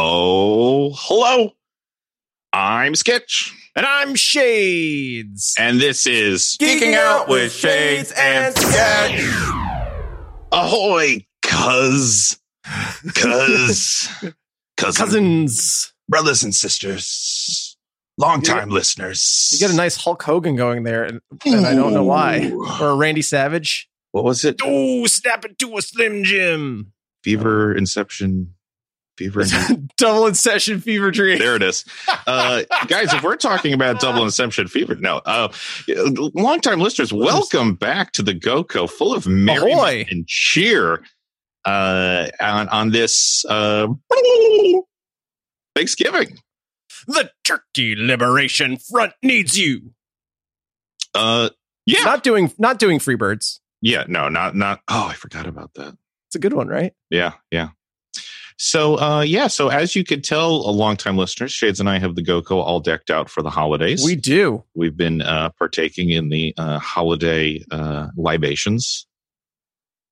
Oh, hello. I'm Sketch, And I'm Shades. and this is Ahoy, cuz, cuz, cousin, Cousins. brothers and sisters, long time listeners. You got a nice Hulk Hogan going there, and, and I don't know why. Ooh. Or Randy Savage. What was it? Oh, snap it to a Slim Jim. Fever, Inception, Fever. Double in session fever dream. there it is. Uh, guys, if we're talking about Double Inception Fever, no, uh, longtime listeners, welcome back to the GoCo, full of merriment Ahoy. and cheer uh, on on this uh, Thanksgiving. The Turkey Liberation Front needs you. Uh, yeah, Not doing not doing free birds. yeah, no, not not. Oh, I forgot about that. It's a good one, right? Yeah, yeah. So, uh, yeah, so as you could tell, a longtime listeners, Shades and I have the GoCo all decked out for the holidays. We do. we've been uh, partaking in the uh, holiday uh, libations.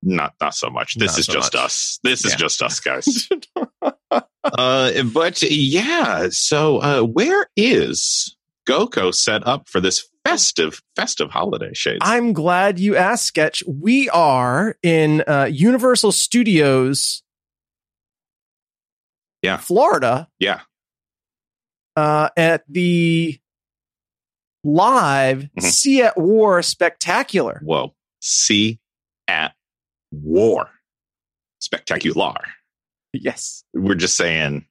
Not not so much. This Not is so just much. us. This is Yeah. just us, guys. uh, but yeah, so uh, where is Goko set up for this festive festive holiday? Shades. I'm glad you asked, Sketch. We are in uh, Universal Studios, Yeah. Florida, yeah, uh, at the live Mhm. Sea at War Spectacular. whoa. See at war, spectacular. Yes, We're just saying,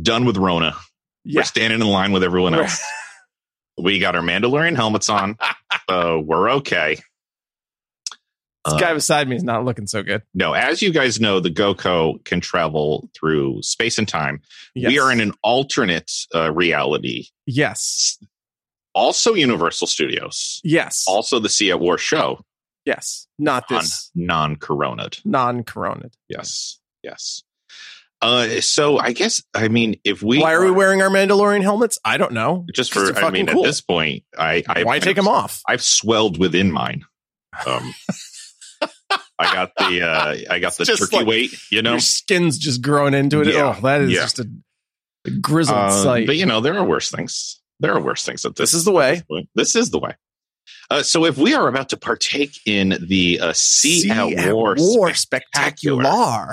done with Rona. We're yes. standing in line with everyone else. We got our Mandalorian helmets on, so we're okay. this Uh, guy beside me is not looking so good. no, as you guys know, the Goko can travel through space and time. We Yes. are in an alternate uh, reality, yes, also Universal Studios, yes, also the Sea at War show yes. Not on this non-coronad. non-coroned. Yes, yes. Uh, so I guess I mean if we Why are we wearing our Mandalorian helmets? I don't know. just 'Cause for they're I mean fucking cool. at this point I, I Why take them off? I've swelled within mine. Um, I got the uh, I got It's the just turkey like- weight, you know. Your skin's just growing into it. Yeah, Oh, that is yeah. just a grizzled Uh, sight. but you know, there are worse things. There are worse things at this this. is the way. point. This is the way. Uh, so if we are about to partake in the uh, sea, at, war, spectacular. spectacular.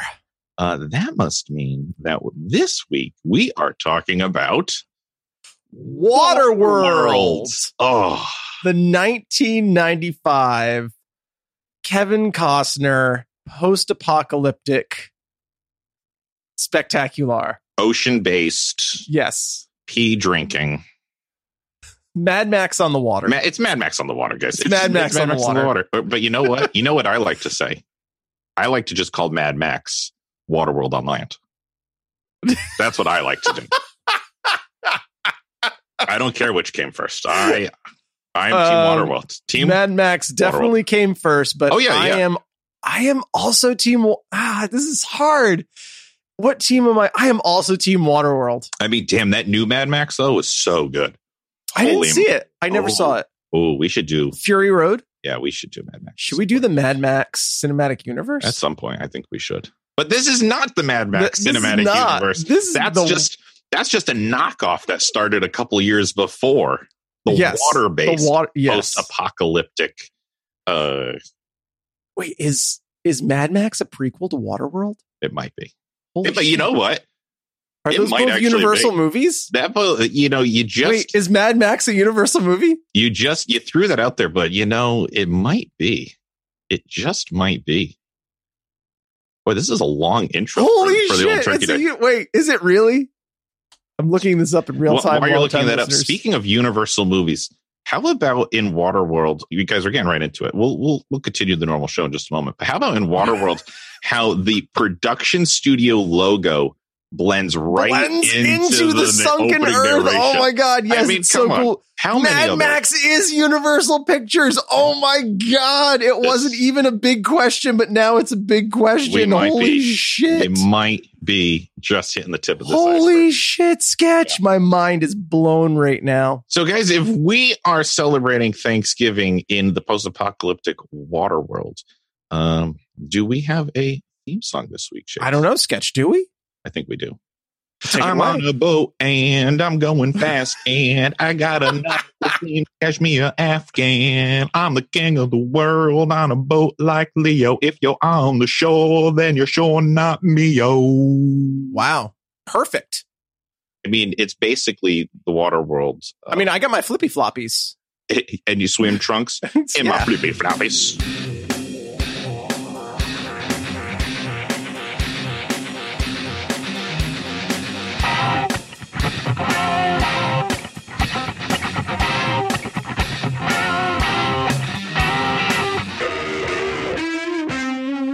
uh, that must mean that this week we are talking about Waterworld, Oh, the 1995 Kevin Costner post-apocalyptic spectacular. ocean based Yes, pea drinking. Mad Max on the water. Ma- it's Mad Max on the water, guys. It's Mad Max on the water. But, but you know what? you know what I like to say? I like to just call Mad Max Waterworld on land. That's what I like to do. I don't care which came first. I I am Um, Team Waterworld. Team Mad Max definitely came first, but Oh, yeah, I yeah. am I am also team Wa- ah this is hard. What team am I? I am also team Waterworld. I mean, damn, that new Mad Max though was so good. I didn't Holy see it. I never oh. saw it. Oh, we should do Fury Road? yeah, we should do Mad Max. Should we do the Mad Max cinematic universe? at some point? I think we should. But this is not the Mad Th- Max this is cinematic not- universe. This is that's the- just that's just a knockoff that started a couple years before the Yes, water the based water. Yes. post apocalyptic uh Wait, is is Mad Max a prequel to Waterworld? it might be Holy but you shit. know what are it those might both actually Universal be. movies? that bo- you know you just Wait, is Mad Max a Universal movie? you just you threw that out there but you know it might be it just might be boy this is a long intro for- Holy for, the old shit! turkey it's a day u- wait, is it really? I'm looking this up in real Wh- time. while you're looking long-time that up listeners. speaking of universal movies how about in waterworld you guys are getting right into it we'll, we'll we'll continue the normal show in just a moment but how about in waterworld how the production studio logo blends right Blends into, the, sunken opening earth. Oh narration. my god! Yes, mean, it's so come on. cool. how many Mm. Mad other- Max is Universal Pictures. Oh my god! It wasn't even a big question, but now it's a big question. might Holy be- shit! they might be just hitting the tip of this iceberg. Holy shit, sketch. My mind is blown right now. So, guys, if we are celebrating Thanksgiving in the post-apocalyptic water world, um, do we have a theme song this week? Chase? I don't know, sketch, do we? I think we do. Take it I'm away. on a boat and I'm going fast and I got a knife between Kashmir Afghan. I'm the king of the world on a boat like Leo. If you're on the shore, then you're sure not me. I Wow. Perfect. mean, it's basically the water world. uh, I mean, I got my flippy floppies. and you swim trunks in my Yeah. flippy floppies.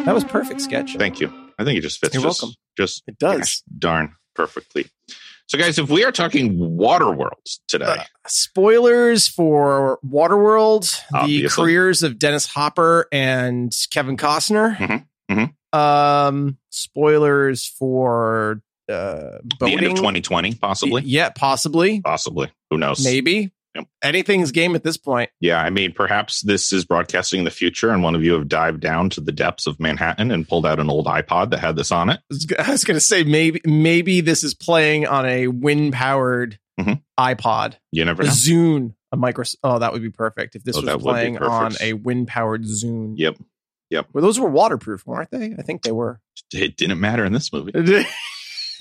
That was perfect sketch. Thank you. I think it just fits. You're just, welcome. Just It does. gosh darn perfectly. So, guys, if we are talking water worlds today, Uh, spoilers for Waterworld, the Obviously. careers of Dennis Hopper and Kevin Costner. Mhm, mhm. Um, spoilers for the uh, boating. end of 2020, possibly, Yeah, possibly, possibly. Who knows? maybe. Yep. Anything's game at this point. Yeah, I mean, perhaps this is broadcasting the future, and one of you have dived down to the depths of Manhattan and pulled out an old iPod that had this on it. I was g- I was going to say maybe maybe this is playing on a wind powered Mhm. iPod, You never a know. Zune, a micro. Oh, that would be perfect if this Oh, was that would be playing perfect. on a wind powered Zune. Yep. Yep. Well, those were waterproof, weren't they? I think they were. It didn't matter in this movie.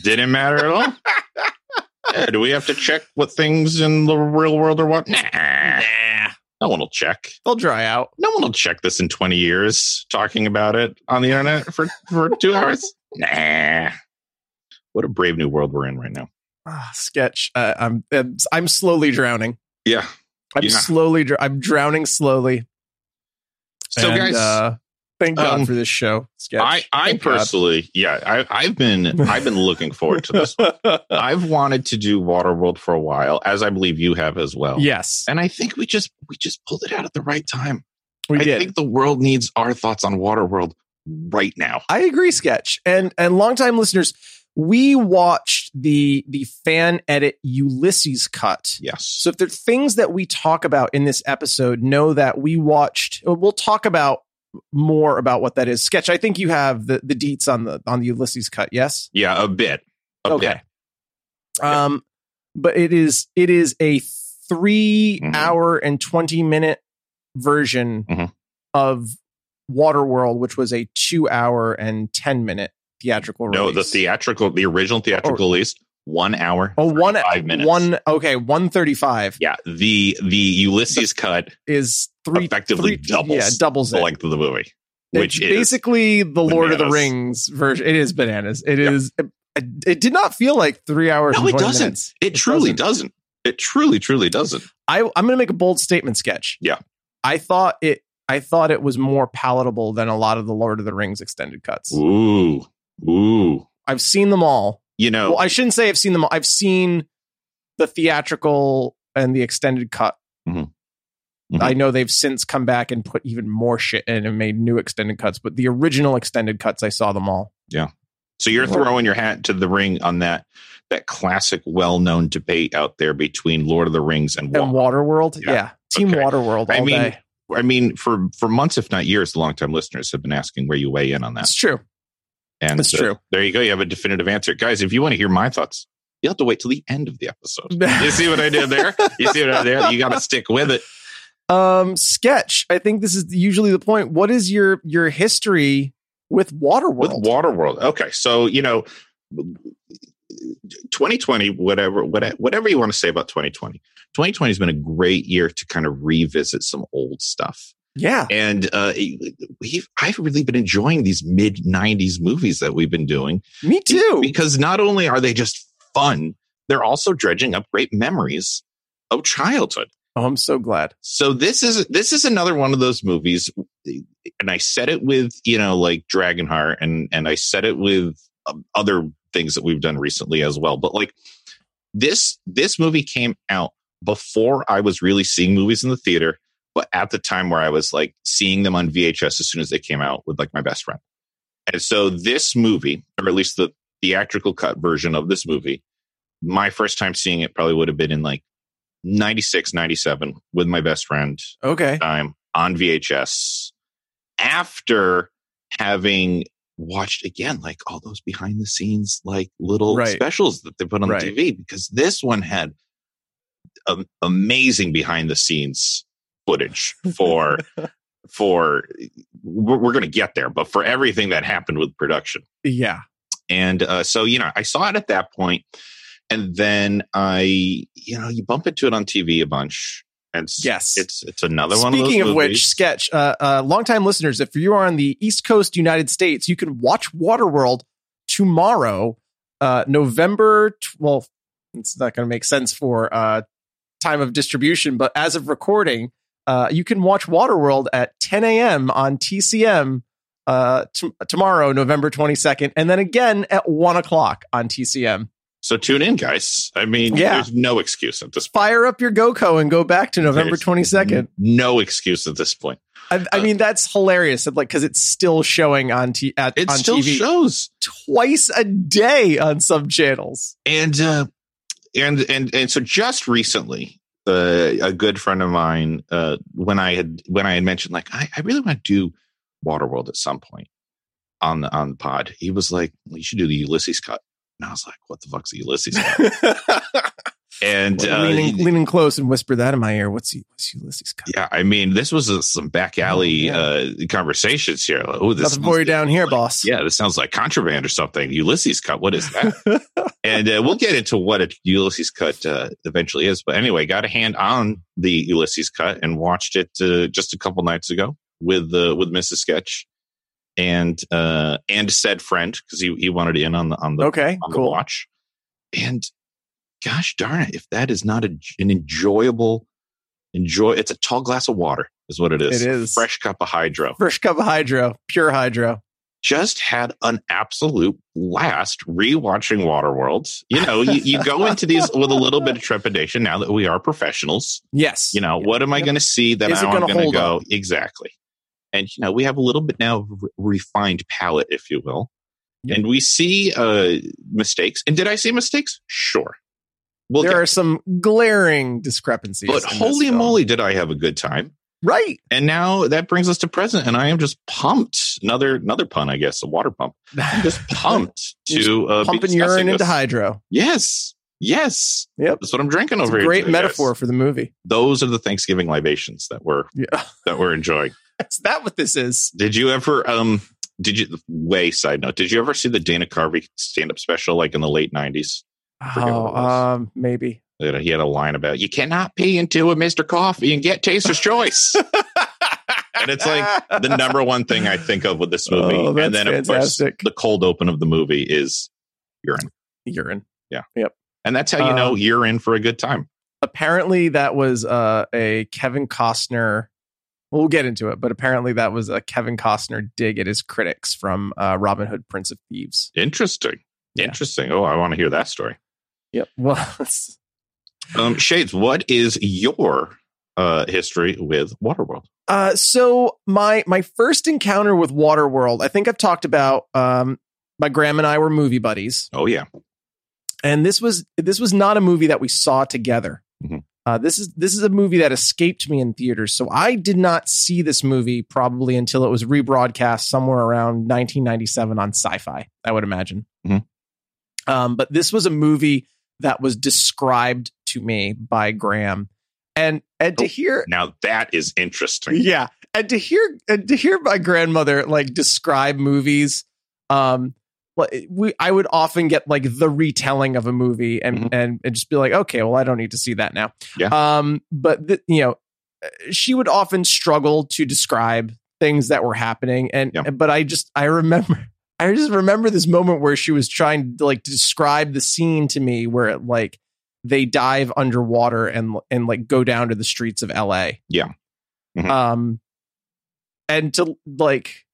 Didn't matter at all. Yeah, do we have to check what things in the real world are what? Nah. nah, No one will check. they'll dry out. No one will check this in 20 years talking about it on the internet for, for two hours. Nah. What a brave new world we're in right now. Ah, sketch. Uh, I'm, I'm I'm slowly drowning. Yeah. I'm Yeah. slowly. Dr- I'm drowning slowly. So, And, guys, uh, thank God um, for this show. Sketch. I, I Thank God. personally, yeah, I, I've been I've been looking forward to this. I've wanted to do Waterworld for a while, as I believe you have as well. yes, And I think we just we just pulled it out at the right time. we I did. think the world needs our thoughts on Waterworld right now. I agree, sketch. And and longtime listeners, we watched the the fan edit Ulysses cut. Yes. So if there are things that we talk about in this episode, know that we watched. We'll talk about more about what that is. Sketch. I think you have the the deets on the on the Ulysses cut. Yes. Yeah, a bit. A bit. Um, but it is it is a 3 Mhm. hour and twenty minute version Mhm. of Waterworld, which was a two hour and ten minute theatrical release. No, the theatrical, the original theatrical release, one hour, Oh, one five minutes. one okay one thirty five yeah, the the Ulysses cut is three Effectively three, doubles yeah doubles the it. length of the movie, which it's is basically the Lord of the bananas. Rings version. It is bananas. It Yeah. is. It, it did not feel like three hours. No, and it 20 doesn't. minutes. it truly doesn't. doesn't. It truly, truly doesn't. I I'm going to make a bold statement sketch. Yeah. I thought it I thought it was more palatable than a lot of the Lord of the Rings extended cuts. Ooh, ooh. I've seen them all. You know, Well, I shouldn't say I've seen them all. I've seen the theatrical and the extended cut. Mhm. Mhm. I know they've since come back and put even more shit in and made new extended cuts, but the original extended cuts, I saw them all. so you're throwing your hat to the ring on that that classic, well known debate out there between Lord of the Rings and And Water. Waterworld, yeah, Yeah. Team Okay. Waterworld all I mean, day. I mean, for for months, if not years, longtime listeners have been asking where you weigh in on that. It's true. And That's uh, true. There you go. You have a definitive answer. Guys, if you want to hear my thoughts, you'll have to wait till the end of the episode. You see what I did there? You see what I did there? You got to stick with it. um sketch i think this is usually the point what is your your history with waterworld With Waterworld. Okay. So, you know, 2020, whatever, whatever, whatever you want to say about 2020, 2020 has been a great year to kind of revisit some old stuff. yeah And uh, we've, I've really been enjoying these mid 90s movies that we've been doing. me too Because not only are they just fun, they're also dredging up great memories of childhood. oh i'm so glad So this is this is another one of those movies, and I said it with you know like Dragonheart, and and I said it with um, other things that we've done recently as well. But like this this movie came out before I was really seeing movies in the theater, but at the time where I was like seeing them on VHS as soon as they came out with like my best friend. And so this movie, or at least the theatrical cut version of this movie, my first time seeing it probably would have been in like 96, 97 with my best friend okay time on VHS after having watched again like all those behind the scenes like little Right. specials that they put on Right. the TV because this one had um, amazing behind the scenes footage for for we're, we're going to get there but for everything that happened with production Yeah. and uh, so you know i saw it at that point and then i you know you bump into it on tv a bunch and it's, Yes. it's it's another one Speaking of, of, those movies. which, sketch, uh, uh, longtime listeners, if you are on the East Coast United States, you can watch Waterworld tomorrow, uh, November 12th. It's not going to make sense for uh, time of distribution, but as of recording, uh, you can watch Waterworld at 10 a.m. on TCM uh, t- tomorrow, November 22nd, and then again at 1 o'clock on TCM. so tune in guys i mean Yeah. there's no excuse at this point Fire up your GoCo and go back to November There's 22nd. no excuse at this point I, I Uh, mean, that's hilarious. Like, because it's still showing on t at, it on still TV shows twice a day on some channels. and uh and and and so just recently uh, a good friend of mine uh when i had when i had mentioned like i, I really want to do waterworld at some point on the on the pod he was like well, you should do the ulysses cut and i was like what the fuck's the ulysses cut and leaning, uh, leaning close and whisper that in my ear. What's, he, what's Ulysses cut? yeah i mean this was uh, some back alley Yeah. uh conversations here oh this Nothing sounds for you down here, like- boss. yeah this sounds like contraband or something ulysses cut what is that and uh, we'll get into what a Ulysses cut uh, eventually is. But anyway, got a hand on the Ulysses cut and watched it uh, just a couple nights ago with uh, with Mrs. Sketch and uh, and said friend because he, he wanted in on the on the okay, on the cool. watch. And gosh darn it, if that is not a, an enjoyable enjoy, it's a tall glass of water is what it is. It is. fresh cup of hydro Fresh cup of hydro, pure hydro. just had an absolute blast rewatching Waterworld. You know, you, you go into these with a little bit of trepidation now that we are professionals. Yes. You know, what am I Yep. going to see that Is it I'm gonna going to hold go? Exactly. And, you know, we have a little bit now of re- refined palate, if you will. Yep. And we see uh, mistakes. And did I see mistakes? Sure. Well, there are some glaring discrepancies. but in this holy film. moly, did I have a good time. Right. And now that brings us to present. And I am just pumped. Another another pun, I guess, a water pump. just pumped You're just to uh, be Pumping discussing urine into this. hydro. Yes, yes. Yep. That's what I'm drinking It's a over here. great today, guys. metaphor for the movie. Those are the Thanksgiving libations that we're Yeah. that we're enjoying. Is that what this is? Did you ever? Um, did you? Way side note. Did you ever see the Dana Carvey stand up special like in the late '90s? forget what it Oh, was. um, maybe. You know, He had a line about you cannot pee into a Mr. Coffee and get Taster's Choice. And it's like the number one thing I think of with this movie. Oh, and that's then, of fantastic. course, the cold open of the movie is urine. urine. And that's how you Uh, know you're in for a good time. Apparently, that was uh, a Kevin Costner. Well, we'll get into it, but apparently, that was a Kevin Costner dig at his critics from uh, Robin Hood, Prince of Thieves. Interesting. Yeah. Interesting. Oh, I want to hear that story. Yep. Well, it's- Um, Shades, what is your uh, history with Waterworld? uh, so my my first encounter with Waterworld, I think I've talked about. Um, my grandma and I were movie buddies. Oh, yeah. and this was this was not a movie that we saw together. Mhm. Uh, this is this is a movie that escaped me in theaters, so I did not see this movie probably until it was rebroadcast somewhere around 1997 on Sci-Fi. I would imagine. Mhm. Um, but this was a movie that was described to me by Graham, and and to Oh. hear Now that is interesting. yeah, and to hear and to hear my grandmother like describe movies, um, like, we I would often get like the retelling of a movie and Mhm. and, and just be like, okay, well, I don't need to see that now. Yeah. Um, but th- you know, she would often struggle to describe things that were happening, and Yeah. but I just I remember. I just remember this moment where she was trying to like describe the scene to me where it like they dive underwater and and like go down to the streets of LA um and to like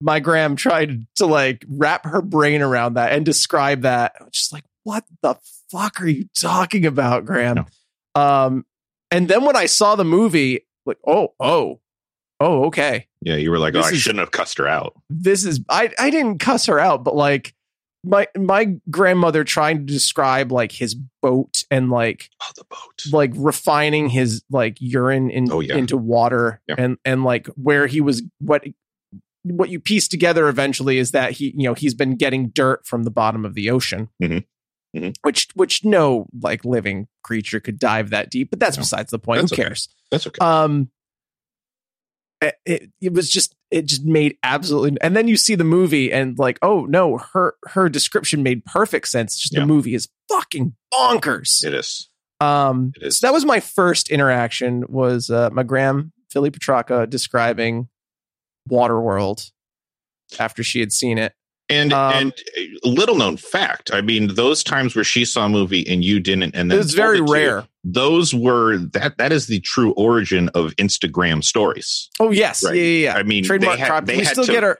my gram tried to like wrap her brain around that and describe that I was just like what the fuck are you talking about graham um and then when i saw the movie like oh oh oh okay Yeah, you were like, oh, This I is- shouldn't have cussed her out. this is i i didn't cuss her out but like my my grandmother trying to describe like his boat and like Oh, the boat. like refining his like urine in, Oh, yeah. into water Yeah. and and like where he was what what you piece together eventually is that he you know he's been getting dirt from the bottom of the ocean Mm-hmm. Mhm. which which no like living creature could dive that deep but that's No. besides the point That's who okay. cares That's okay. um it, it, it was just it just made absolutely and then you see the movie and like oh no her her description made perfect sense just Yeah. the movie is fucking bonkers it is. um It is. so that was my first interaction was uh my gram philly petraka describing waterworld after she had seen it And Um, and uh, little known fact, I mean, those times where she saw a movie and you didn't, and it then was very told it to you, rare those were that that is the true origin of Instagram stories. oh yes Right. yeah yeah, yeah. I mean, trademark they had, property they we had still to, get her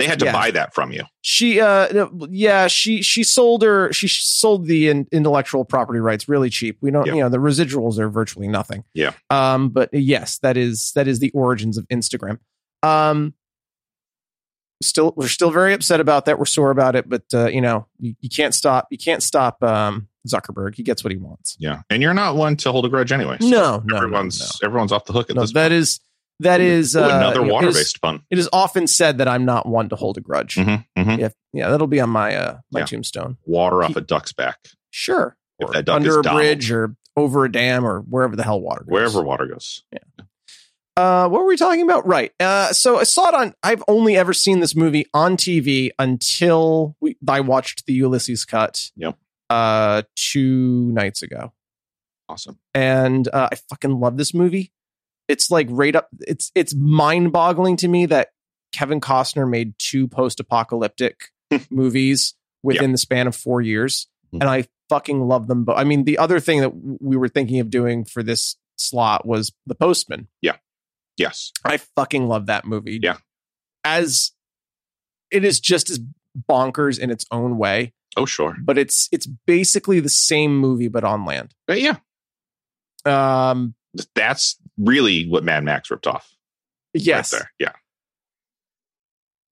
they had to yeah. buy that from you. she uh no, yeah she she sold her she sold the in, intellectual property rights really cheap we don't Yeah. you know the residuals are virtually nothing Yeah. um but yes that is that is the origins of instagram um still we're still very upset about that we're sore about it but uh you know you, you can't stop you can't stop um zuckerberg he gets what he wants Yeah, and you're not one to hold a grudge anyway. so no no everyone's no, everyone's off the hook at no. No, this. that is that is Ooh, uh, another you know, it is- water based pun. it is often said that i'm not one to hold a grudge Mhm, mhm. yeah, yeah that'll be on my uh my Yeah. tombstone Water off He- a duck's back, Sure. If Or that duck under is a Donald. bridge or over a dam or wherever the hell water goes. wherever water goes. Uh, what were we talking about? Right. Uh, so I saw it on. I've only ever seen this movie on TV until we, I watched the Ulysses cut. Yep. Uh, two nights ago, Awesome. and uh, I fucking love this movie. It's like right up. It's it's mind boggling to me that Kevin Costner made two post apocalyptic movies within the span of four years, Mhm. and I fucking love them. But I mean, the other thing that w- we were thinking of doing for this slot was The Postman. Yes. I fucking love that movie. Yeah. As it is just as bonkers in its own way, Oh sure. but it's it's basically the same movie but on land. But yeah, Um that's really what Mad Max ripped off. yes. Right there. Yeah.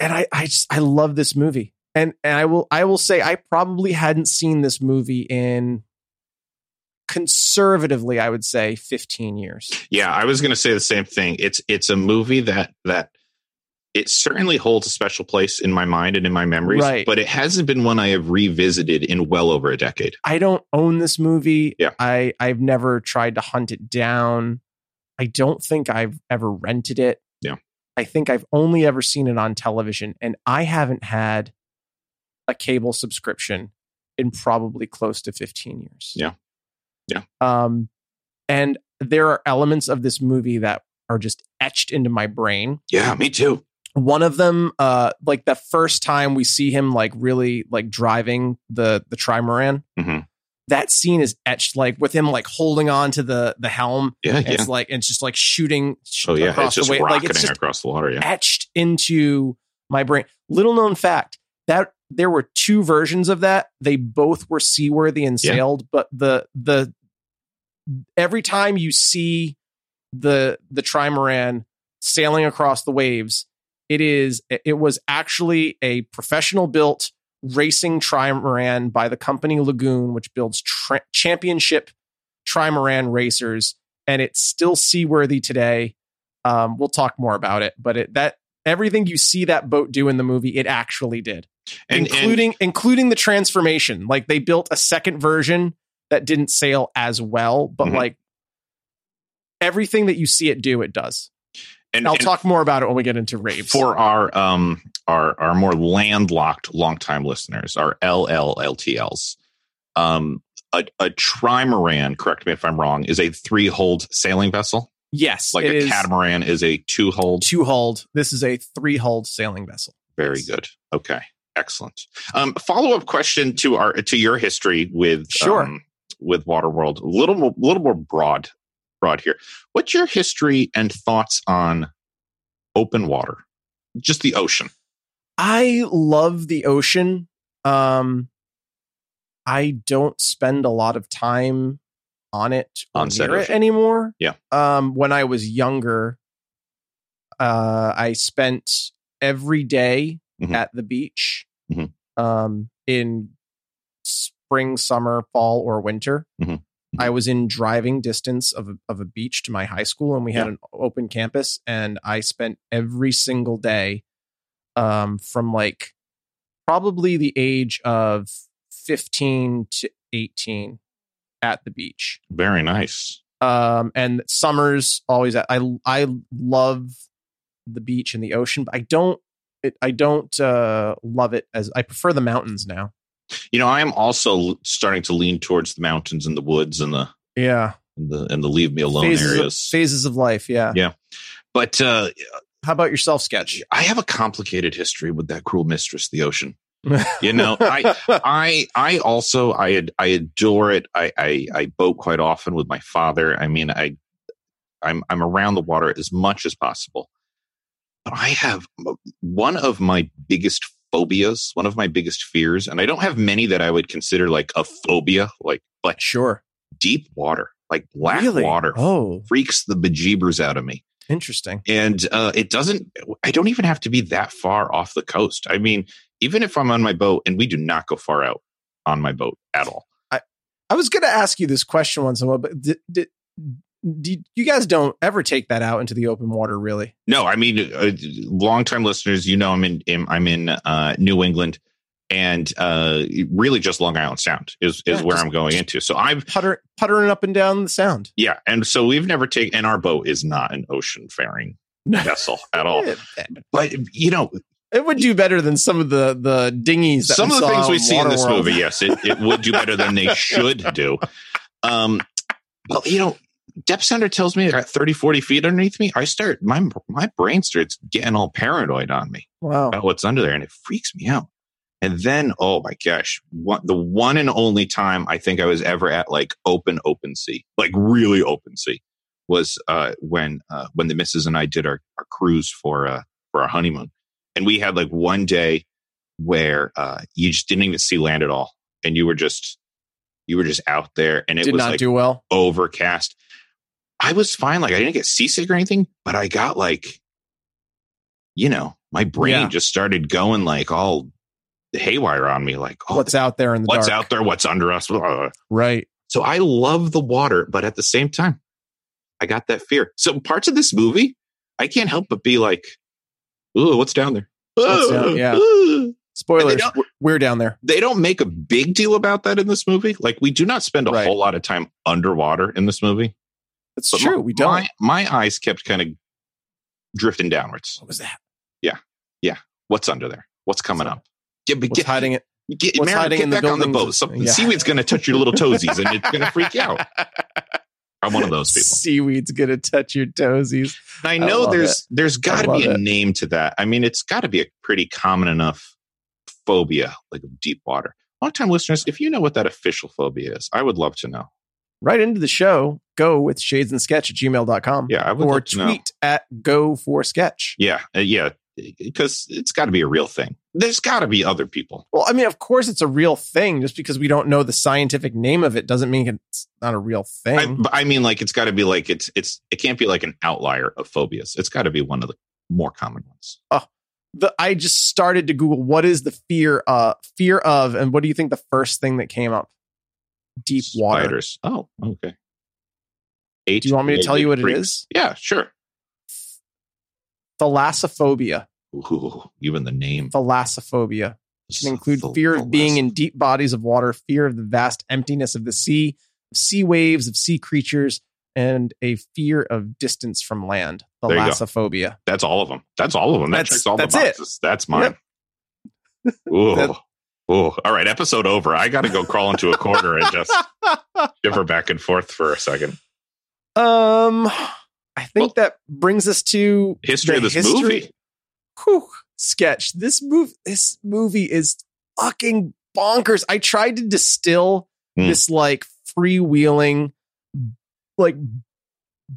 and I I just I love this movie. And and I will I will say I probably hadn't seen this movie in conservatively I would say 15 years. Yeah, I was going to say the same thing. It's it's a movie that that it certainly holds a special place in my mind and in my memories, Right. but it hasn't been one I have revisited in well over a decade. I don't own this movie. Yeah. I I've never tried to hunt it down. I don't think I've ever rented it. Yeah. I think I've only ever seen it on television and I haven't had a cable subscription in probably close to 15 years. Yeah. Yeah. Um and there are elements of this movie that are just etched into my brain Yeah, me too. one of them uh like the first time we see him like really like driving the the trimaran Mhm. that scene is etched like with him like holding on to the the helm Yeah, and yeah. it's like and it's just like shooting sh- Oh yeah, it's across just the way like rocketing it's just across the water. Yeah. etched into my brain little known fact that there were two versions of that they both were seaworthy and Yeah. sailed but the the every time you see the the trimaran sailing across the waves it is it was actually a professional built racing trimaran by the company lagoon which builds tra- championship trimaran racers and it's still seaworthy today um, we'll talk more about it but it that everything you see that boat do in the movie it actually did And, and including including the transformation. Like they built a second version that didn't sail as well, but Mhm. like everything that you see it do, it does. and, And I'll and talk more about it when we get into raves. for our um our our more landlocked longtime listeners, our LLLTLs. Um a, a trimaran, correct me if I'm wrong, is a three-hulled sailing vessel. yes, Like it a is catamaran is a two-hulled two hulled. This is a three hulled sailing vessel. Very Yes. good. Okay. Excellent. Um, follow up question to our to your history with Sure. um, with Waterworld. A little more, little more broad broad here. What's your history and thoughts on open water? Just the ocean. I love the ocean. Um, I don't spend a lot of time on it or On said near it ocean. anymore. Yeah. Um, when I was younger, uh, I spent every day Mhm. at the beach, Mhm. um, in spring, summer, fall, or winter. Mhm. Mhm. I was in driving distance of a, of a beach to my high school, and we had an open campus, and I spent every single day um, from like probably the age of 15 to 18 at the beach. Very nice. Um, and summers always at, I I love the beach and the ocean, but I don't it, I don't uh, love it as I prefer the mountains now. You know, I am also starting to lean towards the mountains and the woods and the Yeah. and the and the leave me alone Phases of, areas. phases of life, yeah. Yeah. But uh, How about yourself sketch? I have a complicated history with that cruel mistress, the ocean. You know, Oh, I I I also I ad- I adore it. I, I I boat quite often with my father. I mean, I I'm I'm around the water as much as possible. But I have one of my biggest phobias, one of my biggest fears, and I don't have many that I would consider like a phobia, like but sure. deep water, like black Really? water, Oh, freaks the bejeebers out of me interesting. and uh, it doesn't i don't even have to be that far off the coast i mean even if i'm on my boat and we do not go far out on my boat at all I was going to ask you this question once in a while, but did, did, did- you guys don't ever take that out into the open water, really? no i mean uh, longtime listeners you know i'm in, in i'm in uh, new england and uh, really just long island sound is, is Yeah, where just- i'm going into so i've Putter, puttering up and down the sound. yeah and so we've never taken and our boat is not an ocean faring vessel at all It, but you know it would do better than some of the the dinghies. That some we of the saw things we on see in this Waterworld. movie yes it, it would do better than they should do um well you know depth center tells me at 30 40 feet underneath me i start my my brain starts getting all paranoid on me Wow. about what's under there and it freaks me out and then oh my gosh what the one and only time i think i was ever at like open open sea like really open sea was uh when uh when the missus and i did our, our cruise for uh for our honeymoon and we had like one day where uh you just didn't even see land at all and you were just you were just out there and it Did was not like do well. overcast. I was fine. Like I didn't get seasick or anything, but I got like, you know, my brain Yeah. just started going like all haywire on me. Like, oh, What's out there in the what's dark? out there? What's under us? Blah, blah, blah. Right. So I love the water, but at the same time, I got that fear. So parts of this movie, I can't help but be like, ooh, what's down there? What's down- Ooh, yeah. ooh. And They Spoilers. don't, We're down there. they don't make a big deal about that in this movie. Like we do not spend a Right. whole lot of time underwater in this movie. It's But true. my- we don't. My, my eyes kept kind of drifting downwards. what was that? What's under there? What's coming up? Get, What's get, hiding it? get, what's Mara, hiding get in the back on the buildings? boat. Something, Yeah. Seaweed's going to touch your little toesies and it's going to freak you out. I'm one of those people. Seaweed's gonna touch your toesies. And I know love there's there's got to love be a it. name to that. I mean, it's got to be a pretty common enough phobia, like of deep water. Long time listeners, if you know what that official phobia is, I would love to know. Right into the show. Go with shades and sketch at gmail.com. Yeah, I would or love to know. tweet at go for sketch. Yeah, uh, yeah, because it's got to be a real thing. There's got to be other people. Well, I mean, of course, it's a real thing. Just because we don't know the scientific name of it doesn't mean it's not a real I, thing. but I mean, like it's got to be like it's it's it can't be like an outlier of phobias. It's got to be one of the more common ones. the, I just started to Google what is the fear uh fear of, and what do you think the first thing that came up? Deep water. Spiders. Oh, okay. Eight Do you want me to tell you what it freaks. is? Yeah, sure. Thalassophobia. Ooh, even the name Thalassophobia. can include fear of being in deep bodies of water, fear of the vast emptiness of the sea, sea waves, of sea creatures, and a fear of distance from land. There you go. Thalassophobia. That's all of them. That's all of them. That That's- checks all the that's it. boxes. That's mine. Ooh. That- Ooh. All right, episode over. I got to go crawl into a corner and just shiver back and forth for a second. um, I think Well- that brings us to History The of this history- movie. whew, sketch. This move, this movie is fucking bonkers. I tried to distill Hmm. this like freewheeling, like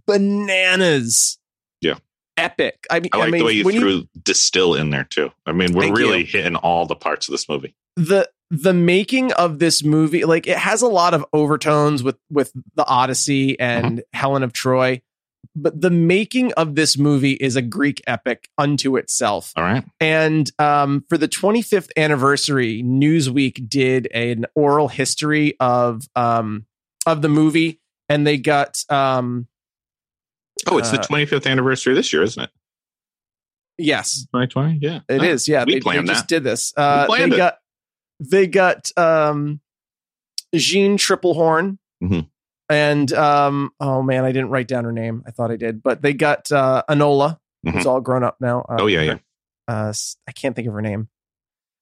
bananas. Yeah. Epic. I mean, I like mean, the way you when threw distill in there too. I mean, we're Thank really you. hitting all the parts of this movie. the the making of this movie like it has a lot of overtones with with the odyssey and Uh-huh. helen of troy but the making of this movie is a greek epic unto itself All right. and um, for the 25th anniversary newsweek did an oral history of um, of the movie and they got um, Oh, it's the Uh, 25th anniversary this year, isn't it? Yes, 2020? Yeah. it is. No, Yeah, Ah, we they, planned that. they just did this. Uh, planned they it. got they got um, Jean Triplehorn Mhm. and um, oh man, I didn't write down her name. I thought I did, but they got uh, Anola, who's Mhm. all grown up now. Uh, Oh, yeah, yeah. Uh, s- I can't think of her name.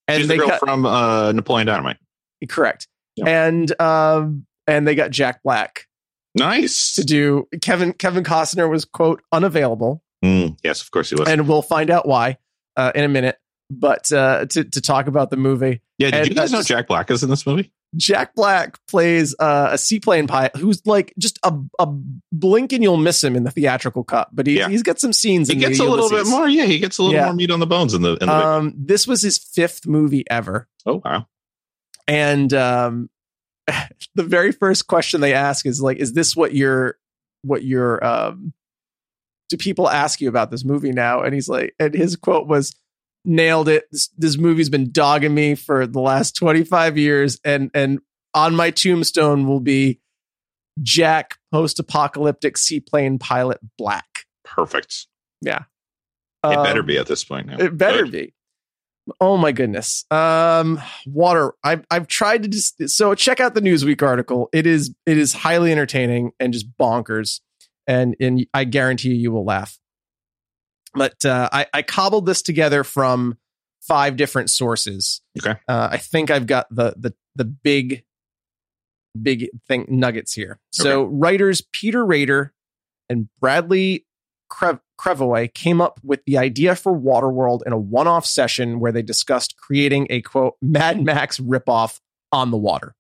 And She's they the girl got from uh, Napoleon Dynamite. correct, and um, and they got Jack Black Nice. to do Kevin. Kevin Costner was quote unavailable. Mm, yes, of course he was. and we'll find out why uh, in a minute. But uh, to to talk about the movie, yeah, did and you guys know that's- Jack Black is in this movie? Jack Black plays uh, a seaplane pilot who's like just a a blink and you'll miss him in the theatrical cut, but he Yeah. he's got some scenes. He in gets a the little bit Ulysses. more. Yeah, he gets a little Yeah. more meat on the bones in the. In the Um, this was his fifth movie ever, oh wow. and um, the very first question they ask is like, "Is this what your what your um?" Do people ask you about this movie now? And he's like, and his quote was, "Nailed it. This, this movie's been dogging me for the last twenty five years, and and on my tombstone will be Jack, post apocalyptic seaplane pilot Black. Perfect. It Um, better be at this point. Now. it better Good. be. Oh my goodness. Um, water. I've I've tried to just so check out the Newsweek article. It is it is highly entertaining and just bonkers, and and I guarantee you, you will laugh. But uh, I I cobbled this together from five different sources. Okay. Uh, I think I've got the the the big big thing nuggets here. So writers Peter Rader and Bradley Cre- Crevoy came up with the idea for Waterworld in a one off session where they discussed creating a quote Mad Max ripoff on the water.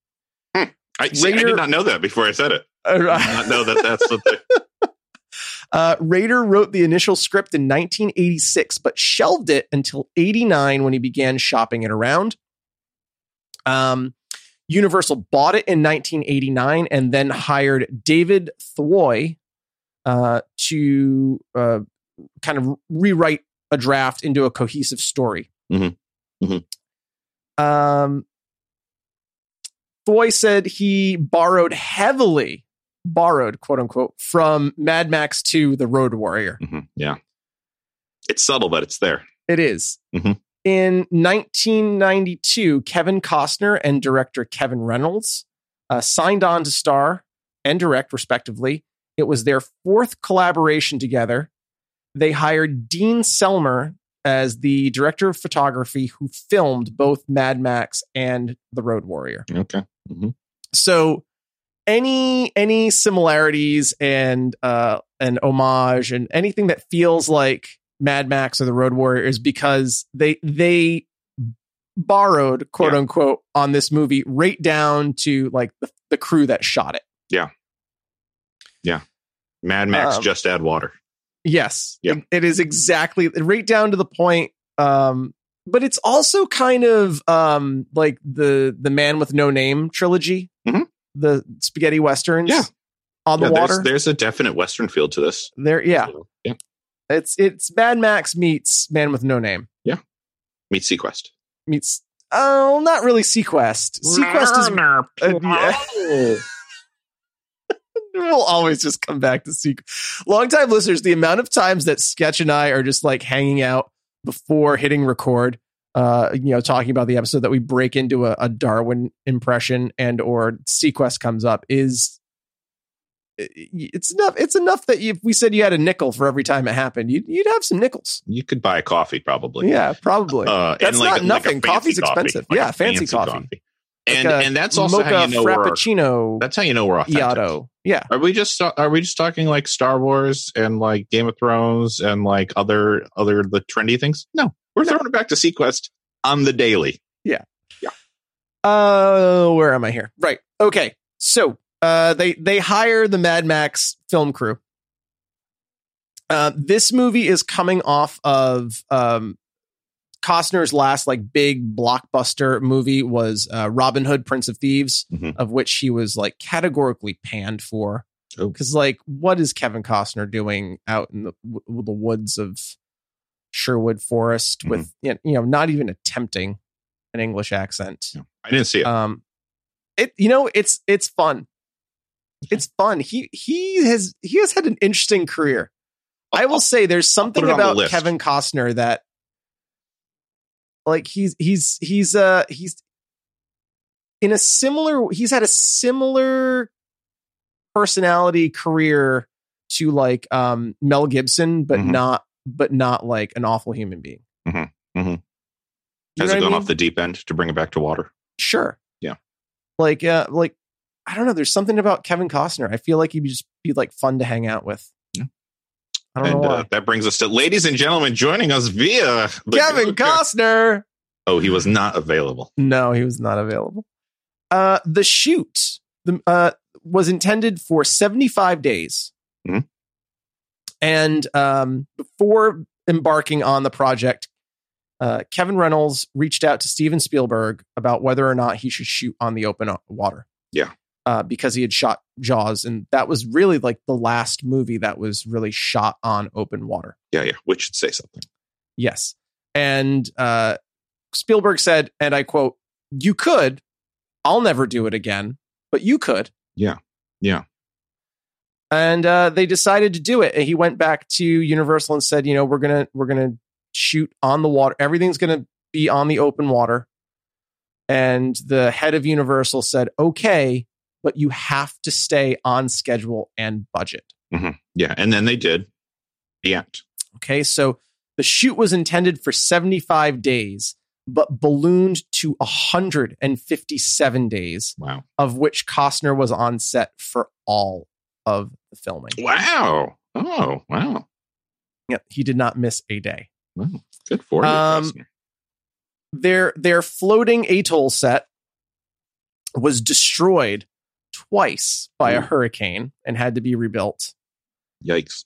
I, see, I Later- did not know that before I said it. I did not Uh, know that that's what they Rader Uh, wrote the initial script in 1986, but shelved it until 89 when he began shopping it around. Um, Universal bought it in 1989 and then hired David Thwoy uh, to uh, kind of rewrite a draft into a cohesive story. Mhm. Mhm. Um, Foy said he borrowed heavily, borrowed quote unquote, from Mad Max 2 The Road Warrior. Mhm, Yeah. It's subtle, but it's there. It is. Mhm. In 1992, Kevin Costner and director Kevin Reynolds uh, signed on to star and direct, respectively. It was their fourth collaboration together. They hired Dean Selmer as the director of photography who filmed both Mad Max and The Road Warrior. Okay. So, any any similarities and uh and homage and anything that feels like Mad Max or the Road Warrior is because they they borrowed quote Yeah. unquote on this movie right down to like the, the crew that shot it. Mad Max, Um, just add water. Yes. Yeah. It- it is exactly right down to the point. Um but it's also kind of um like the the Man with No Name trilogy. Mhm. The spaghetti westerns Yeah. on the Yeah, water. There's, there's a definite Western feel to this. there yeah. Yeah. It's it's Mad Max meets Man with No Name Meet Sequest. meets oh not really Sequest. Sequest is uh, yeah. we'll always just come back to Sequest. Longtime listeners, the amount of times that Sketch and I are just like hanging out before hitting record, uh, you know, talking about the episode that we break into a, a Darwin impression and or Sequest comes up is eh, it's enough. It's enough that if we said you had a nickel for every time it happened, you'd you'd have some nickels. You could buy a coffee probably. yeah, probably. Uh, That's not a- nothing. a fancy Coffee's expensive. Like Yeah, a fancy coffee. And Like a and that's also Mocha how you know we're frappuccino that's how you know we're authentic. Iato. Yeah. Are we just are we just talking like Star Wars and like Game of Thrones and like other other the trendy things? No, we're throwing it back to Sequest on the daily. Uh, where am I here? Right. Okay. So, uh, they they hire the Mad Max film crew. Uh, this movie is coming off of um, Costner's last like big blockbuster movie was uh, Robin Hood, Prince of Thieves, Mhm. of which he was like categorically panned for. Oh. Because like, what is Kevin Costner doing out in the w- the woods of Sherwood Forest with you know not even attempting an English accent? I didn't see it. um it you know it's it's fun it's fun he he has he has had an interesting career I will say there's something put it on the about list. Kevin Costner that like he's he's he's uh he's in a similar he's had a similar personality career to like um Mel Gibson but Mhm. not but not like an awful human being. Mhm. You Mhm. know Has what I it gone mean? off the deep end to bring it back to water? Sure. Yeah. Like uh like I don't know, there's something about Kevin Costner. I feel like he'd just be like fun to hang out with. Yeah. I don't know why. uh, that brings us to ladies and gentlemen joining us via the- Kevin Costner. Oh, he was not available. No, he was not available. Uh, the shoot the, uh, was intended for 75 days. Mhm. And um, before embarking on the project, uh, Kevin Reynolds reached out to Steven Spielberg about whether or not he should shoot on the open o- water. Yeah. Uh, because he had shot Jaws, and that was really like the last movie that was really shot on open water. Yeah, yeah, which should say something. Yes. And uh, Spielberg said, and I quote, You could. I'll never do it again, but you could. Yeah. Yeah. And uh, they decided to do it. And he went back to Universal and said, you know, we're gonna we're gonna shoot on the water. Everything's gonna be on the open water. And the head of Universal said, okay, but you have to stay on schedule and budget. Yeah, and then they did the act. Okay, so the shoot was intended for 75 days, but ballooned to 157 days, Wow. of which Costner was on set for all of the filming. Wow. Oh, wow. Yep, he did not miss a day. Wow. Good for you. Um, Costner. Their their floating atoll set was destroyed twice by a Ooh. hurricane and had to be rebuilt. Yikes.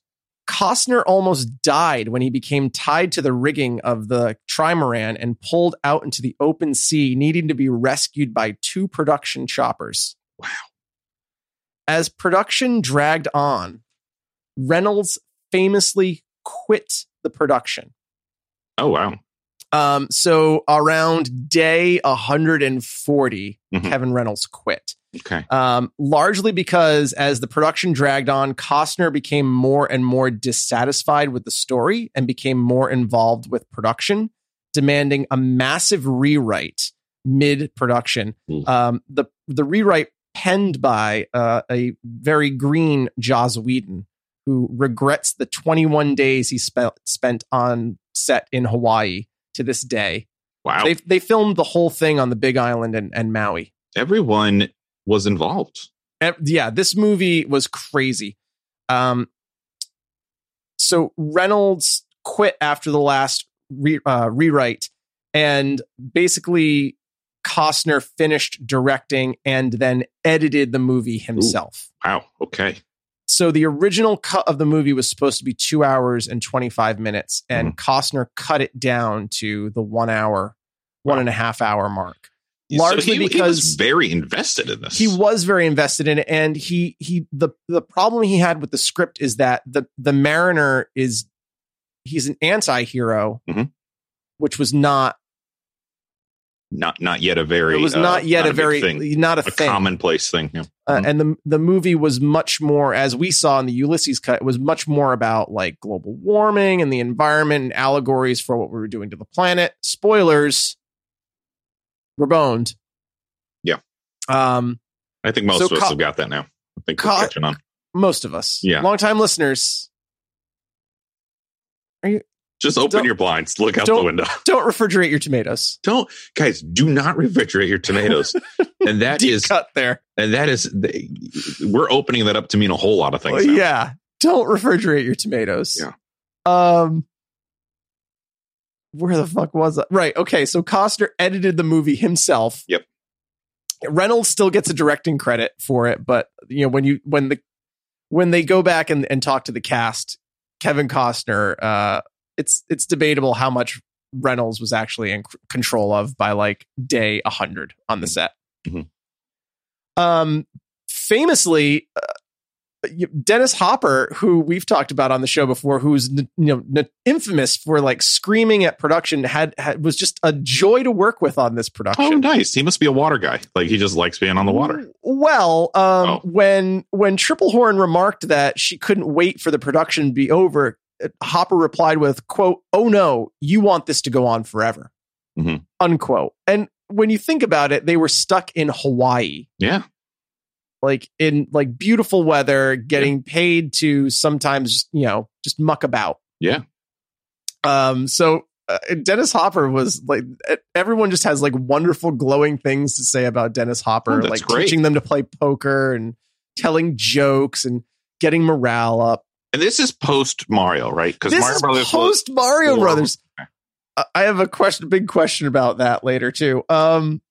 Costner almost died when he became tied to the rigging of the trimaran and pulled out into the open sea, needing to be rescued by two production choppers. Wow. As production dragged on, Reynolds famously quit the production. Oh, wow. Um, so around day 140, Mhm. Kevin Reynolds quit Okay. um, largely because as the production dragged on, Costner became more and more dissatisfied with the story and became more involved with production, demanding a massive rewrite mid production. Mm. Um, the the rewrite penned by uh, a very green Joss Whedon, who regrets the 21 days he spent spent on set in Hawaii to this day. Wow. They they filmed the whole thing on the Big Island and, and Maui. Everyone was involved. Ev- yeah, this movie was crazy. Um, so Reynolds quit after the last re- uh, rewrite, and basically Costner finished directing and then edited the movie himself. Wow. Okay. So the original cut of the movie was supposed to be two hours and twenty five minutes, and Costner cut it down to the one hour, one Wow. and a half hour mark. So Largely he- he was because- very invested in this. he was very invested in it and he he the the problem he had with the script is that the the mariner is he's an anti-hero Mhm. which was not not not yet a very it was uh, not yet a big very thing. not a, a thing commonplace thing. Yeah. uh, Mhm. and the the movie was much more as we saw in the Ulysses cut it was much more about like global warming and the environment and allegories for what we were doing to the planet spoilers we're boned Yeah. um I think most So of us co- have got that now. I think co- we're catching on. most of us Yeah. long time listeners Just open don't- your blinds, look out the don't- window. don't refrigerate your tomatoes. Don't guys, do not refrigerate your tomatoes. and that Deep is cut there. and that is they, we're opening that up to mean a whole lot of things. Well, now. Oh, yeah. Don't refrigerate your tomatoes. Yeah. Um where the fuck was I? Right. Okay. So Costner edited the movie himself. Yep. Reynolds still gets a directing credit for it, but you know, when you when the when they go back and, and talk to the cast, Kevin Costner, uh, it's it's debatable how much Reynolds was actually in c- control of by like day 100 on the Mhm. set. Mhm. Um, famously, uh, Dennis Hopper, who we've talked about on the show before, who's n- you know n- infamous for like screaming at production, had, had was just a joy to work with on this Oh, production. nice. He must be a water guy. Like he just likes being on the Mm. water. Well, um, Oh. when when Triple Horn remarked that she couldn't wait for the production to be over, uh, Hopper replied with, quote, oh no, you want this to go on forever, Mhm. unquote. And when you think about it, they were stuck in Hawaii, Yeah. like in like beautiful weather, getting paid to sometimes, you know, just muck about. Yeah. Um, so uh, Dennis Hopper was like, e, everyone just has like wonderful, glowing things to say about Dennis Oh, Hopper, that's like great. teaching them to play poker and telling jokes and getting morale up. And this is post Mario, right? Because This Mario is Brothers was post Mario horrible. Brothers. I- I have a question, big question about that later too. Um,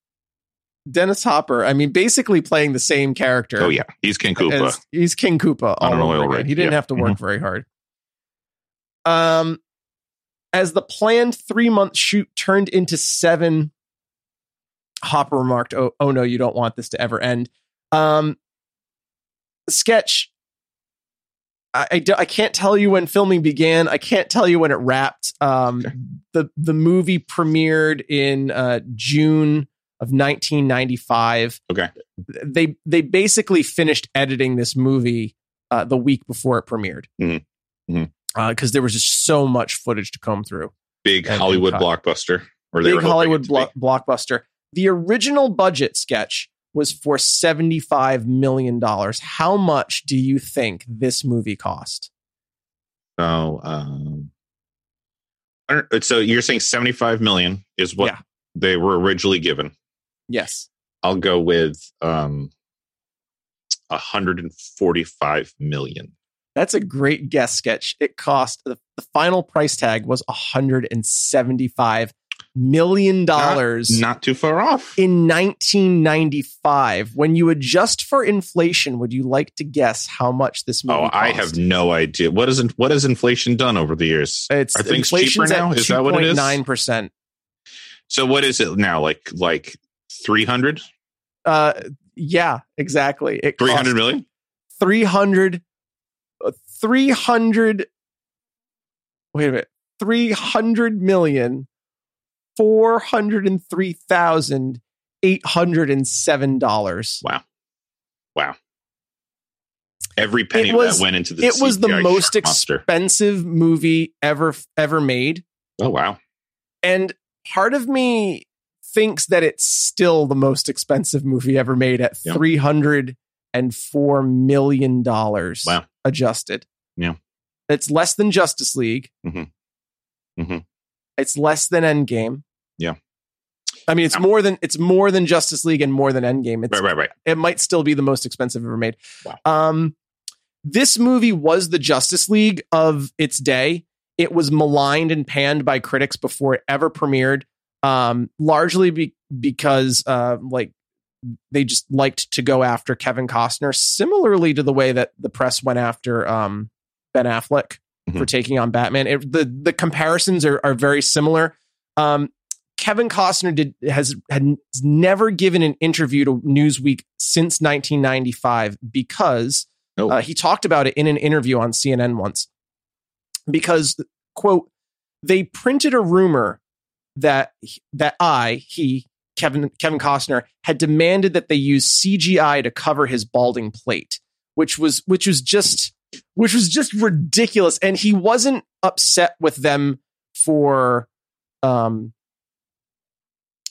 Dennis Hopper. I mean, basically playing the same character. Oh yeah, he's King Koopa. as- he's King Koopa. On All an over oil again. rig, He didn't yeah. Mm-hmm. have to work very hard. Um, as the planned three month shoot turned into seven, Hopper remarked, "Oh, oh no, you don't want this to ever end." Um, sketch. I, I, do- I can't tell you when filming began. I can't tell you when it wrapped. Um, Okay. the the movie premiered in uh, June of 1995. Okay. They they basically finished editing this movie uh, the week before it premiered because Mhm. Mhm. there was just so much footage to comb through. Big and- and Hollywood cut. blockbuster. Or they were hoping Big Hollywood it to be. blo- blockbuster. The original budget sketch was for seventy five million dollars. How much do you think this movie cost? So, um, I don't- so you're saying 75 million is what Yeah. they were originally given. Yes, I'll go with um 145 million. that's a great guess. Sketch. It cost the, the final price tag was one hundred and seventy five million dollars. Not too far off. in 1995 when you adjust for inflation would you like to guess how much this movie Oh, I have cost? no idea. What isn't what has inflation done over the years? it's Are things cheaper inflation's now? at Is that what it is? 2.9% So what is it now? Like like 300 uh yeah exactly it 300 cost million? 300 uh, 300 wait a minute 300 million 403,807 dollars Every penny It of was- that went into the it was the CGI most shark monster. expensive movie ever ever made Oh wow. And part of me thinks that it's still the most expensive movie ever made at Yeah. three hundred and four million dollars Wow. adjusted. Yeah. It's less than Justice League. Mhm. Mhm. It's less than Endgame. Yeah. I mean, it's I'm- more than it's more than Justice League and more than Endgame. It's Right right right. it might still be the most expensive ever made. Wow. Um, this movie was the Justice League of its day. It was maligned and panned by critics before it ever premiered, um, largely be- because uh, like they just liked to go after Kevin Costner, similarly to the way that the press went after um, Ben Affleck for Mhm. taking on Batman. It, the the comparisons are are very similar. Um, Kevin Costner did has had never given an interview to Newsweek since 1995 because Oh. uh, he talked about it in an interview on CNN once. Because quote, they printed a rumor that that I he Kevin Kevin Costner had demanded that they use CGI to cover his balding plate, which was which was just which was just ridiculous, and he wasn't upset with them for um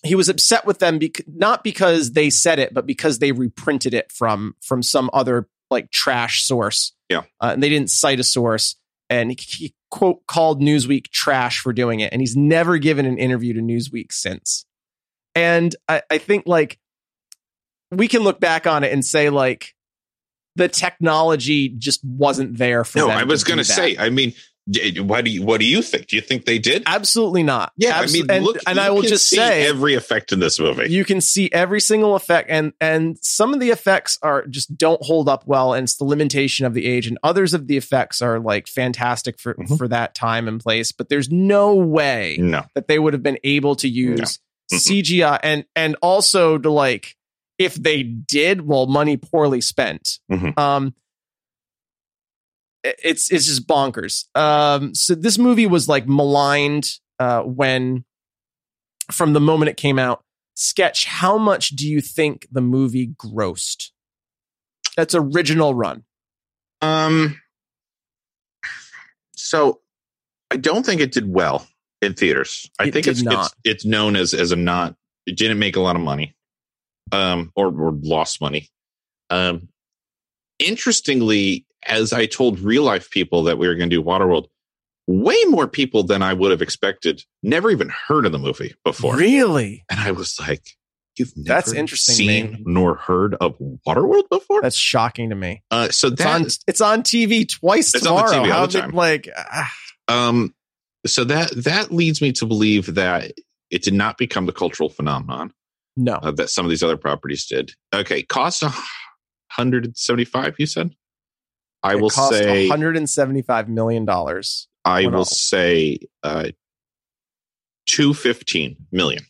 he was upset with them bec- not because they said it but because they reprinted it from from some other like trash source Yeah. Uh, and they didn't cite a source and he, he quote called newsweek trash for doing it and he's never given an interview to newsweek since and i, I think like we can look back on it and say like the technology just wasn't there for No, them I was to do going to that. say. I mean, d- what do you, what do you think? Do you think they did? absolutely not Absol- and, and i you will can just see say every effect in this movie. You can see every single effect, and and some of the effects are just don't hold up well, and it's the limitation of the age, and others of the effects are like fantastic for Mhm. for that time and place. But there's no way no, that they would have been able to use Mm-mm. CGI, and and also to like if they did, well, money poorly spent. Mhm. Um, it- it's it's just bonkers. Um, so this movie was like maligned uh, when from the moment it came out. Sketch, how much do you think the movie grossed? That's original run. um. So I don't think it did well in theaters. I It think did it's, not. it's it's known as as a not. It didn't make a lot of money, um, or or lost money. Um, interestingly, as I told real life people that we were going to do Waterworld, way more people than I would have expected never even heard of the movie before, Really? and I was like, "You've never That's interesting, seen man. nor heard of Waterworld before." That's shocking to me. uh, so It's that on it's on TV twice It's on the tomorrow. TV all How the they- time. like ah, um so that that leads me to believe that it did not become the cultural phenomenon no. uh, that some of these other properties did okay cost 175 you said i It will cost say 175 million dollars. i will no. say uh 215 million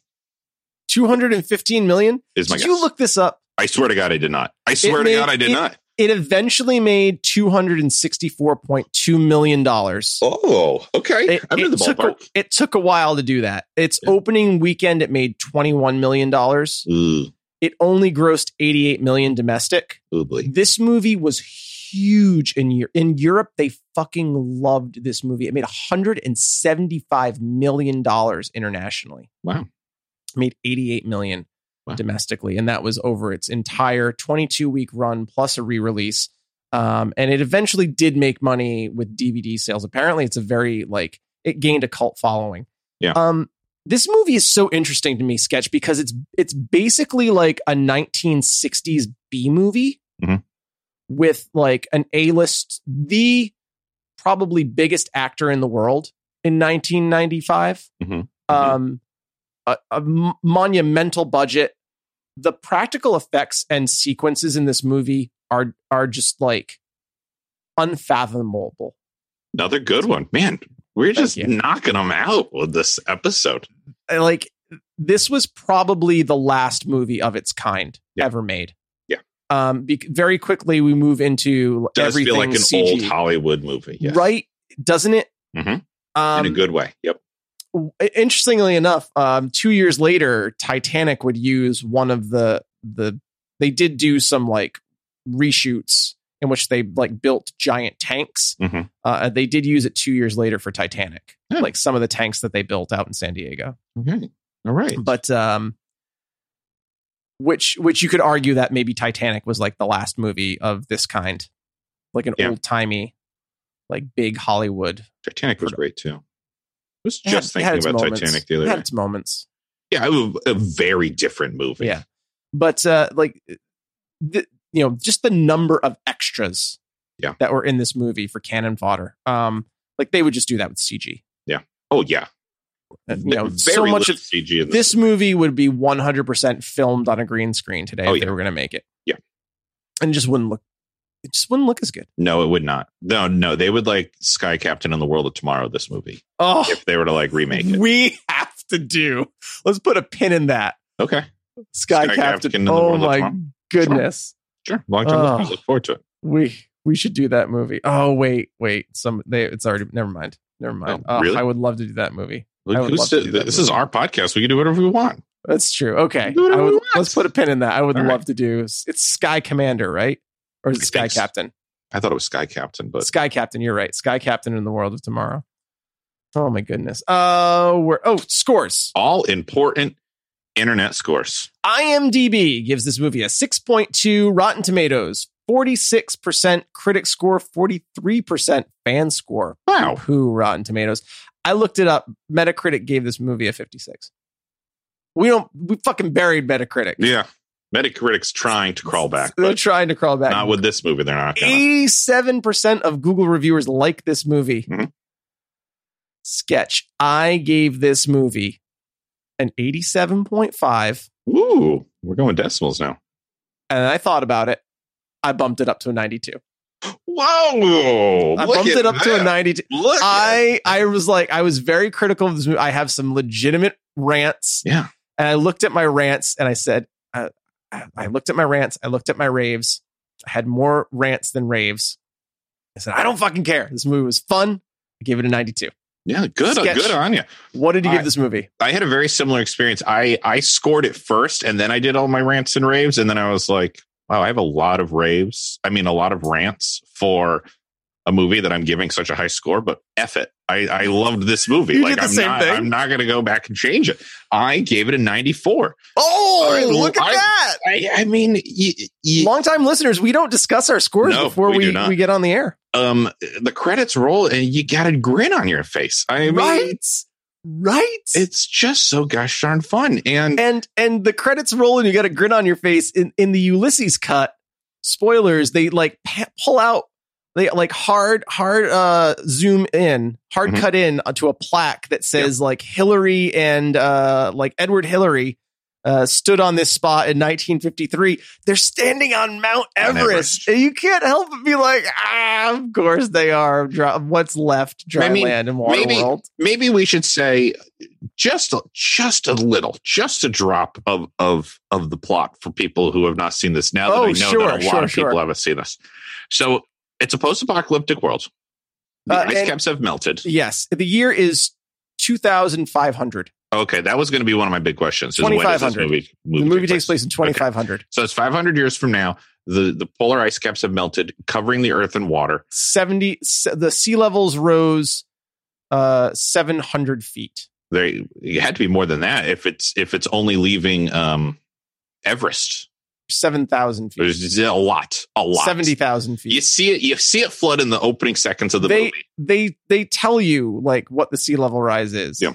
215 million? is my Did guess you look this up? i swear to god i did not i swear to made- god i did it- not It eventually made 264.2 million dollars. oh okay It, i'm in it the took ballpark A, it took a while to do that. Its Yeah. opening weekend, it made $21 million. ooh, It only grossed $88 million domestic. ooh boy. This movie was huge in Eu- in Europe. They fucking loved this movie. It made 175 million dollars internationally. Wow. It made 88 million Wow. domestically, and that was over its entire 22 week run plus a re release. Um, and it eventually did make money with DVD sales. Apparently, it's a very like it gained a cult following. Yeah. Um, this movie is so interesting to me, Sketch, because it's it's basically like a 1960s B movie with like an A list, the probably biggest actor in the world in 1995. Mhm. Um, a, a m- monumental budget. The practical effects and sequences in this movie are are just like unfathomable. another good one man we're just you. knocking them out with this episode I- like this was probably the last movie of its kind Yeah. ever made. Yeah. Um. Be- very quickly, we move into does everything feel like an CG. old hollywood movie yes. right? Doesn't it? Mhm. Um, in a good way. Yep. w- interestingly enough, um, two years later, Titanic would use one of the the they did do some like reshoots in which they like built giant tanks. Mhm. Uh, they did use it two years later for Titanic, Hmm. like some of the tanks that they built out in San Diego. Okay. All right. But um, which which you could argue that maybe Titanic was like the last movie of this kind, like an Yeah. old timey, like big Hollywood. Titanic was great too. I was It just had- it had its thinking about moments. Titanic the It other had day. its moments. Yeah, it was a very different movie. Yeah. but uh like the, you know just the number of extras Yeah. that were in this movie for cannon fodder um like they would just do that with cg Oh yeah. Uh, you know Very so much little of CG in this. this movie would be 100% filmed on a green screen today Oh, if yeah. they were going to make it Yeah. and it just wouldn't look it just wouldn't look as good No, it would not. No, no, they would like Sky Captain and the World of Tomorrow. This movie, oh if they were to like remake it. we have to do let's put a pin in that Okay. sky, Sky captain, Captain and the oh World of my Tomorrow. goodness Sure. Long time. Oh. I look forward to it. we we should do that movie. Oh wait, wait. Some they it's already never mind. Never mind. Oh, Oh, really? I would love to do that movie. I would Who love to said do that this is movie. our podcast? We can do whatever we want. That's true. Okay. Do whatever I would- we want. let's put a pin in that. I would All right. love to do it's Sky Commander, right? Or is it I Sky think so. Captain? I thought it was Sky Captain, but Sky Captain, you're right. Sky Captain in the world of tomorrow. Oh my goodness. Uh we're oh scores. all important internet scores. IMDb gives this movie a 6.2 Rotten Tomatoes, 46% critic score, 43% fan score. Wow. Who Rotten Tomatoes. I looked it up. Metacritic gave this movie a 56. We don't, we fucking buried Metacritic. Yeah. Metacritic's trying to crawl back, They're but trying to crawl back. not with this movie. They're not E- going to. 87% of Google reviewers like this movie. Mhm. Sketch. I gave this movie an 87.5. Ooh, we're going decimals now. and I thought about it. I bumped it up to a 92. Whoa! I bumped it up to a 92. Look, I I was like I was very critical of this movie. I have some legitimate rants. Yeah. And I looked at my rants and I said I, I I looked at my rants, I looked at my raves. I had more rants than raves. I said I don't fucking care. This movie was fun. I gave it a 92. yeah, good, Sketch. good on you. What did you All give right. this movie? I had a very similar experience. I I scored it first, and then I did all my rants and raves, and then I was like, wow, I have a lot of raves. I mean, a lot of rants for a movie that I'm giving such a high score, but f it. I, I loved this movie. You like did the I'm same not, thing. I'm not going to go back and change it. I gave it a 94. Oh, All right, look at I- that. I, I mean, y- y- Longtime listeners, we don't discuss our scores No, before we do we, not. we get on the air. um, the credits roll and you got a grin on your face. I mean, right? Right? it's just so gosh darn fun. And and and the credits roll and you got a grin on your face in in the Ulysses cut spoilers they like pa- pull out they like hard hard uh zoom in hard Mhm. cut in uh, to a plaque that says like Hillary and uh like Edward Hillary uh, stood on this spot in 1953. They're standing on Mount On Everest. And You can't help but be like, ah, of course they are. Dry, what's left? Dry Maybe- land and water maybe- world. maybe we should say just a, just a little, just a drop of of of the plot for people who have not seen this. Now that Oh, I know sure, that a lot sure, of people sure. haven't seen this, so it's a post-apocalyptic world. The Uh, ice and- caps have melted. Yes. The year is 2,500. Okay, that was going to be one of my big questions. Is when does this 2500. movie, the movie takes place? place in 2500 So it's 500 years from now. The the polar ice caps have melted, covering the earth in water. 70 se- the sea levels rose uh 700 feet They it had to be more than that if it's if it's only leaving um Everest. 7000 feet There's a lot, a lot. 70000 feet You see it. You see it flood in the opening seconds of the they movie. they they tell you like what the sea level rise is Yeah.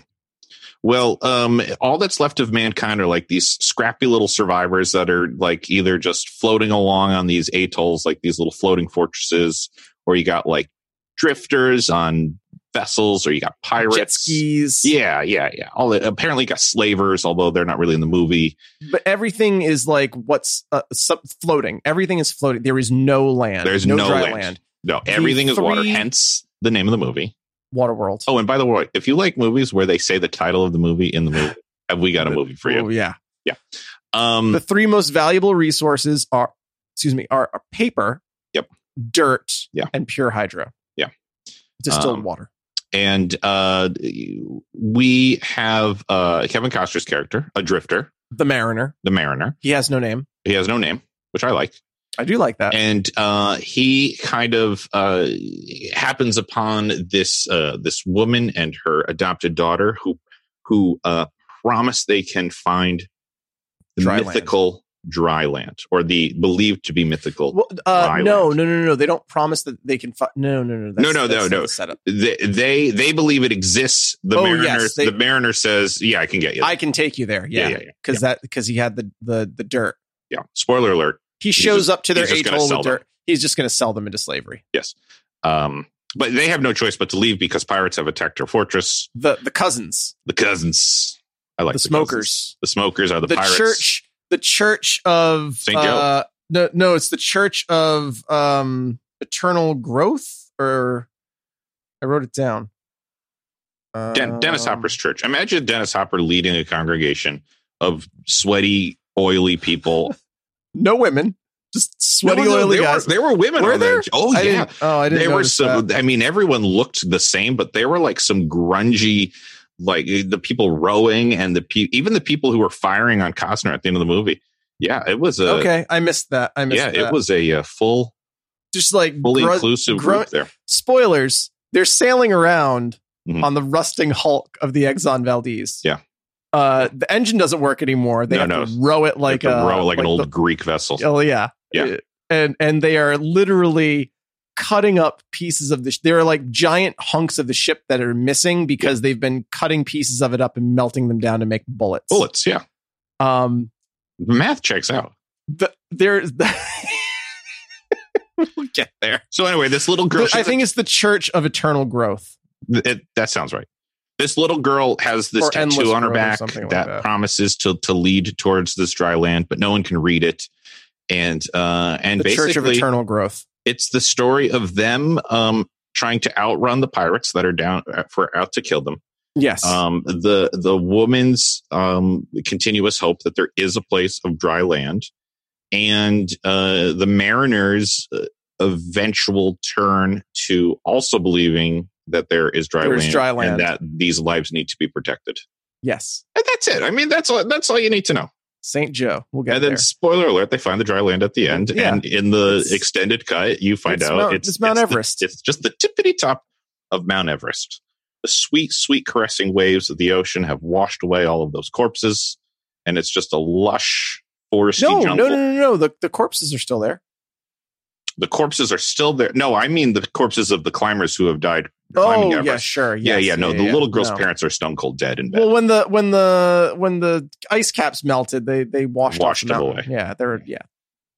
Well, um, all that's left of mankind are like these scrappy little survivors that are like either just floating along on these atolls, like these little floating fortresses, or you got like drifters on vessels, or you got pirates. jet skis Yeah, yeah, yeah. All that, apparently you got slavers, although they're not really in the movie. but everything is like what's uh, sub- floating everything is floating there is no land There's no dry land. No, everything is water. three- Hence the name of the movie. water world Oh, and by the way, if you like movies where they say the title of the movie in the movie, have we got a movie for you? Oh, yeah Um, the three most valuable resources are excuse me are, are paper Yep. dirt Yeah. and pure hydro Yeah. distilled Um, water and uh, we have uh, Kevin Costner's character, a drifter, the mariner the mariner. he has no name He has no name, which I like. i do like that and uh, he kind of uh, happens upon this uh, this woman and her adopted daughter who who uh, promise they can find the Dry land. mythical dry land or the believed to be mythical. well, uh, Dry no, land. no, no, no. They don't promise that they can. Fi- no, no, no. No, no, no, no. the Setup. they, they they believe it exists. The Oh, mariner yes, they- the mariner says, "Yeah, I can get you." I can take you there. Yeah, Yeah, yeah, because yeah, that because he had the the the dirt. yeah. Spoiler alert. He shows just- up to their he's just gonna atoll sell with them. dirt. He's just going to sell them into slavery. Um, but they have no choice but to leave because pirates have attacked their fortress. The the cousins, The cousins. I like the cousins. smokers, The smokers are the, the, pirates. church, the church of Saint uh, No, no, it's the church of um eternal growth. Or I wrote it down. Den- Dennis Um, Hopper's church. Imagine Dennis Hopper leading a congregation of sweaty, oily people. Um, No women, just sweaty, No, no, oily there guys. Were, there were women. Were on there. there? Oh I yeah, didn't, oh, I didn't. there were notice some. that. I mean, everyone looked the same, but they were like some grungy, like eh, the people rowing and the pe- even the people who were firing on Costner at the end of the movie. Yeah, it was a. okay, I missed that. I missed Yeah, that. it was a, uh full, just like fully gru- inclusive grun- group there. spoilers. They're sailing around Mhm. on the rusting hulk of the Exxon Valdez. Yeah. Uh, the engine doesn't work anymore. They No, have no. to row it like Like a a row, like, an old the- Greek vessel. oh yeah, Yeah. And and they are literally cutting up pieces of the. Sh- there are like giant hunks of the ship that are missing because they've been cutting pieces of it up and melting them down to make bullets. Bullets. Yeah, Um, the math checks out. the, there we'll get there So anyway, this little girl. i she's a- think it's the church of eternal growth Th- it, that sounds right. This little girl has this Or endless tattoo on her road or back something like that, that. promises to to lead towards this dry land, but no one can read it. And uh, and the church of basically, eternal growth it's the story of them um, trying to outrun the pirates that are down uh, for out to kill them. yes Um, the the woman's um, continuous hope that there is a place of dry land, and uh, the mariners' uh, eventual turn to also believing that there is dry, There's land, dry land. and that these lives need to be protected. yes And that's it. I mean, that's all. That's all you need to know. saint joe we'll get And then, there spoiler alert: they find the dry land at the end, Yeah. and in the It's- extended cut, you find it's out Mount- it's Mount the- Everest. it's just the tippity top of Mount Everest. The sweet, sweet caressing waves of the ocean have washed away all of those corpses, and it's just a lush foresty No, no, jungle. no, no, no. The the corpses are still there. The corpses are still there. No, I mean the corpses of the climbers who have died climbing Oh yeah, Everest. sure. yeah, yes, yeah, no. the little girl's no. parents are stone cold dead in bed. Well, when the when the when the ice caps melted, they they washed off Washed the them mountain. Yeah, they're yeah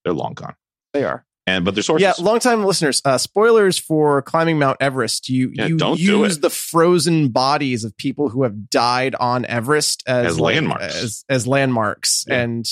They're long gone. they are. And but there's horses. Yeah, longtime listeners. Uh, spoilers for climbing Mount Everest. You Yeah, you don't do use it. the frozen bodies of people who have died on Everest as, As like, landmarks. as, as landmarks. Yeah. And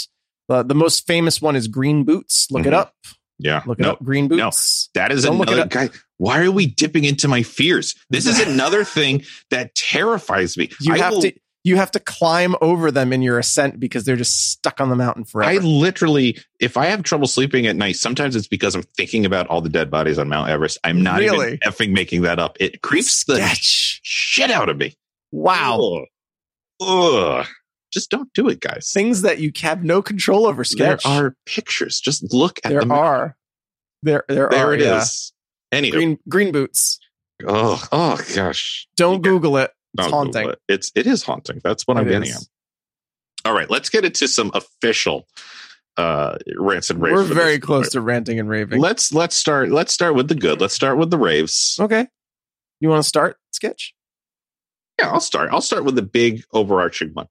uh, the most famous one is Green Boots. Look it Mhm. up. yeah. Look it no, up. Green no. Boots. That is Don't look it another up. guy. Why are we dipping into my fears? This is another thing that terrifies me. You I have will- to you have to climb over them in your ascent because they're just stuck on the mountain forever. I literally, if I have trouble sleeping at night, sometimes it's because I'm thinking about all the dead bodies on Mount Everest. I'm not Really? even effing making that up. It creeps the Sketch. shit out of me. Wow. Ugh. Ugh. Just don't do it, guys. Things that you have no control over. Sketch. There are pictures. Just look at There them. are. There, there, there are, it yeah. is. Anywho, Green, green boots. oh, oh gosh, Don't Google it. It's Don't Google haunting. it. It's it is haunting. That's what I'm It getting is. at. All right, let's get into some official uh rants and raves. We're for very this. close to ranting and raving. Let's let's start let's start with the good. Let's start with the raves. okay. You want to start sketch? Yeah, I'll start. I'll start with the big overarching one.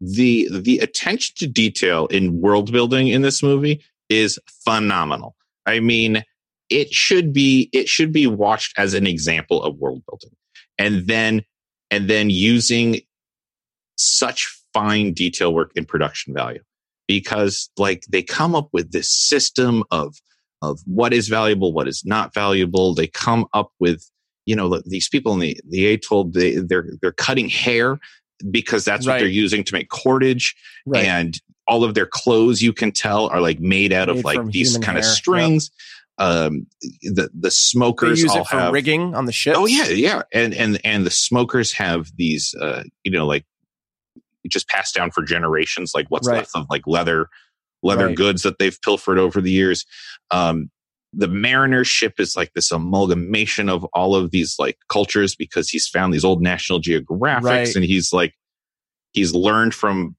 The the attention to detail in world building in this movie is phenomenal. I mean, it should be it should be watched as an example of world building. And then and then using such fine detail work in production value because like they come up with this system of of what is valuable, what is not valuable. They come up with you know, the- these people in the the atoll they they're they're cutting hair because that's what Right. they're using to make cordage and all of their clothes you can tell are like made out of Made like from these human kind of hair, strings um the the They smokers use all it for have rigging on the ship. oh yeah yeah and and and the smokers have these uh you know like just passed down for generations like what's Right. left of like leather leather Right. goods that they've pilfered over the years um the mariner ship is like this amalgamation of all of these like cultures because he's found these old national geographics Right. and he's like he's learned from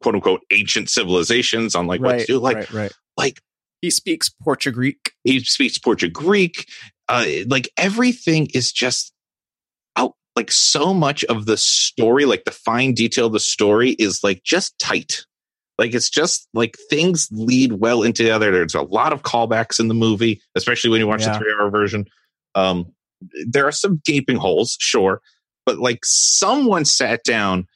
quote unquote ancient civilizations on like what to do like right, right. like He speaks Portuguese. he speaks Portuguese, Greek. Uh, like everything is just out. Like so much of the story, like the fine detail of the story, is like just tight. Like it's just like things lead well into the other. There's a lot of callbacks in the movie, especially when you watch Yeah. the three-hour version. Um, there are some gaping holes, sure, but like someone sat down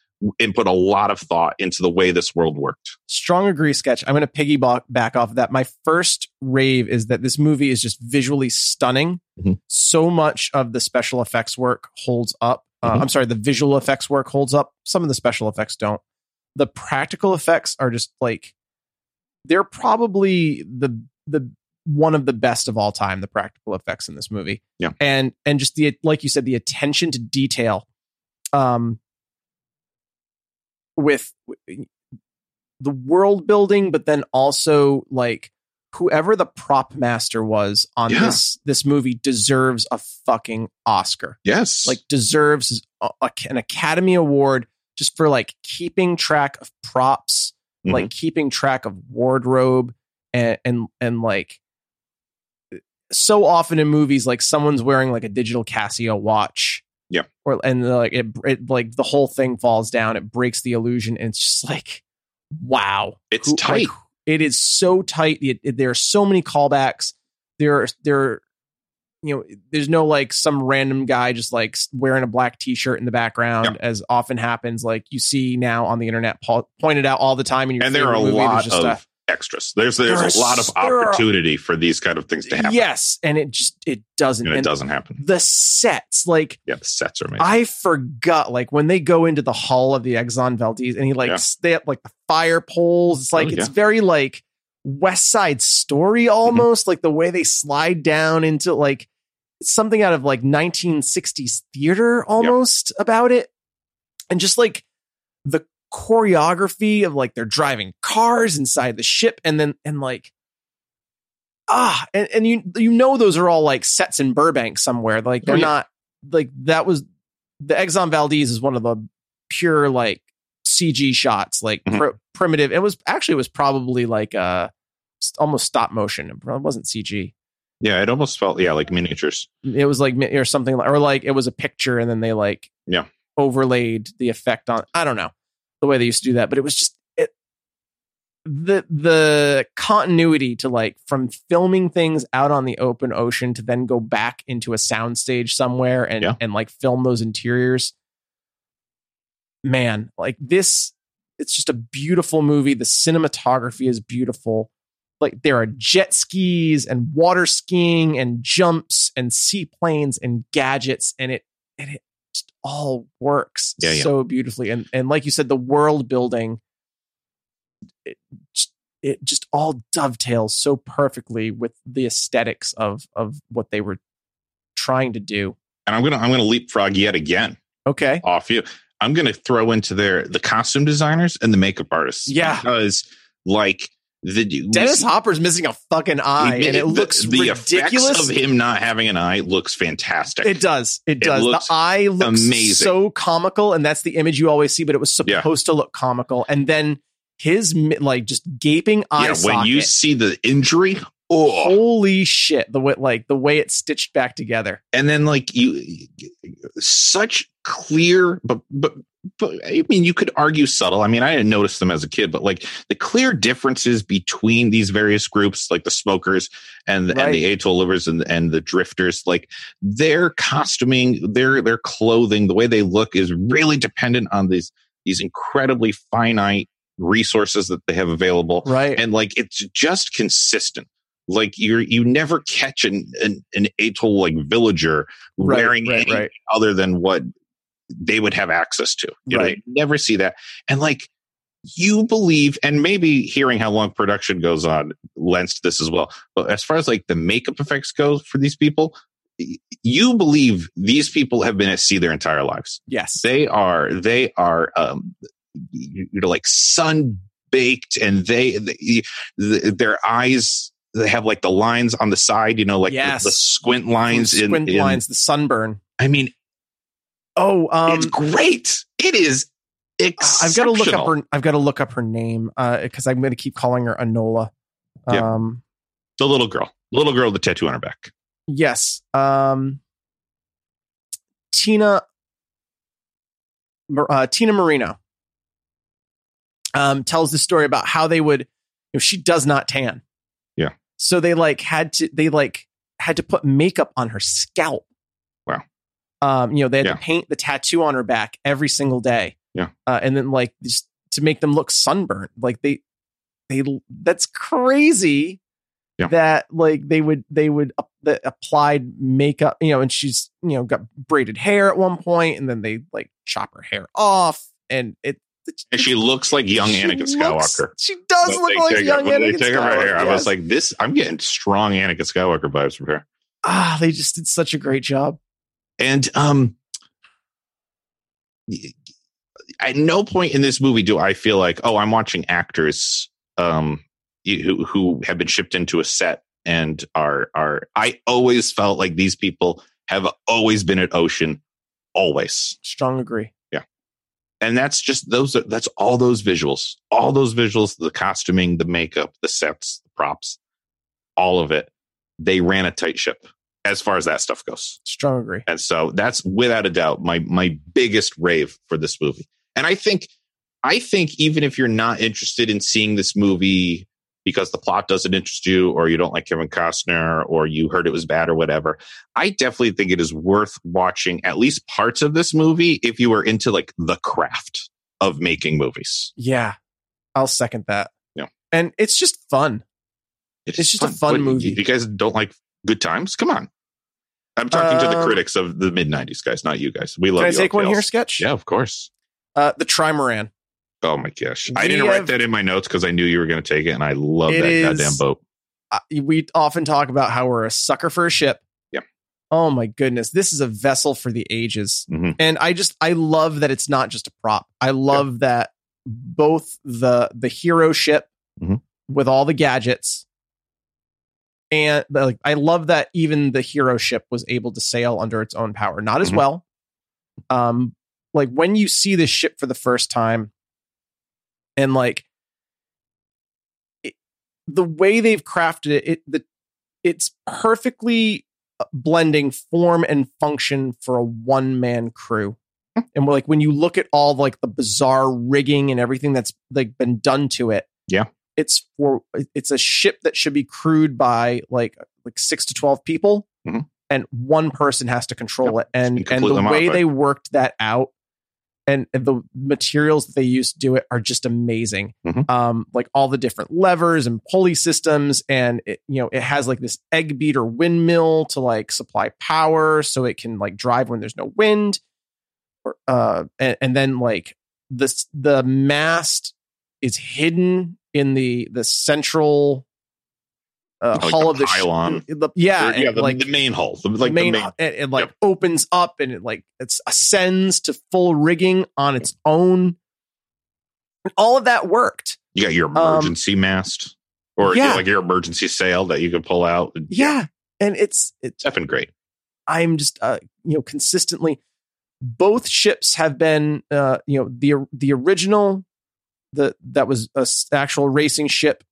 and put a lot of thought into the way this world worked. Strong agree sketch. I'm going to piggyback back off of that. My first rave is that this movie is just visually stunning. Mhm. So much of the special effects work holds up. Uh, Mhm. I'm sorry, the visual effects work holds up. Some of the special effects don't. The practical effects are just like they're probably the the one of the best of all time. The practical effects in this movie, Yeah. and and just the like you said, the attention to detail, um, with the world building, but then also like whoever the prop master was on Yeah. this this movie deserves a fucking Oscar. Yes, Like deserves a, a- an Academy Award just for like keeping track of props, Mhm. like keeping track of wardrobe and and and like so often in movies like someone's wearing like a digital Casio watch. Yeah. Or and uh, like it, it like the whole thing falls down, it breaks the illusion and it's just like wow. it's Who- tight. like, it is so tight. It- it- there are so many callbacks. There, are- there, are, you know, there's no like some random guy just like wearing a black t-shirt in the background, as often happens. Like you see now on the internet, po- pointed out all the time. In your and there are favorite a movie, there's lot just of a- extras. There's there's There's- a lot of there are- opportunity for these kind of things to happen, yes, and it just it doesn't. and it And doesn't happen. The sets, like Yeah, the sets are amazing. I forgot, like when they go into the hall of the Exxon Valdez and he like Yeah. stay up like the fire poles. It's like Oh, it's yeah. Mm-hmm. very like West Side Story almost, like the way they slide down into like something out of like 1960s theater almost about it, and just like the choreography of like they're driving cars inside the ship and then and like ah and, and you you know those are all like sets in Burbank somewhere like they're Oh, yeah. not like that was the Exxon Valdez is one of the pure like CG shots, like Mhm. pr- primitive. It was actually it was probably like uh s- almost stop motion. It probably wasn't CG. Yeah, it almost felt yeah like miniatures. It was like mi- or something or like it was a picture and then they like Yeah. overlaid the effect on. I don't know the way they used to do that, but it was just it the the continuity to like from filming things out on the open ocean to then go back into a soundstage somewhere and Yeah. and like film those interiors man, like this, it's just a beautiful movie. The cinematography is beautiful. Like there are jet skis and water skiing and jumps and seaplanes and gadgets and it and it just all works Yeah, yeah. so beautifully. And and like you said, the world building it just, it just all dovetails so perfectly with the aesthetics of of what they were trying to do. And I'm gonna I'm gonna leapfrog yet again Okay. off you. I'm gonna throw into there the costume designers and the makeup artists. Yeah. because like the Dennis Hopper's missing a fucking eye, and it the- looks ridiculous. effects of him not having an eye looks fantastic. It does. It does. looks the eye looks amazing. so comical, and that's the image you always see. But it was Yeah. supposed to look comical, and then his mi- like just gaping eye yeah, when socket. you see the injury, oh, holy shit! The way like the way it stitched back together. and then like you, such clear, but but. But I mean, you could argue subtle. I mean, I didn't notice them as a kid, but like the clear differences between these various groups, like the smokers and the, Right. and the atoll livers and, and the drifters, like their costuming, their their clothing, the way they look is really dependent on these these incredibly finite resources that they have available. Right. and like it's just consistent like you're you never catch an an, an atoll like villager right, wearing right, anything right. other than what they would have access to you know Right. you never see that and like you believe and maybe hearing how long production goes on lends to this as well but as far as like the makeup effects go for these people y- you believe these people have been at sea their entire lives Yes. they are they are um you know like sun baked and they, they the, their eyes they have like the lines on the side you know like the- Yes. the, squint lines in- squint in, lines, the sunburn. i mean Oh, um, it's great it is I've got to exceptional. look up her. I've got to look up her name because I'm going to keep calling her Anola. Yeah. Um, the little girl little girl with the tattoo on her back Yes. Um, Tina. Mar- Uh, Tina Marino um, tells the story about how they would. You know, she does not tan. Yeah. So they like had to. They like had to put makeup on her scalp. Wow. Um, you know, they had Yeah. to paint the tattoo on her back every single day. Yeah. Uh, and then like just to make them look sunburnt. Like they, they. That's crazy Yeah. that like they would they would up, that applied makeup you know and she's you know got braided hair at one point and then they like chop her hair off and it and she looks like young she Anakin looks- Skywalker. she does When look they like take young her, when they Anakin take her Skywalker hair, I was yes. like, this. I'm getting strong Anakin Skywalker vibes from her. ah they just did such a great job And um at no point in this movie do I feel like, oh, I'm watching actors um who who have been shipped into a set and are are I always felt like these people have always been at ocean always. strong agree And that's just those are- that's all those visuals. All those visuals, the costuming, the makeup, the sets, the props, all of it. They ran a tight ship as far as that stuff goes. strong agree And so that's without a doubt my my biggest rave for this movie. And I think I think even if you're not interested in seeing this movie because the plot doesn't interest you or you don't like Kevin Costner or you heard it was bad or whatever, I definitely think it is worth watching at least parts of this movie if you are into like the craft of making movies. yeah I'll second that Yeah. and it's just fun It's just a fun What, movie. You guys don't like good times? Come on. I'm talking to the Um, critics of the mid 90s guys, not you guys. We love can I you take all one here fails. sketch Yeah, of course. uh the Trimaran Oh my gosh. I We didn't write have- that in my notes because I knew you were going to take it, and I love It that is- goddamn boat. uh, we often talk about how we're a sucker for a ship. Yeah. Oh my goodness, this is a vessel for the ages, Mhm. and I just I love that it's not just a prop. I love that both the the hero ship Mhm. with all the gadgets, and like I love that even the hero ship was able to sail under its own power, not as Mhm. well, Um, like when you see this ship for the first time, and like it, the way they've crafted it, it the, it's perfectly uh, blending form and function for a one man crew. And we're like when you look at all like the bizarre rigging and everything that's like been done to it. Yeah. It's for it's a ship that should be crewed by like like 6 to 12 people Mhm. and one person has to control Yep. it and It's and the completely way modified. they worked that out and, and the materials that they use to do it are just amazing. Mhm. Um, like all the different levers and pulley systems, and it, you know it has like this egg beater windmill to like supply power, so it can like drive when there's no wind. Or uh, and, and then like this the mast is hidden in the the central Oh, uh, Like the hull of the sh- mm, pylon. the- Or, yeah, yeah, and, the, like the main hull, the, like main, the main. and, and, like Yep. opens up and it like it's ascends to full rigging on its own. And all of that worked. You got your emergency mast, or Um, yeah. like your emergency sail that you could pull out. Yeah. And it's it, it's effing great. I'm just uh, you know consistently both ships have been uh, you know the the original the that was a s- actual racing ship.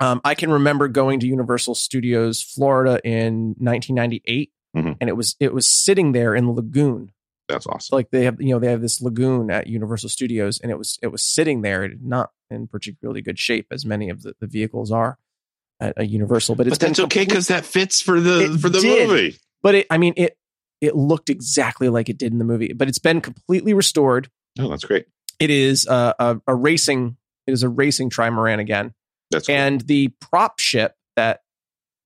Um, I can remember going to Universal Studios Florida in 1998, Mhm. and it was it was sitting there in the lagoon. That's awesome. So like they have you know they have this lagoon at Universal Studios, and it was it was sitting there, It not in particularly good shape as many of the, the vehicles are at a Universal. But it's but that's been okay complete- because that fits for the It for the did. movie. but it, I mean, it it looked exactly like it did in the movie, but it's been completely restored. Oh, that's great. It is a, a, a racing. It is a racing trimaran again, That's cool. and the prop ship that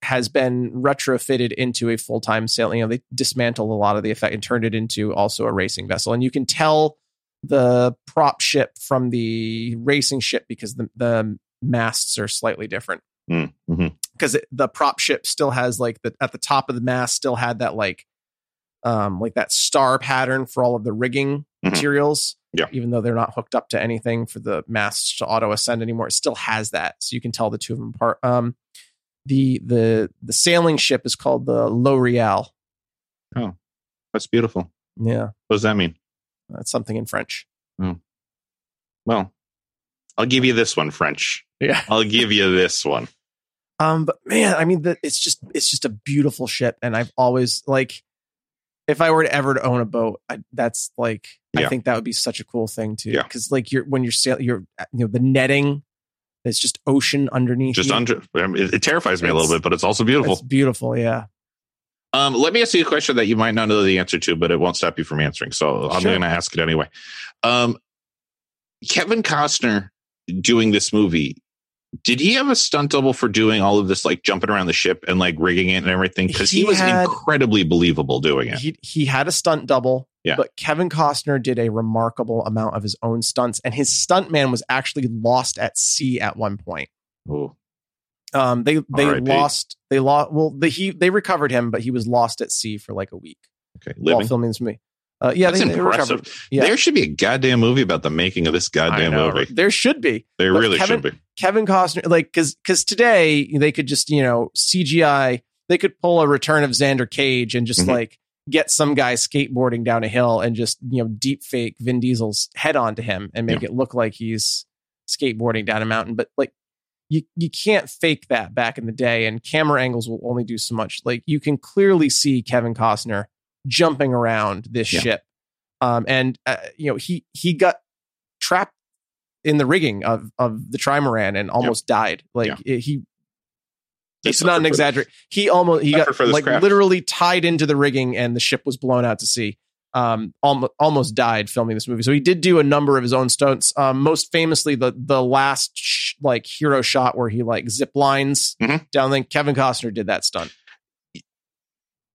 has been retrofitted into a full time sail. You know, they dismantled a lot of the effect and turned it into also a racing vessel, and you can tell the prop ship from the racing ship because the the masts are slightly different Mm, mhm. because the prop ship still has like the at the top of the mast still had that like um like that star pattern for all of the rigging Mhm. materials Yeah. even though they're not hooked up to anything for the masts to auto ascend anymore it still has that so you can tell the two of them apart um the the the sailing ship is called the l'oreal That's beautiful. yeah What does that mean? that's something in french Well, I'll give you this one, French. yeah I'll give you this one. um but man i mean the, it's just it's just a beautiful ship and i've always like if i were to ever to own a boat I, that's like i Yeah. think that would be such a cool thing too Yeah. because like you're when you're sail you're you know the netting it's just ocean underneath Just you. under it, it terrifies me a little It's- bit, but it's also beautiful. it's beautiful yeah Um, let me ask you a question that you might not know the answer to, but it won't stop you from answering. So I'm Sure. going to ask it anyway. Um, Kevin Costner doing this movie, did he have a stunt double for doing all of this, like jumping around the ship and like rigging it and everything? Because he, He was had- incredibly believable doing it. He he had a stunt double, Yeah. but Kevin Costner did a remarkable amount of his own stunts, and his stuntman was actually lost at sea at one point. Ooh. Um, they they R.I.P.. lost they lost well the, he they recovered him, but he was lost at sea for like a week Okay, while living. filming this movie. Uh, yeah, That's they, they impressive. recovered. yeah. There should be a goddamn movie about the making of this I goddamn know, right? movie. There should be There But really Kevin- should be. Kevin Costner like because because today they could just you know CGI they could pull a Return of Xander Cage and just Mhm. like get some guy skateboarding down a hill and just you know deep fake Vin Diesel's head onto him and make it look like he's skateboarding down a mountain. But like you you can't fake that back in the day, and camera angles will only do so much. Like you can clearly see Kevin Costner jumping around this Yeah. ship, um, and uh, you know he he got trapped in the rigging of of the trimaran and almost died. Like it- he. He It's not suffered an for- exaggeration. He almost he Suffered got for this like craft. literally tied into the rigging, and the ship was blown out to sea. Um, almost almost died filming this movie. So he did do a number of his own stunts. Um, most famously, the the last sh- like hero shot where he like zip lines Mhm. down. Then Kevin Costner did that stunt.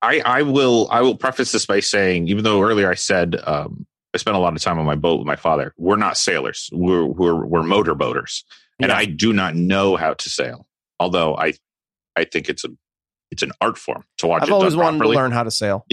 I, I will I will preface this by saying, even though earlier I said um, I spent a lot of time on my boat with my father, we're not sailors. We're we're we're motorboaters, and Yeah. I do not know how to sail. Although I I think it's a it's an art form to watch. I've it always done wanted to properly. learn how to sail.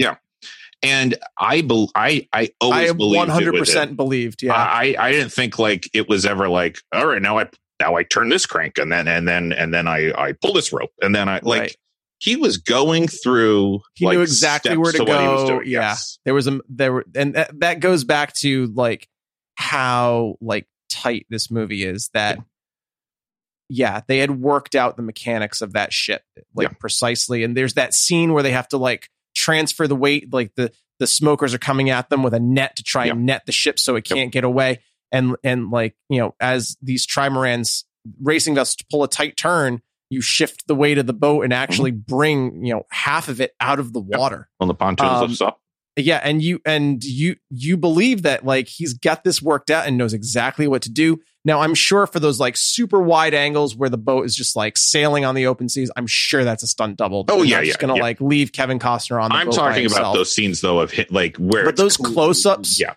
and I bel I I I always believed one one hundred percent believed. Yeah, Uh, I I didn't think like it was ever like all right now I now I turn this crank and then and then and then I I pull this rope and then I like Right. he was going through. He knew exactly steps where to what he was go. doing. Yeah. Yes. there was a there were and that, that goes back to like how like tight this movie is that yeah they had worked out the mechanics of that shit like precisely and there's that scene where they have to like transfer the weight like the the smokers are coming at them with a net to try and net the ship so it Yep. can't get away and and like you know as these trimarans racing vessels pull a tight turn you shift the weight of the boat and actually bring you know half of it out of the Mm-hmm. Yep. water When the pontoons Um, lifts up. yeah and you and you you believe that like he's got this worked out and knows exactly what to do now i'm sure for those like super wide angles where the boat is just like sailing on the open seas i'm sure that's a stunt double Oh, They're yeah, not yeah, just gonna yeah. like leave kevin costner on the I'm boat by talking about himself. those scenes though of hit like where But it's those cl- close-ups- Yeah,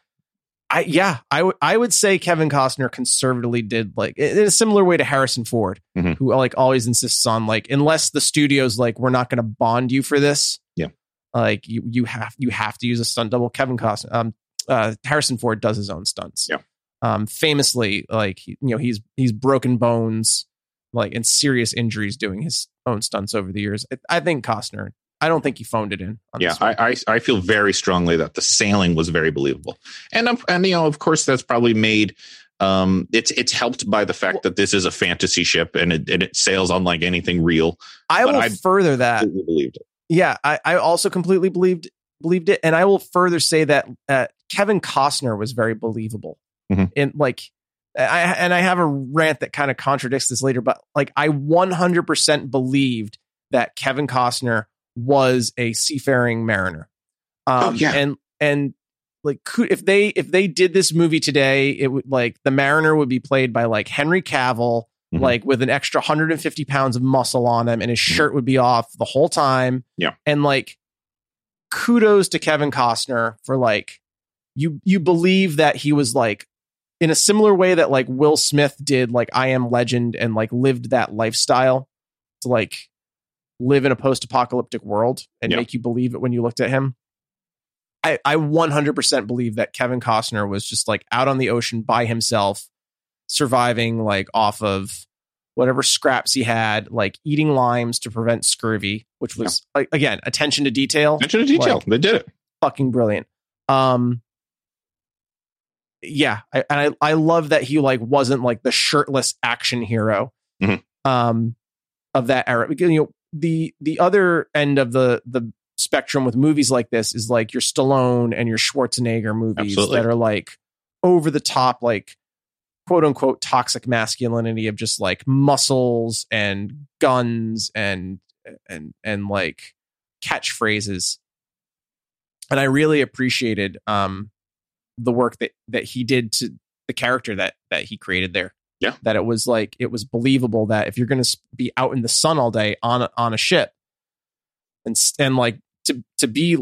I yeah, I would I would say Kevin Costner conservatively did like in in a similar way to Harrison Ford, Mhm. who like always insists on like unless the studio's like we're not going to bond you for this, Yeah. like you you have you have to use a stunt double. Kevin Costner, um, uh, Harrison Ford does his own stunts, Yeah. um, famously like he- you know he's he's broken bones, like and serious injuries doing his own stunts over the years. I, I think Costner, I don't think he phoned it in. On yeah. this one. I, I I feel very strongly that the sailing was very believable, and um, and you know of course that's probably made. Um, it's it's helped by the fact that this is a fantasy ship and it and it sails unlike anything real. I but will I- further that. Completely believed it. yeah i i also completely believed believed it and i will further say that uh, kevin costner was very believable Mhm. and like i and i have a rant that kind of contradicts this later but like i 100% believed that kevin costner was a seafaring mariner um Oh, yeah. and and like could, if they if they did this movie today it would like the mariner would be played by like henry cavill Mhm. like with an extra 150 pounds of muscle on him and his shirt would be off the whole time Mm-hmm. Yeah. and like kudos to kevin costner for like you you believe that he was like in a similar way that like will smith did like i am legend and like lived that lifestyle to like live in a post-apocalyptic world and Yeah. make you believe it when you looked at him I, I 100% believe that Kevin Costner was just like out on the ocean by himself, surviving like off of whatever scraps he had, like eating limes to prevent scurvy, which was like, again attention to detail, Attention to detail. Like- they did it. fucking brilliant. Um, yeah, I, and I I love that he like wasn't like the shirtless action hero, Mhm. um, of that era. Because, you know, the the other end of the the spectrum with movies like this is like your Stallone and your Schwarzenegger movies Absolutely. that are like over the top, like quote unquote toxic masculinity of just like muscles and guns and and and like catchphrases. And I really appreciated um the work that that he did to the character that that he created there. Yeah. That it was like it was believable that if you're going to be out in the sun all day on a, on a ship and s- and like to to be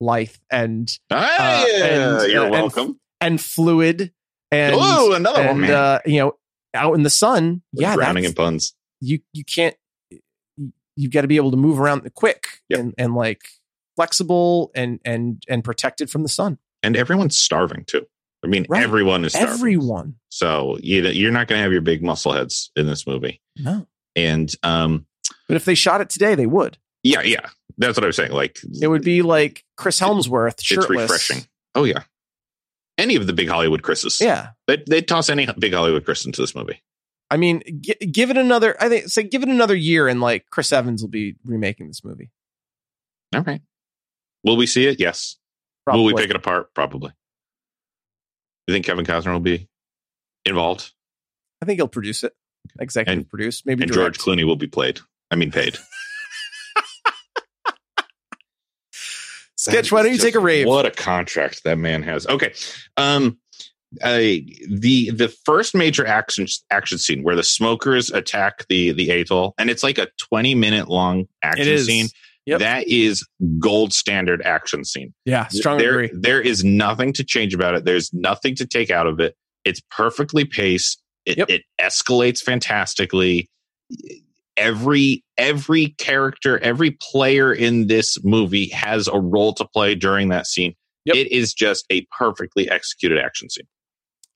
lithe and Ah, yeah, uh, and- you're and- welcome. and fluid and oh, another one, and man. uh, you know out in the sun yeah drowning that's- in puns. you you can't you've got to be able to move around quick Yep. and and like flexible and and and protected from the sun And everyone's starving too. I mean, Right. everyone is starving. everyone So you know, you're not going to have your big muscle heads in this movie. no And um, but if they shot it today they would yeah, yeah, that's what I'm saying. Like, it would be like chris helmsworth it's shirtless refreshing. Oh yeah, any of the big Hollywood Chris's. yeah they they toss any big Hollywood Chris into this movie. i mean gi- give it another i think say give it another year and like chris evans will be remaking this movie All right. Will we see it? Yes. probably Will we pick it apart? Probably. You think Kevin Costner will be involved, i think he'll produce it executive And- produce maybe and George direct. Clooney will be played. I mean, paid. sketch why don't you take a rave What a contract that man has. Okay. Um I the the first major action action scene where the smokers attack the the atoll and it's like a 20 minute long action scene. Yep. That is gold standard action scene. yeah strongly there, agree there is nothing to change about it. There's nothing to take out of it. It's perfectly paced. It, Yep. it escalates fantastically. Every every character, every player in this movie has a role to play during that scene. Yep. It is just a perfectly executed action scene.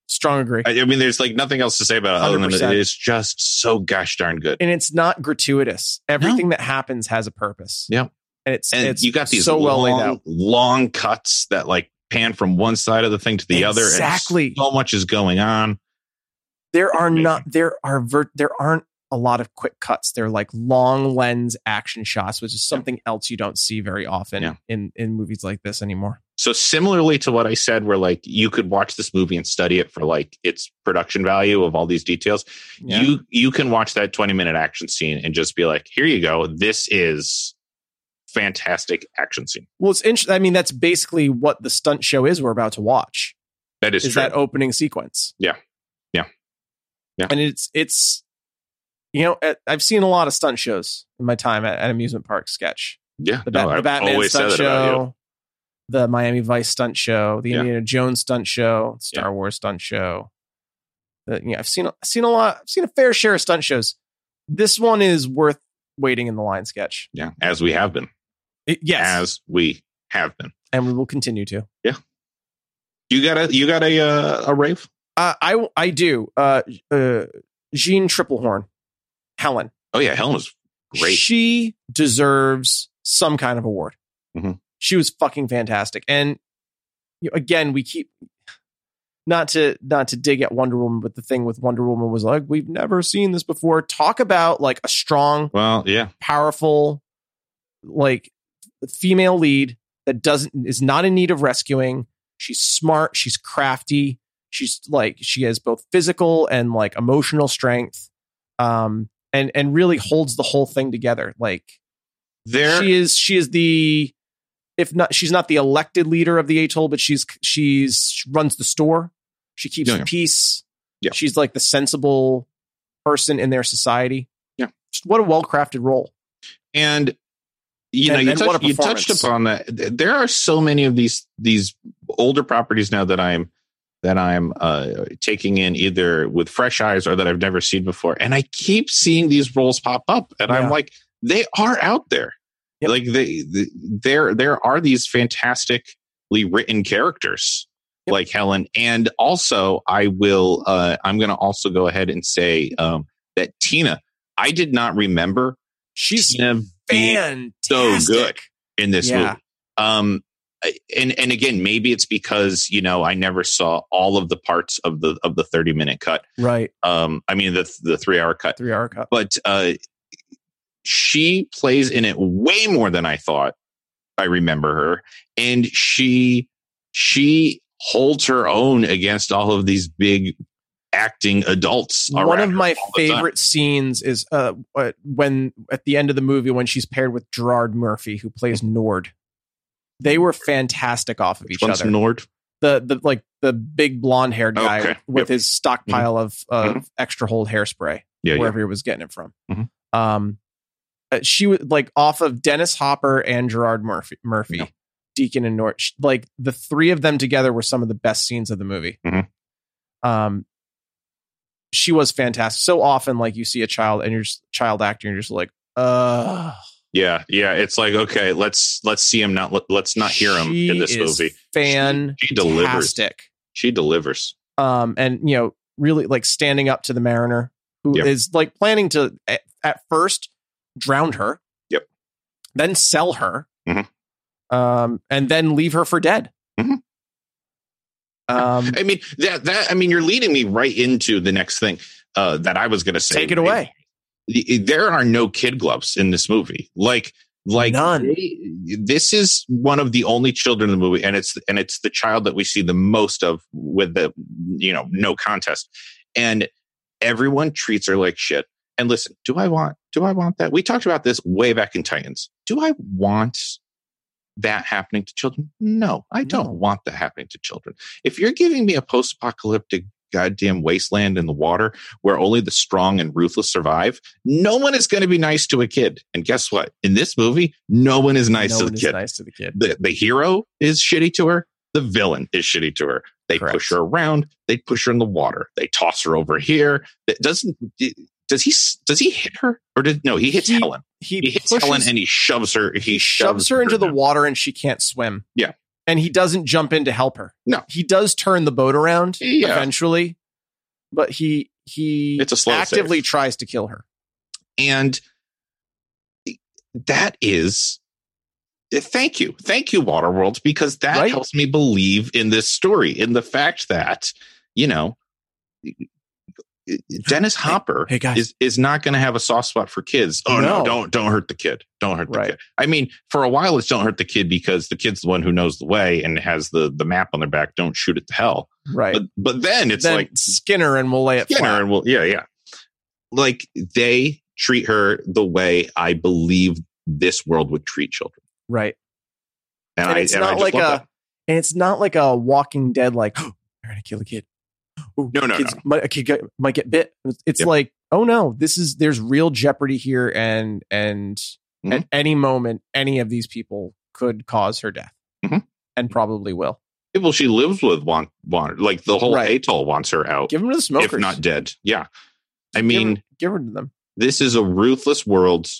Strong agree. I, I mean, there's like nothing else to say about it other than 100%. it is just so gosh darn good. and it's not gratuitous. Everything that happens has a purpose. Yep. And it's And it's you got these so well laid long, out. long cuts that like pan from one side of the thing to the other. and Exactly. so much is going on. There are amazing. not there are ver- there aren't a lot of quick cuts. They're like long lens action shots, which is something else you don't see very often Yeah. in in movies like this anymore. So similarly to what I said, where like you could watch this movie and study it for like its production value of all these details. Yeah. You you can watch that 20 minute action scene and just be like, here you go. This is fantastic action scene. well, it's interesting. I mean, that's basically what the stunt show is. We're about to watch That is is true. that opening sequence. Yeah. Yeah. Yeah. And it's it's you know I- I've seen a lot of stunt shows in my time at, at amusement park sketch. yeah. the, Bat- I've the Batman always said stunt that about you. show, the Miami Vice stunt show, the Yeah. Indiana Jones stunt show, Star Wars stunt show. The- yeah, I've seen I've seen a lot. I've seen a fair share of stunt shows. This one is worth waiting in the line sketch. Yeah. As we have been. It- yes, As we have been. and we will continue to. You got a you got a uh, a rave? Uh, I I do. Uh, uh, Jean Triplehorn, Helen. Oh yeah, Helen was great. She deserves some kind of award. Mhm. She was fucking fantastic. And you know, again, we keep not to not to dig at Wonder Woman, but the thing with Wonder Woman was like, we've never seen this before. Talk about like a strong, well, yeah. powerful, like female lead that doesn't is not in need of rescuing. She's smart, she's crafty, she's like she has both physical and like emotional strength. Um and and really holds the whole thing together. Like There she is she is the if not she's not the elected leader of the atoll, but she's she's she runs the store. She keeps Yeah, the yeah. peace. Yeah. She's like the sensible person in their society. Yeah. Just what a well crafted role. and you know And- you, and touched- what a you touched performance. upon that Th- there are so many of these these older properties now that i'm that i'm uh taking in either with fresh eyes or that i've never seen before and i keep seeing these roles pop up and Yeah. i'm like they are out there Yep. like they, they there there are these fantastically written characters Yep. like helen and also i will uh i'm gonna also go ahead and say um that tina i did not remember She's tina being fantastic. good. in this Yeah. movie. Um, I- and and again, maybe it's because you know I never saw all of the parts of the of the thirty minute cut. Right. Um, I mean the the three hour cut, Three hour cut. but uh, she plays in it way more than I thought. I remember her, and she she holds her own against all of these big acting adults. One of around her my all the time. favorite scenes is uh uh, when at the end of the movie when she's paired with Gerard Murphy who plays Nord. They were fantastic off of each One's other. Nord. the the like the big blonde haired guy Okay. with Yep. Mm-hmm. his stockpile of of extra hold hairspray Yeah, yeah. wherever he was getting it from. Mhm. Um, uh, she was like off of Dennis Hopper and Gerard Murphy, Murphy, Yeah. Deacon and Nort. sh- Like the three of them together were some of the best scenes of the movie. Mhm. Um, she was fantastic. So often, like you see a child and you're just child actor, and you're just like, uh, Yeah, yeah. It's like okay, let's let's see him not let's not hear him in this movie. Fantastic. She- she delivers. She delivers. um, and you know, really like standing up to the Mariner, who is Yep. like planning to at, at first drown her, Yep. then sell her, Mhm. um, and then leave her for dead. Mhm. Um, I mean that that I mean you're leading me right into the next thing uh, that I was going to say. take it away. There are no kid gloves in this movie. Like like None. they- this is one of the only children in the movie, and it's and it's the child that we see the most of with the you know no contest, and everyone treats her like shit. And listen, do I want do I want that? We talked about this way back in Titans. Do I want that happening to children? No, I don't No. want that happening to children. If you're giving me a post-apocalyptic goddamn wasteland in the water where only the strong and ruthless survive, no one is going to be nice to a kid. And guess what? In this movie, no one is nice No to one the is kid. nice to the kid. The the hero is shitty to her. The villain is shitty to her. They Correct. push her around. They push her in the water. They toss her over here. That doesn't. Does he? Does he hit her? Or did no? He hits He- Helen. He, He hits pushes- Helen and he shoves her. He, he shoves her into the down. water, and she can't swim. Yeah. and he doesn't jump in to help her. No. he does turn the boat around Yeah. eventually, but he he It's a slow actively save. tries to kill her. And that is eh, thank you. Thank you, Waterworld, because that Right? helps me believe in this story, in the fact that, you know, eh, Dennis Hopper hey, guys. is is not going to have a soft spot for kids. Oh no. No. don't don't hurt the kid. Don't hurt the Right. kid. I mean, for a while it's don't hurt the kid because the kid's the one who knows the way and has the the map on their back. Don't shoot it to hell. Right, But but then it's then like Skinner and we'll lay it Skinner flat. and we'll yeah yeah like they treat her the way i believe this world would treat children Right, and, and i it's and I not just like a love that. and it's not like a Walking Dead like they're gonna kill a kid. Ooh, No, no, kids Might, a kid get- might get bit. It's- It's Yep. like oh no, this is there's real jeopardy here, and and Mm-hmm. at any moment, any of these people could cause her death, Mhm. and probably will. people she lives with want want like the whole Right. atoll wants her out Give them to the if smokers. not dead yeah i Give 'em- mean give them to them. this is a ruthless world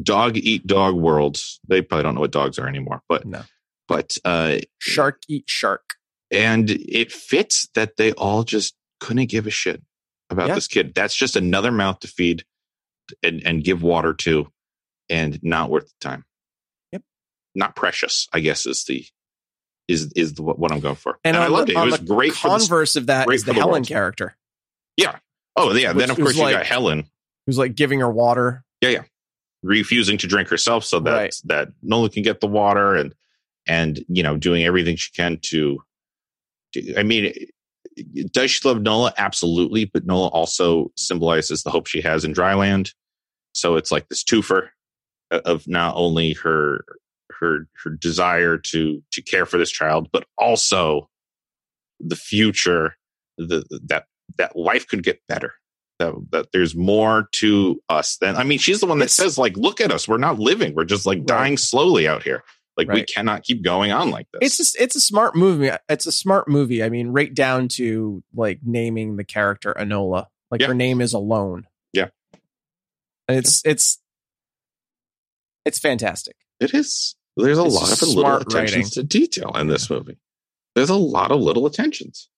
dog eat dog world they probably don't know what dogs are anymore but No. but uh Shark eat shark. and it fits that they all just couldn't give a shit about Yeah. this kid. That's just another mouth to feed and, and give water to, and not worth the time. Yep. not precious. I guess is the is is the, what I'm going for. And, And I on loved the- it. It on was the great. for the, Converse of that great is the for the Helen world. character oh yeah. which Then of was course you like- got Helen who's like giving her water. refusing to drink herself, so that Right. that Nola can get the water and and you know doing everything she can to. to- I mean, does she love Nola? Absolutely, but Nola also symbolizes the hope she has in Dryland. So it's like this twofer of not only her her her desire to to care for this child, but also the future the that that life could get better. That, that there's more to us than I mean, she's the one that It's- says like, "Look at us, we're not living, we're just like dying slowly out here. Like we Right. cannot keep going on like this." It's just, it's a smart movie. uh, It's a smart movie. I mean, right down to like naming the character Anola. Like Yeah. her name is Alone. Yeah. And it's it's it's fantastic. It is. There's a It's lot just of little smart attentions writing. to detail in this movie. There's a lot of little attentions.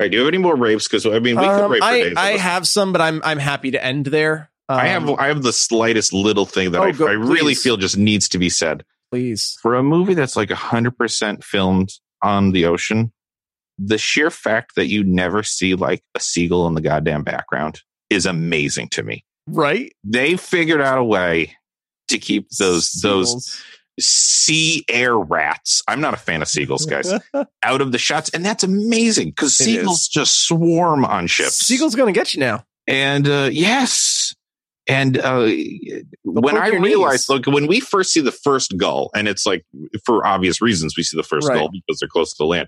All right, do you have any more rapes? Because I mean, we could Um, rape for I days. I have some, but I'm I'm happy to end there. Um, I have I have the slightest little thing that Oh, I, go- I really please. feel just needs to be said please. for a movie that's like hundred percent filmed on the ocean. The sheer fact that you never see like a seagull in the goddamn background is amazing to me. Right? They figured out a way to keep those those sea air rats. I'm not a fan of seagulls, guys. out of the shots, and that's amazing because It seagulls is. just swarm on ships. Seagull's gonna get you now. and uh, yes, and uh, when poke I your realized, look, knees. when we first see the first gull, and it's like for obvious reasons, we see the first Right. gull because they're close to the land.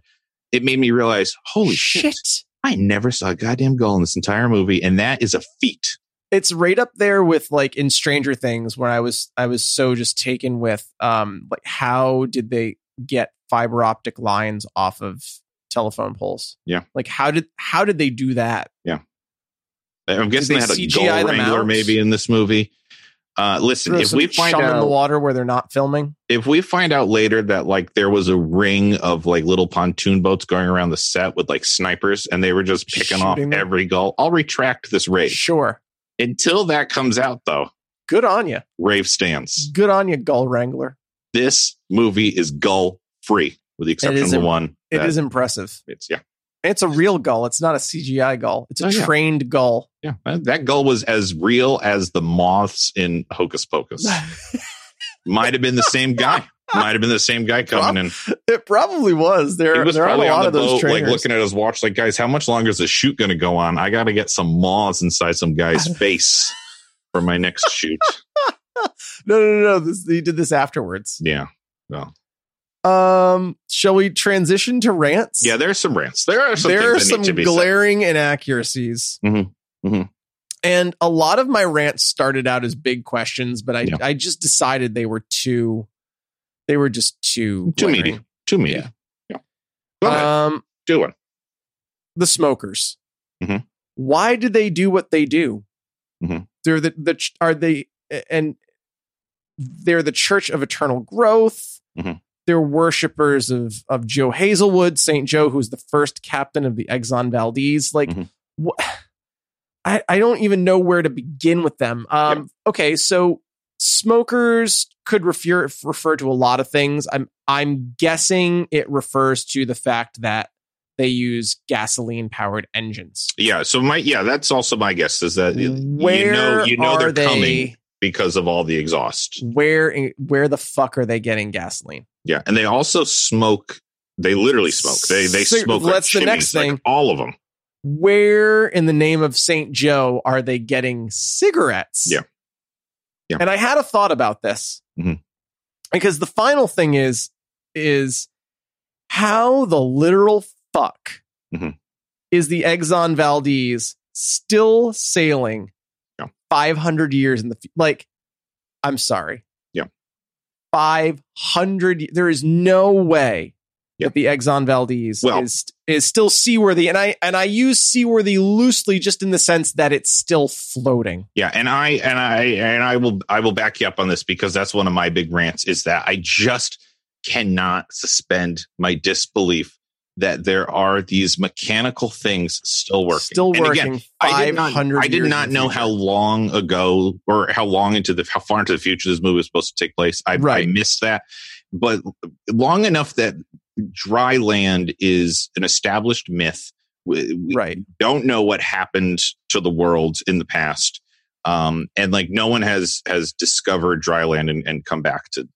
It made me realize, holy shit. I never saw a goddamn gull in this entire movie, and that is a feat. it's right up there with like in Stranger Things where I was I was so just taken with um like how did they get fiber optic lines off of telephone poles? Yeah. Like how did how did they do that? I'm guessing they, they had a CGI gull them wrangler out? maybe in this movie. Uh, listen, Throw if some we find chum in out the water where they're not filming. if we find out later that like there was a ring of like little pontoon boats going around the set with like snipers and they were just picking off Shooting them. every goal, I'll retract this rave. Sure. Until that comes out though, Good on you. rave stands. Good on you, Gull Wrangler. This movie is gull free with the exception of is the im- one. It is that- impressive. It's yeah. It's a real gull. It's not a CGI gull. It's a Oh, yeah. trained gull. Yeah. That- That gull was as real as the moths in Hocus Pocus. Might have been the same guy. Might have been the same guy coming in. it probably was. There, He was there are a probably lot on the of those boat, like trainers. looking at his watch, like, guys, how much longer is the shoot going to go on? I got to get some moths inside some guy's face for my next shoot. no, no, no, no. This, he did this afterwards. Yeah. Um, shall we transition to rants? Yeah, there are some rants. There are some there are things that some need to be said. glaring inaccuracies. Mhm. Mhm. And a lot of my rants started out as big questions, but I, Yeah. I just decided they were too, they were just too, Too glaring. meaty. Too meaty. Yeah. Yeah. Go ahead. Um, Do it. the smokers. Mhm. Why do they do what they do? Mhm. They're the, the ch- are they and they're the Church of Eternal Growth. Mhm. They're worshippers of of Joe Hazelwood, Saint Joe, who's the first captain of the Exxon Valdez. Like, Mhm. wha- I I don't even know where to begin with them. Um, Okay, so smokers could refer refer to a lot of things. I'm I'm guessing it refers to the fact that they use gasoline powered engines. Yeah. So my yeah, that's also my guess is that Uh, you- Where you know you know are they're they? coming because of all the exhaust. Where in- where the fuck are they getting gasoline? Yeah, and they also smoke. They literally smoke. They they So smoke. like that's the next chimneys, like thing. all of them. where in the name of Saint Joe are they getting cigarettes? Yeah. Yeah. And I had a thought about this Mhm. because the final thing is is how the literal fuck Mhm. is the Exxon Valdez still sailing Yeah. 500 years in the fu- like? I'm sorry. Yeah. 500. y- There is no way Yeah. that the Exxon Valdez Well- is is still seaworthy, and I and I use seaworthy loosely, just in the sense that it's still floating. Yeah, and I and I and I will I will back you up on this because that's one of my big rants is that I just cannot suspend my disbelief that there are these mechanical things still working. Still And again, working. I did Five not, hundred. I did not know how long ago or how long into the how far into the future this movie was supposed to take place. I, I Right. missed that, but long enough that dry land is an established myth. We, we Right. don't know what happened to the world in the past, um, and like no one has has discovered dry land and, and come back to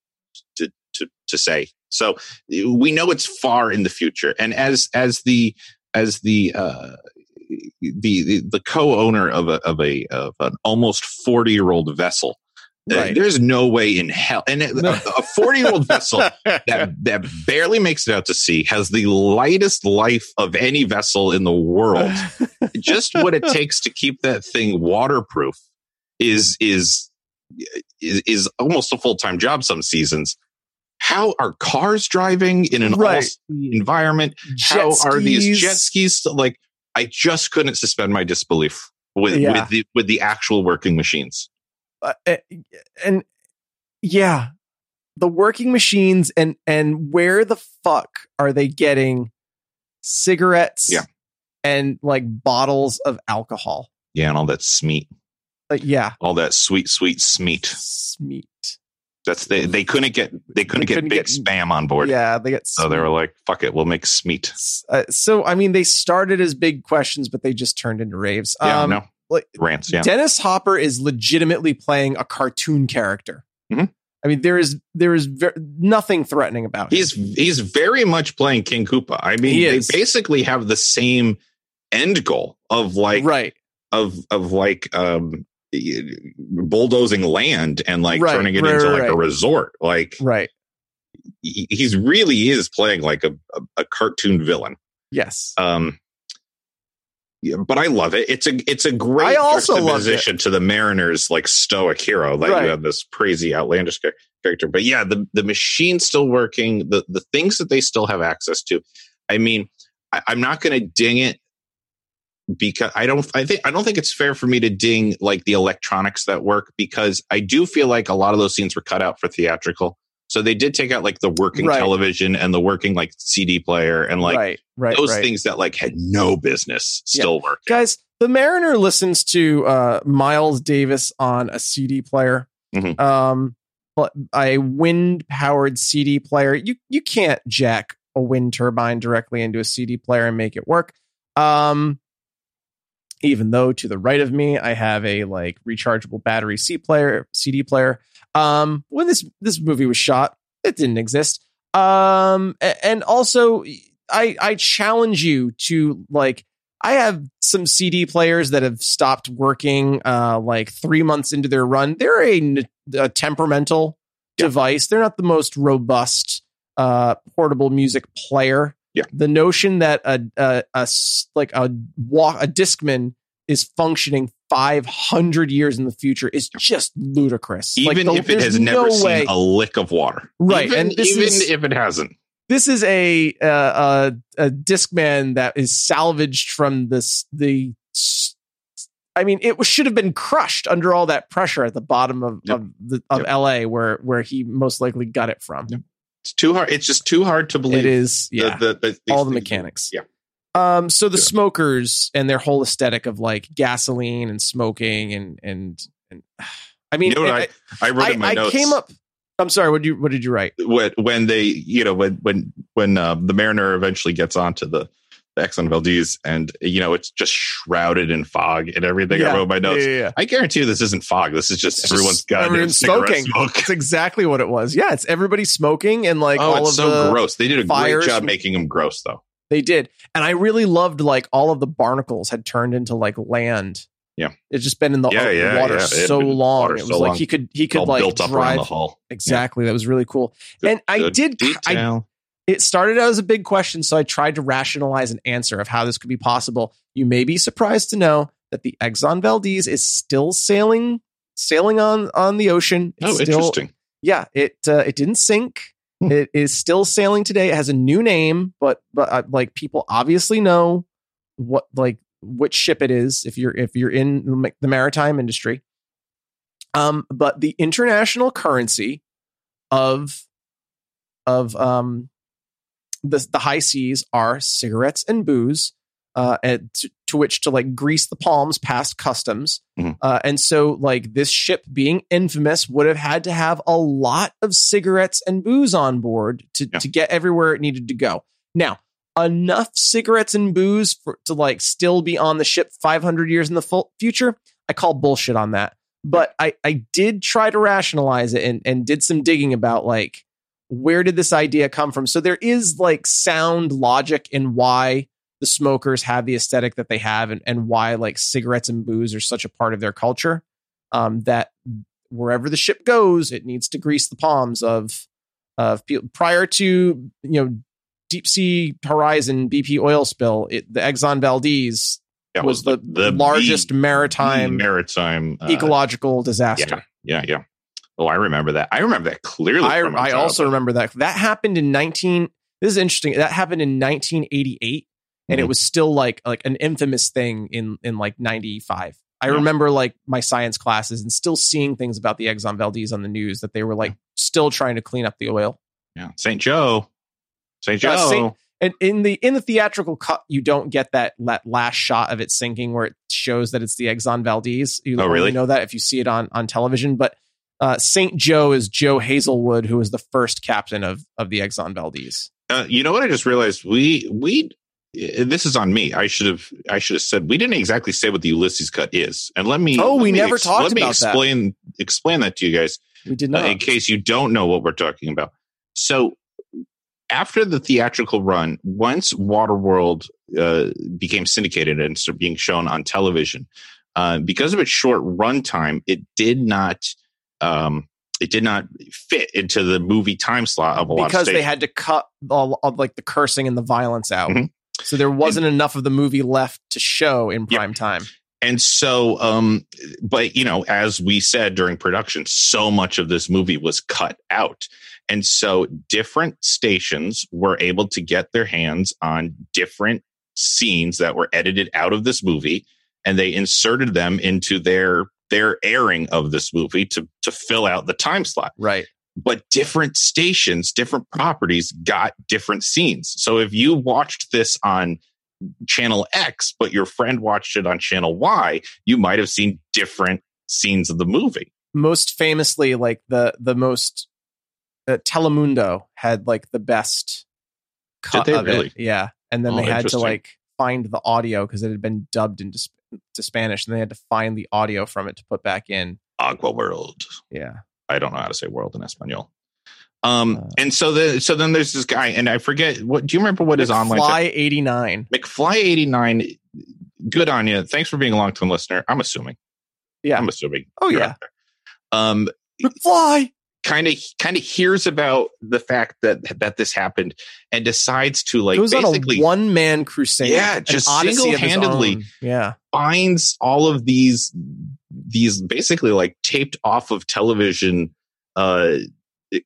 to to to say. So we know it's far in the future, and as as the as the uh, the the, the co-owner of a of a of an almost 40 year old vessel uh, Right. there's no way in hell and it- No. a 40 year old vessel that that barely makes it out to sea has the lightest life of any vessel in the world just what it takes to keep that thing waterproof is is is, is almost a full-time job some seasons how are cars driving in an Right. all-sea environment how Jet are these skis. jet skis still- like i just couldn't suspend my disbelief with Yeah. with the with the actual working machines Uh, uh, and yeah, the working machines and and where the fuck are they getting cigarettes? Yeah. and like bottles of alcohol. yeah and all that smeat Uh, yeah, all that sweet sweet smeat smeat. that's they they couldn't get they couldn't get They couldn't big get- spam on board Yeah, they get so they were like fuck it we'll make smeat Uh, so I mean, they started as big questions, but they just turned into raves. yeah no Um, like- rants yeah Dennis Hopper is legitimately playing a cartoon character. Mhm. I mean, there is there is ver- nothing threatening about him. he's he's very much playing king koopa i mean He they is. basically have the same end goal of like right, of of like um bulldozing land and like Right, turning it right, into right, like a right. resort like right. he he's really is playing like a, a, a cartoon villain. Yes, Um, yeah, but I love it. It's a it's a great I also loved juxtaposition to the Mariners like stoic hero. Like Right. you have this crazy outlandish char- character. But yeah, the the machine's still working. The the things that they still have access to. I mean, I, I'm not going to ding it because I don't I think I don't think it's fair for me to ding like the electronics that work because I do feel like a lot of those scenes were cut out for theatrical. So they did take out like the working Right. television and the working like CD player and like right, right, those right. things that like had no business still working. Guys, the Mariner listens to uh, Miles Davis on a CD player. Mhm. Um, but a wind powered CD player. You you can't jack a wind turbine directly into a CD player and make it work. Um, even though to the right of me I have a like rechargeable battery C player CD player. Um, when this this movie was shot, it didn't exist. Um, a- and also I I challenge you to like I have some CD players that have stopped working uh, like three months into their run. They're a, n- a temperamental Yeah. device. They're not the most robust uh, portable music player. Yeah. The notion that a, a, a s- like a walk a discman is functioning 500 years in the future is just ludicrous. Like, Even the- if it there's has never no seen way- a lick of water. Right, Even, and this even is- if it hasn't. this is a uh, uh, a Discman that is salvaged from this the. I mean, it was- should have been crushed under all that pressure at the bottom of Yep. of, the, of Yep. L.A., where where he most likely got it from. Yep. It's too hard. It's just too hard to believe. It is yeah. the, the, these all the things- mechanics. Yeah. Um, so the Yeah. smokers and their whole aesthetic of like gasoline and smoking and and and I mean, You know what I, I wrote in my I- I notes. came up. I'm sorry. What did you What did you write? when when they you know when when when uh, the Mariner eventually gets onto the the Exxon Valdez and you know it's just shrouded in fog and everything. Yeah. I wrote in my notes. yeah, yeah. I guarantee you this isn't fog. This is just It's just everyone's got everyone's cigarette smoking. smoke. It's exactly what it was. Yeah, it's everybody smoking and like oh, all it's of so the gross. They did a great fires job and- making them gross though. they did, and I really loved like all of the barnacles had turned into like land. Yeah. it's just been in the Yeah, uh, yeah, water yeah. It had so been in the long. water it was so like long. he could he It's all could like built up around drive the hull. exactly. That was really cool, Good- and I good did I detail. it started out as a big question, so I tried to rationalize an answer of how this could be possible. You may be surprised to know that the Exxon Valdez is still sailing, sailing on on the ocean. It's oh, still, interesting. Yeah, it uh, it didn't sink. Hmm. It is still sailing today. It has a new name, but but uh, like people obviously know what like which ship it is if you're if you're in the ma- the maritime industry. Um, but the international currency of of um the the high seas are cigarettes and booze, uh, and to, to which to like grease the palms past customs. Mhm. Uh, and so like this ship being infamous would have had to have a lot of cigarettes and booze on board to Yeah. to get everywhere it needed to go. Now enough cigarettes and booze for, to like still be on the ship 500 years in the full future. I call bullshit on that. But I, I did try to rationalize it and, and did some digging about like where did this idea come from? So there is like sound logic in why the smokers have the aesthetic that they have and, and why like cigarettes and booze are such a part of their culture um, that wherever the ship goes, it needs to grease the palms of of people. Prior to you know deep sea horizon BP oil spill, it, the Exxon Valdez That was, the, the largest the maritime maritime uh, ecological Yeah, disaster. yeah, yeah. Oh, I remember that. I remember that clearly. I, from my I also childhood. remember that that happened in 19 this is interesting that happened in 1988 and it Mhm. was still like like an infamous thing in in like 95 i Yeah. remember like my science classes and still seeing things about the exxon valdez on the news that they were like still trying to clean up the oil Yeah, St. Joe. St. Joe. Uh, Saint- and in the in the theatrical cut you don't get that, that last shot of it sinking where it shows that it's the exxon valdez you Oh, only really? know that if you see it on on television but uh, Saint Joe is Joe Hazelwood, who was the first captain of of the Exxon Valdez. Uh, you know what? I just realized we we uh, this is on me. I should have I should have said we didn't exactly say what the Ulysses cut is. And let me Oh, let we me never talked let me about that. explain explain that to you guys We did uh, not. in case you don't know what we're talking about. So after the theatrical run, once Waterworld uh, became syndicated and started being shown on television, uh, because of its short runtime, it did not um, it did not fit into the movie time slot of a lot of because they stations. had to cut all of like the cursing and the violence out. Mhm. So there wasn't enough of the movie left to show in Yeah. prime time. and so um but you know as we said during production so much of this movie was cut out and so different stations were able to get their hands on different scenes that were edited out of this movie and they inserted them into their their airing of this movie to to fill out the time slot Right. but different stations, different properties got different scenes. So if you watched this on channel X, but your friend watched it on channel Y, you might have seen different scenes of the movie. Most famously, like the the most uh, Telemundo had like the best cut they of really? it. Yeah, and then Oh, they had to interesting. like find the audio because it had been dubbed into Sp- to Spanish, and they had to find the audio from it to put back in. Aqua World. Yeah. I don't know how to say world in Espanol. Um, Uh, and so the so then there's this guy, and I forget what do you remember what his online Fly eighty nine. McFly eighty nine. Good on you. Thanks for being a long time listener. I'm assuming. Yeah. I'm assuming. Oh, you're yeah. out there. Um, Fly. kind of kind of hears about the fact that that this happened and decides to like it was on basically a one man crusade. Yeah, an just odyssey of his single-handedly own. Yeah. finds all of these these basically like taped off of television uh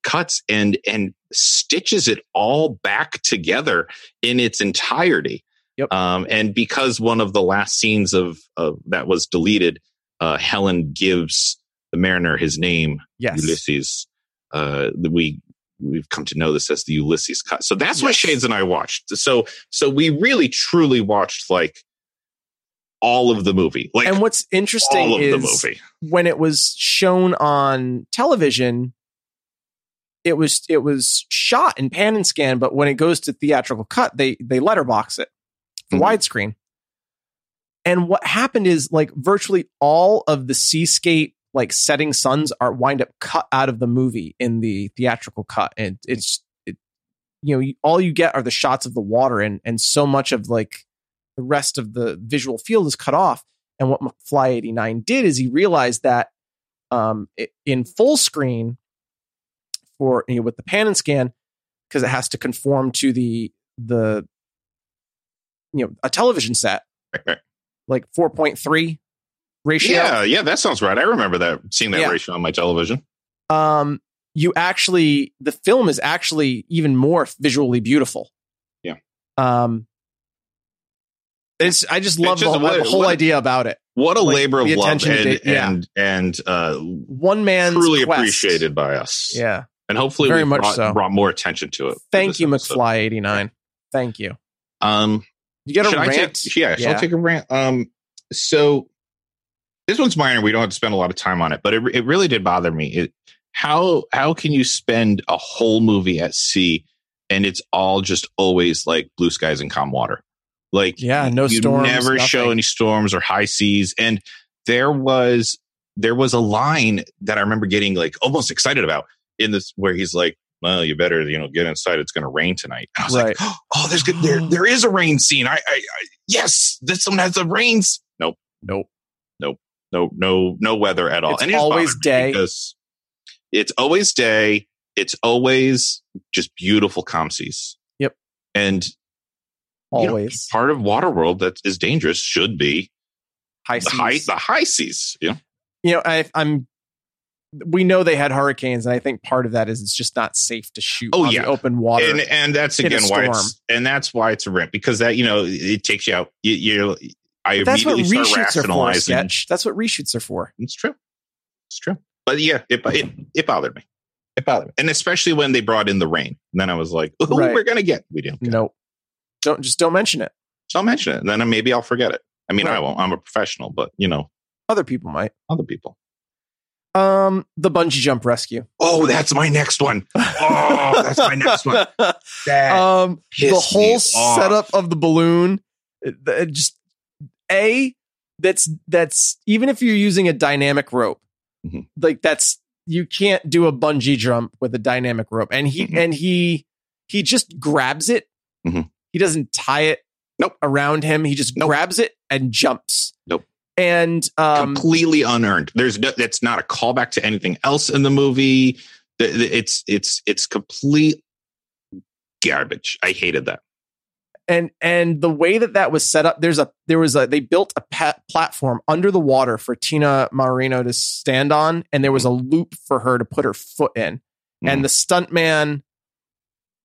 cuts and and stitches it all back together in its entirety Yep. um and because one of the last scenes of, of that was deleted uh helen gives the mariner his name Yes. Ulysses. Uh, we we've come to know this as the Ulysses cut. So that's what Shades and I watched. So so we really truly watched like all of the movie. Like and what's interesting all of the is movie. when it was shown on television, it was it was shot in pan and scan, but when it goes to theatrical cut, they they letterbox it for Mhm. widescreen. And what happened is like virtually all of the seascape like setting suns are wind up cut out of the movie in the theatrical cut, and it's it, you know you- all you get are the shots of the water, and and so much of like the rest of the visual field is cut off. And what McFly eighty nine did is he realized that um, i- in full screen for you know, with the pan and scan because it has to conform to the the you know a television set Right, right. like 4.3 ratio Yeah, yeah, that sounds right. I remember that seeing that Yeah. ratio on my television. um you actually the film is actually even more visually beautiful Yeah. um it's i just love just- the, what- the whole what- idea about it What a Like, labor of the love attention to and date- yeah. and and uh one man's truly quest. appreciated by us. yeah And hopefully Very we much brought, so. brought more attention to it. for thank this you episode. mcfly 89 thank you Um you got a Should I rant take- yeah, should I Yeah. take a rant? Um, so this one's minor. We don't have to spend a lot of time on it, but it, re- it really did bother me. It, how how can you spend a whole movie at sea and it's all just always like blue skies and calm water? Like Yeah, no you storms, Never show nothing. any storms or high seas. And there was there was a line that I remember getting like almost excited about in this where he's like. Well, you better, you know, get inside. It's going to rain tonight. And I was Right. like, oh, there's good. There, there is a rain scene. I, I, yes, this one has the rains. Nope, nope no, no, no weather at all. It's just always bothered me day. Because it's always day. It's always just beautiful comsies. Yep. And you know, always part of Waterworld that is dangerous should be high the seas. high, the high seas. You know, you know, I, I'm. We know they had hurricanes, and I think part of that is it's just not safe to shoot Oh, on yeah. the open water. and and that's in a again why storm. it's and that's why it's a rent because that you know it takes you out. You, you I But that's what immediately start reshoots are for. rationalizing. Sketch. That's what reshoots are for. It's true. It's true. But yeah, it it, it bothered me. It bothered me, and especially when they brought in the rain. And then I was like, "Ooh, Right. we're gonna get." We didn't. Get it. No, don't just don't mention it. So I'll mention it. And then maybe I'll forget it. I mean, I Right. won't. I'm a professional, but you know, Other people might. other people. Um, the bungee jump rescue. Oh, that's my next one. Oh, that's my next one. That um, pissed the me whole off. setup of the balloon, it- it just a that's that's even if you're using a dynamic rope, Mhm. like that's you can't do a bungee jump with a dynamic rope, and he Mhm. and he he just grabs it. Mhm. He doesn't tie it Nope. around him. He just Nope. grabs it and jumps. Nope. And um, completely unearned. There's no, that's not a callback to anything else in the movie. The- the- It's it's it's complete garbage. I hated that. and and the way that that was set up there's a there was a they built a pa- platform under the water for tina marino to stand on and there was a loop for her to put her foot in Mhm. and the stuntman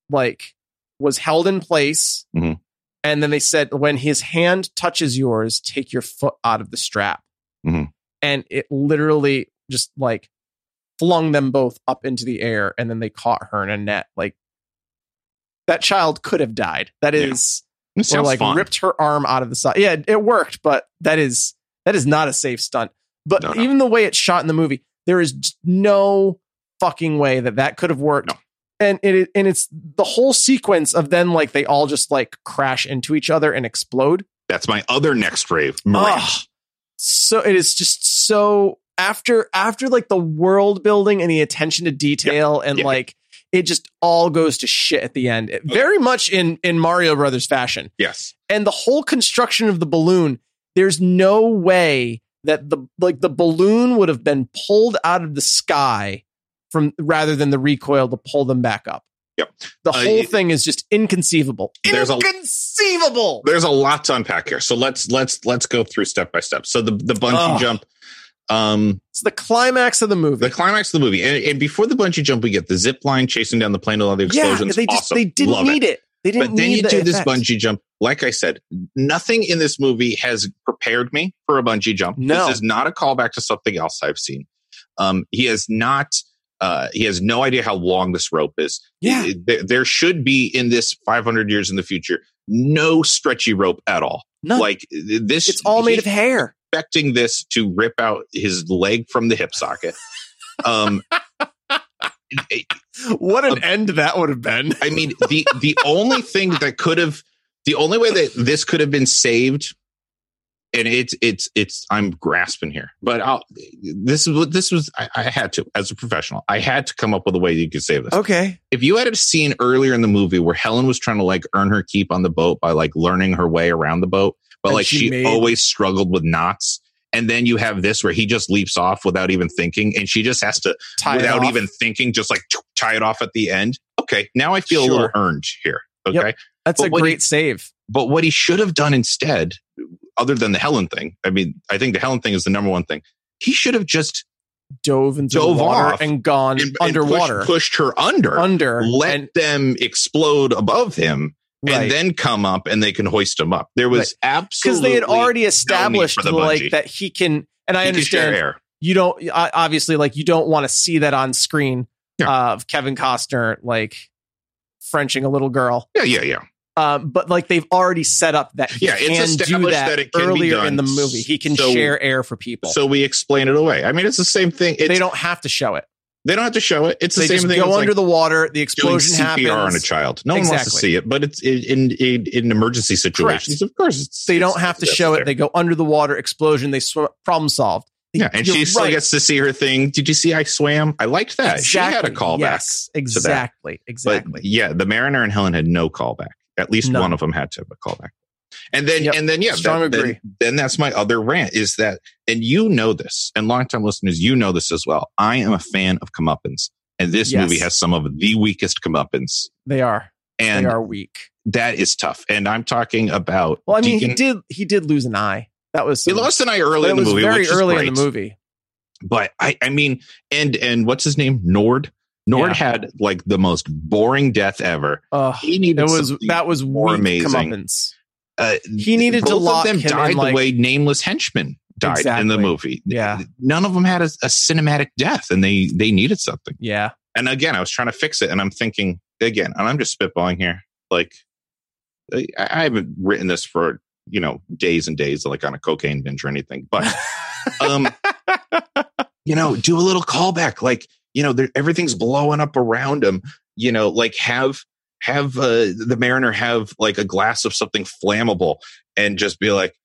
like was held in place Mhm. and then they said when his hand touches yours take your foot out of the strap Mhm. and it literally just like flung them both up into the air and then they caught her in a net like that child could have died that Yeah. is It or sounds like fun. ripped her arm out of the side. Yeah, it- it worked, but that is that is not a safe stunt. But No, no. even the way it's shot in the movie, there is j- no fucking way that that could have worked. No. And it and it's the whole sequence of then like they all just like crash into each other and explode. That's my other next rave. Mirage. Ugh. So it is just so after after like the world building and the attention to detail and Yep. like it just all goes to shit at the end. Very much in in Mario Brothers fashion Yes. and the whole construction of the balloon there's no way that the like the balloon would have been pulled out of the sky from rather than the recoil to pull them back up Yep. the Uh, whole y- thing is just inconceivable There's a- inconceivable There's a lot to unpack here. So let's let's let's go through step by step. So the the bungee Ugh. jump um it's the climax of the movie the climax of the movie and, and before the bungee jump we get the zip line chasing down the plane all the yeah explosions they just awesome. they didn't Love need it. they didn't but then need you the do this effect. bungee jump like i said nothing in this movie has prepared me for a bungee jump No. this is not a callback to something else i've seen um he has not Uh, he has no idea how long this rope is. Yeah. It- there, there should be in this 500 years in the future no stretchy rope at all. No. Like th- this, It's all made he's of hair. expecting this to rip out his leg from the hip socket. Um, What Um, an end that would have been. I mean, the the only thing that could have, the only way that this could have been saved, and it's it's it's I'm grasping here, but I'll, this is what this was. I, I had to, as a professional, I had to come up with a way you could save this. Okay. If you had a scene earlier in the movie where Helen was trying to like earn her keep on the boat by like learning her way around the boat, but And like she she made- always struggled with knots. And then you have this where he just leaps off without even thinking, and she just has to Tie it without off. even thinking, just like tie it off at the end. Okay, now I feel a little Sure. earned here. Yep. Okay, That's But a what do great save. but what he should have done instead, other than the Helen thing, I mean, I think the Helen thing is the number one thing. He should have just Dove into Dove the water off and gone and- and underwater. pushed, pushed her under, under. let and, them explode above him, right. and then come up and they can hoist him up. There was because absolutely they had already established for the like bungee. that he can and i he could share understand air. you don't o- obviously like you don't want to see that on screen Yeah. uh, of kevin costner like frenching a little girl Yeah, yeah, yeah. um, but like they've already set up that he Yeah, it's can do established that, that it can be earlier done. in the movie he can So- share air for people So we explain it away. I mean, it's the same thing. It's, they don't have to show it They don't have to show it. It's the they same just thing. go It's like- under the water the explosion doing happens CPR on a child. No one wants to Exactly. see it, but it's in in, in, in emergency situations. Of course, it's, they don't it's- have to it's show it necessary. they go under the water explosion they swim problem solved yeah, and You're she still right. gets to see her thing. Did you see I swam? I liked that. She had a callback. yes exactly But exactly yeah, the Mariner and Helen had no callback. At least None. one of them had to have a callback. And then Yep. and then yeah, Strong that- then- agree. Then, that's my other rant is that and you know this, and longtime listeners, you know this as well. I am a fan of comeuppance, and this Yes. movie has some of the weakest comeuppance, they are and they are weak. that is tough. And I'm talking about Well, I mean, Deacon- he did he did lose an eye. That was He some- lost an eye but early it in the was movie, very which is early great. in the movie. But I, I mean, and and what's his name? Nord. Nord Yeah. had like the most boring death ever. Ugh, He needed it was something- that was more weak amazing. comeuppance. uh, He needed to both lock of them him in, died like- the way nameless henchmen died in Exactly. the movie. Yeah. none of them had a, a cinematic death, and they they needed something. Yeah, And again, I was trying to fix it, and I'm thinking again, and I'm just spitballing here. Like, I, I haven't written this for you know days and days, like on a cocaine binge or anything, but. um, you know, do a little callback. Like, you know, there- everything's blowing up around him. You know, like have have uh, the mariner have like a glass of something flammable and just be like,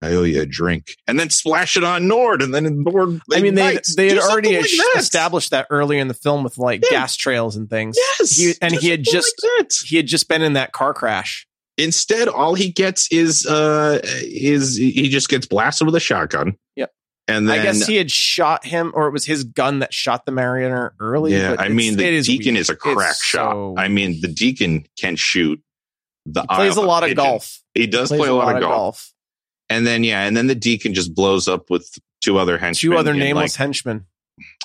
"I owe you a drink," and then splash it on Nord, and then Nord. I mean they ignites. they had Do something already like es- that. established that earlier in the film with like Yeah. gas trails and things. Yes, He- and do he had something just- like that. He had just been in that car crash. instead all he gets is uh is he just gets blasted with a shotgun. Yep. and then I guess he had shot him, or it was his gun that shot the Mariner early. Yeah, but I it's- mean the it is deacon weak. is a It's crack shot. so I mean the deacon can shoot. The he plays Isle a lot of Pigeon. golf. He does Plays play a lot, of golf. and then yeah, and then the deacon just blows up with two other henchmen. Two other and, nameless Like, henchmen.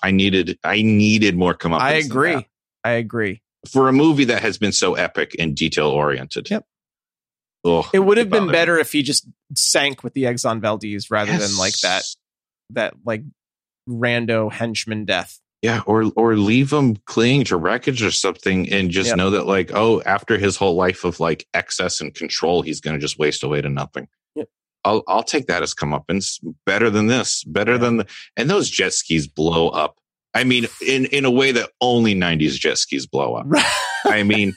I needed, I needed more come up. I agree. I agree. for a movie that has been so epic and detail oriented. Yep. Oh, It would have been Bothered. better if he just sank with the Exxon Valdez rather than like that that like rando henchman death. Yeah, or or leave him clinging to wreckage or something, and just Yep. know that like, oh, after his whole life of like excess and control, he's going to just waste away to nothing. Yep. I'll I'll take that as comeuppance. Better than this. Better than the, and those jet skis blow up. I mean, in in a way that only '90s jet skis blow up. I mean,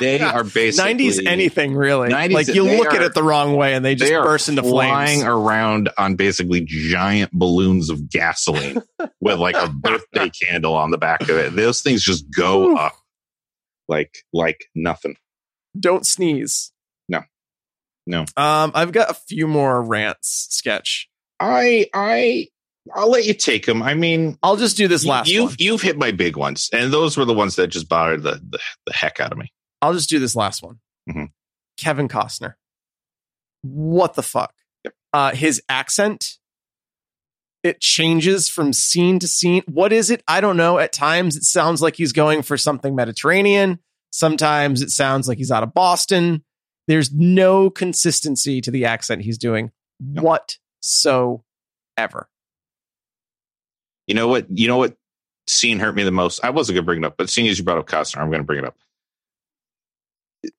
they are basically nineties anything really. 90s like you they look at are- it the wrong way and they just they are burst into flying flames. around on basically giant balloons of gasoline with like a birthday candle on the back of it. Those things just go Oof. up like like nothing. Don't sneeze. No. No. Um, I've got a few more rants sketch. I I I'll let you take them. I mean, I'll just do this last you've one. you've hit my big ones, and those were the ones that just bothered the the, the heck out of me. I'll just do this last one. Mhm. Kevin Costner. What the fuck? Uh, his accent, it changes from scene to scene. What is it? I don't know. At times it sounds like he's going for something Mediterranean. Sometimes it sounds like he's out of Boston. There's no consistency to the accent he's doing whatsoever. You know what? You know what scene hurt me the most. I wasn't gonna bring it up, but seeing as you brought up Costner, I'm gonna bring it up.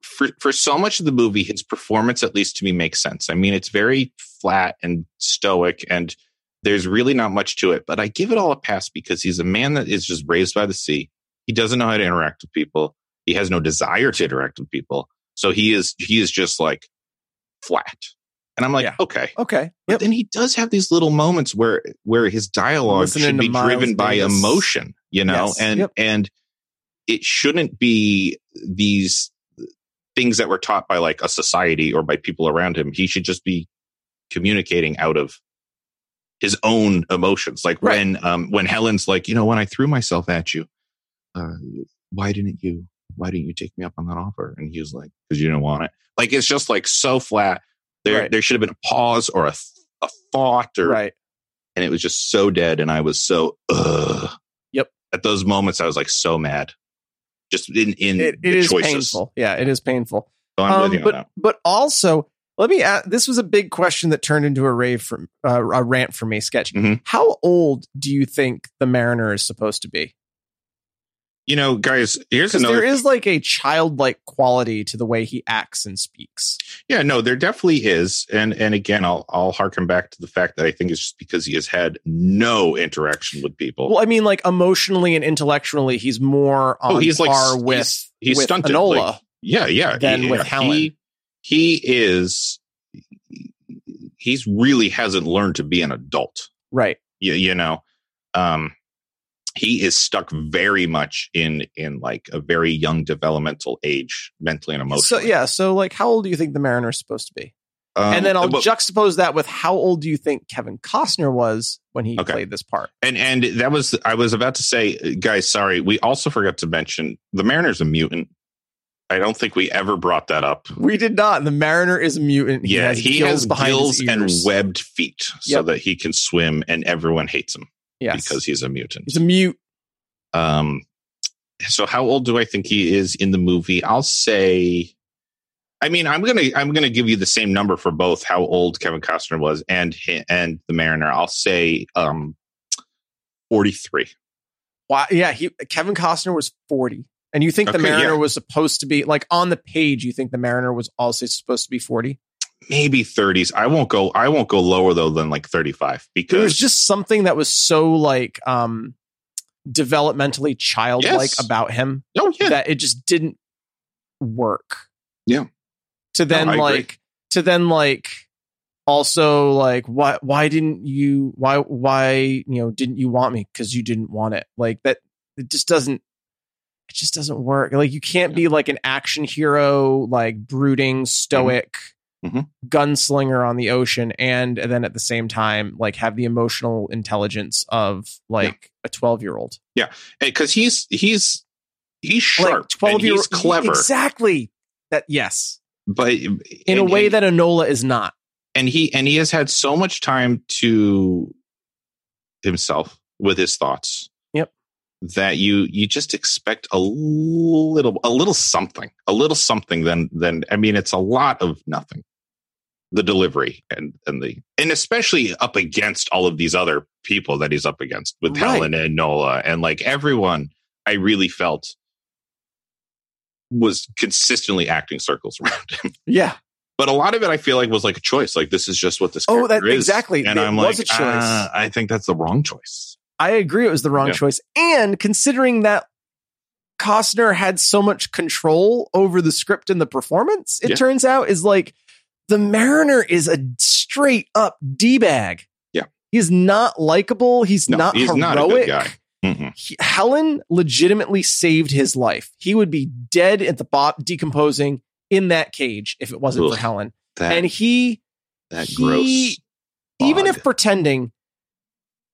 For for so much of the movie, his performance, at least to me, makes sense. I mean, it's very flat and stoic, and there's really not much to it. But I give it all a pass because he's a man that is just raised by the sea. He doesn't know how to interact with people. He has no desire to interact with people. So he is he is just like flat. And I'm like, Yeah. okay. Okay. But Yep. then he does have these little moments where where his dialogue Listening should to be Miles driven by Davis. emotion, you know, Yes. and Yep. and it shouldn't be these things that were taught by like a society or by people around him. He should just be communicating out of his own emotions. Like Right. when um when Helen's like, you know, when I threw myself at you, uh, why didn't you why didn't you take me up on that offer? And he was like, because you didn't want it. Like it's just like so flat. There Right. there should have been a pause or a th- a thought or Right. and it was just so dead and I was so ugh. Yep. At those moments I was like so mad. Just in in It, it the is choices. painful. Yeah, it is painful. So I'm Um, with you but on that. but also, let me ask. This was a big question that turned into a rave from uh, a rant for me. Sketch. Mhm. How old do you think the Mariner is supposed to be? You know, guys, here's Because another there is like a childlike quality to the way he acts and speaks. Yeah, no, there definitely is, and and again, I'll I'll harken back to the fact that I think it's just because he has had no interaction with people. Well, I mean, like emotionally and intellectually, he's more Oh, on he's like- par he's- with he's with stunted, Enola. like- yeah, yeah. Than He- with yeah, Helen. he, he is. He's really hasn't learned to be an adult. right? You, you know, um, he is stuck very much in in like a very young developmental age, mentally and So emotionally. yeah. So like, how old do you think the Mariner is supposed to be? Um, and then I'll but- juxtapose that with how old do you think Kevin Costner was when he Okay. played this part? And and that was I was about to say, uh, guys, sorry, we also forgot to mention the Mariner's a mutant. I don't think we ever brought that up. We did not. The Mariner is a mutant. yeah, he has gills his and ears. webbed feet so Yep. that he can swim, and everyone hates him Yes. because he's a mutant. he's a mute. Um, so how old do I think he is in the movie? I'll say, I mean, I'm gonna I'm gonna give you the same number for both how old Kevin Costner was and hi- and the Mariner. I'll say um, forty three. Why? Yeah, he Kevin Costner was forty, and you think the Okay, Mariner yeah. was supposed to be like on the page? You think the Mariner was also supposed to be forty? maybe 30s i won't go i won't go lower though than like 35 There was because just something that was so like um developmentally childlike Yes. about him oh yeah that it just didn't work. Yeah. To then I agree. like to then like also like why why didn't you why why you know didn't you want me cuz you didn't want it. Like that it just doesn't it just doesn't work. Like you can't be like an action hero like brooding stoic Mhm. gunslinger on the ocean and then at the same time like have the emotional intelligence of like a 12 year old because he's he's he's sharp like 12 and year he's clever exactly that yes but in a way and, that Enola is not and he and he has had so much time to himself with his thoughts Yep. that you you just expect a little a little something a little something than than i mean it's a lot of nothing the delivery and and the and especially up against all of these other people that he's up against with Right. helen and nola and like everyone i really felt was consistently acting circles around him yeah but a lot of it, I feel like, was like a choice. Like this is just what this. Oh, character that- is. exactly. And It I'm was like, a choice. "Ah, I think that's the wrong choice. I agree it was the wrong Yeah. choice and considering that Costner had so much control over the script and the performance it Yeah. turns out is like the Mariner is a straight up d-bag Yeah. he's not likable he's No, not he's heroic not a good guy. Mm-mm. he- Helen legitimately saved his life. He would be dead at the bot decomposing in that cage if it wasn't Ugh, for Helen. That and he, that he- gross. even bog. if pretending,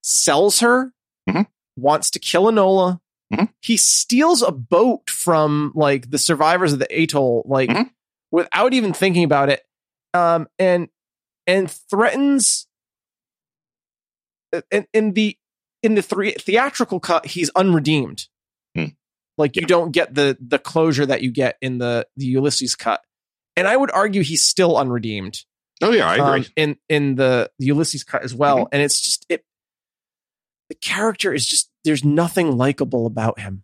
sells her, Mhm. wants to kill Enola. Mhm. He steals a boat from like the survivors of the atoll, like Mhm. without even thinking about it, um, and and threatens. uh, In, in the in the three theatrical cut, he's unredeemed like you Hmm. Yeah. don't get the the closure that you get in the the Ulysses cut. And I would argue he's still unredeemed oh yeah, I agree. Mm-hmm. um, in in the, the Ulysses cut as well. And it's just it the character is just there's nothing likable about him.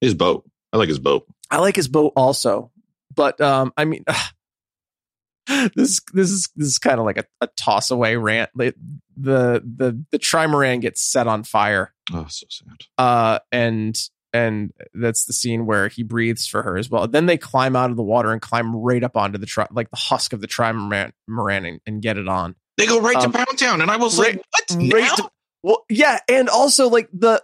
His boat. I like his boat. I like his boat also, but um, I mean, this this is this is kind of like a, a toss away rant. Like, The the the trimaran gets set on fire, Oh, so sad. uh, and and that's the scene where he breathes for her as well. Then they climb out of the water and climb right up onto the tri- like the husk of the trimaran Moran and, and get it on. They go right Um, to Pound Town, and I was right- like, "What right now?" to- well, yeah, and also like the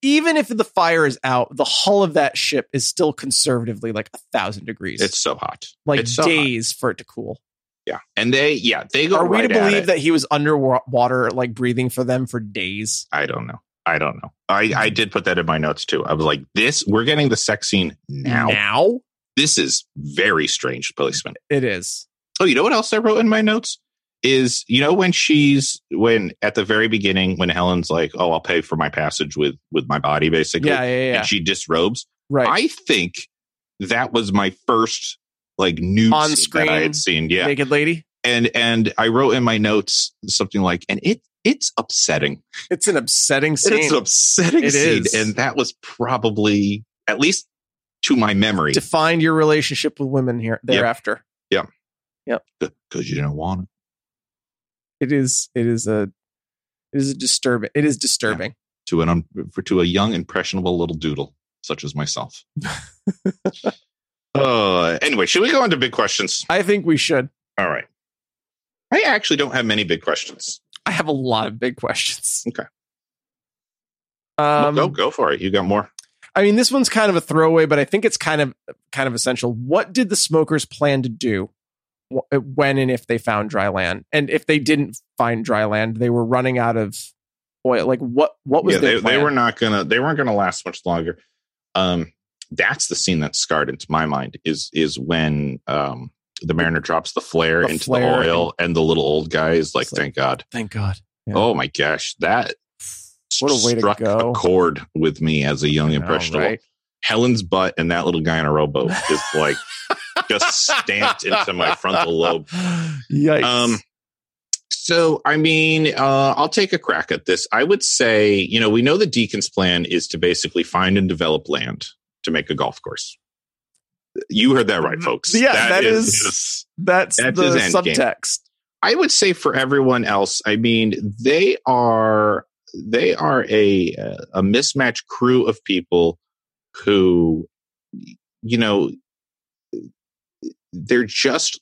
even if the fire is out, the hull of that ship is still conservatively like a thousand degrees. it's so hot. like it's so hot. days for it to cool. Yeah, and they yeah they go. Are we right to at believe it. that he was underwater, like breathing for them for days? I don't know. I don't know. I Mm. I did put that in my notes too. I was like, "This we're getting the sex scene now. Now This is very strange, policeman." it is. Oh, you know what else I wrote in my notes is you know when she's when at the very beginning when Helen's like, "Oh, I'll pay for my passage with with my body," basically. Yeah, yeah, yeah. And she disrobes. Right. I think that was my first like nude On scene that I screen, had seen. Yeah, Naked lady. and and I wrote in my notes something like, and it it's upsetting. It's an upsetting scene. It's an upsetting It scene, is. and that was probably at least to my memory Define your relationship with women here thereafter. because you don't want it. It is. It is a. It is a disturbing. It is disturbing. to an un, for, to a young impressionable little doodle such as myself. uh, anyway, should we go on to big questions? I think we should. All right. I actually don't have many big questions. I have a lot of big questions. Okay. Um, go go for it. You got more? I mean, this one's kind of a throwaway, but I think it's kind of kind of essential. What did the smokers plan to do wh- when and if they found dry land? And if they didn't find dry land, they were running out of oil. Like what? What was Yeah, their they, plan? they were not gonna they weren't gonna last much longer. Um, that's the scene that's scarred into my mind is is when um the mariner drops the flare The into flare the oil and, the little old guy is like, It's like- thank God. Thank God. Yeah. Oh my gosh, that What a way to struck go. a chord with me as a young I know, impressionable. right? Helen's butt and that little guy in a rowboat is like just stamped into my frontal lobe. Yikes. Um, so, I mean, uh, I'll take a crack at this. I would say, you know, we know the deacon's plan is to basically find and develop land to make a golf course. You heard that right, folks. Mm-hmm. Yeah, that is- That's that's the his end game. subtext. I would say for everyone else, I mean, they are they are a a mismatched crew of people who you know they're just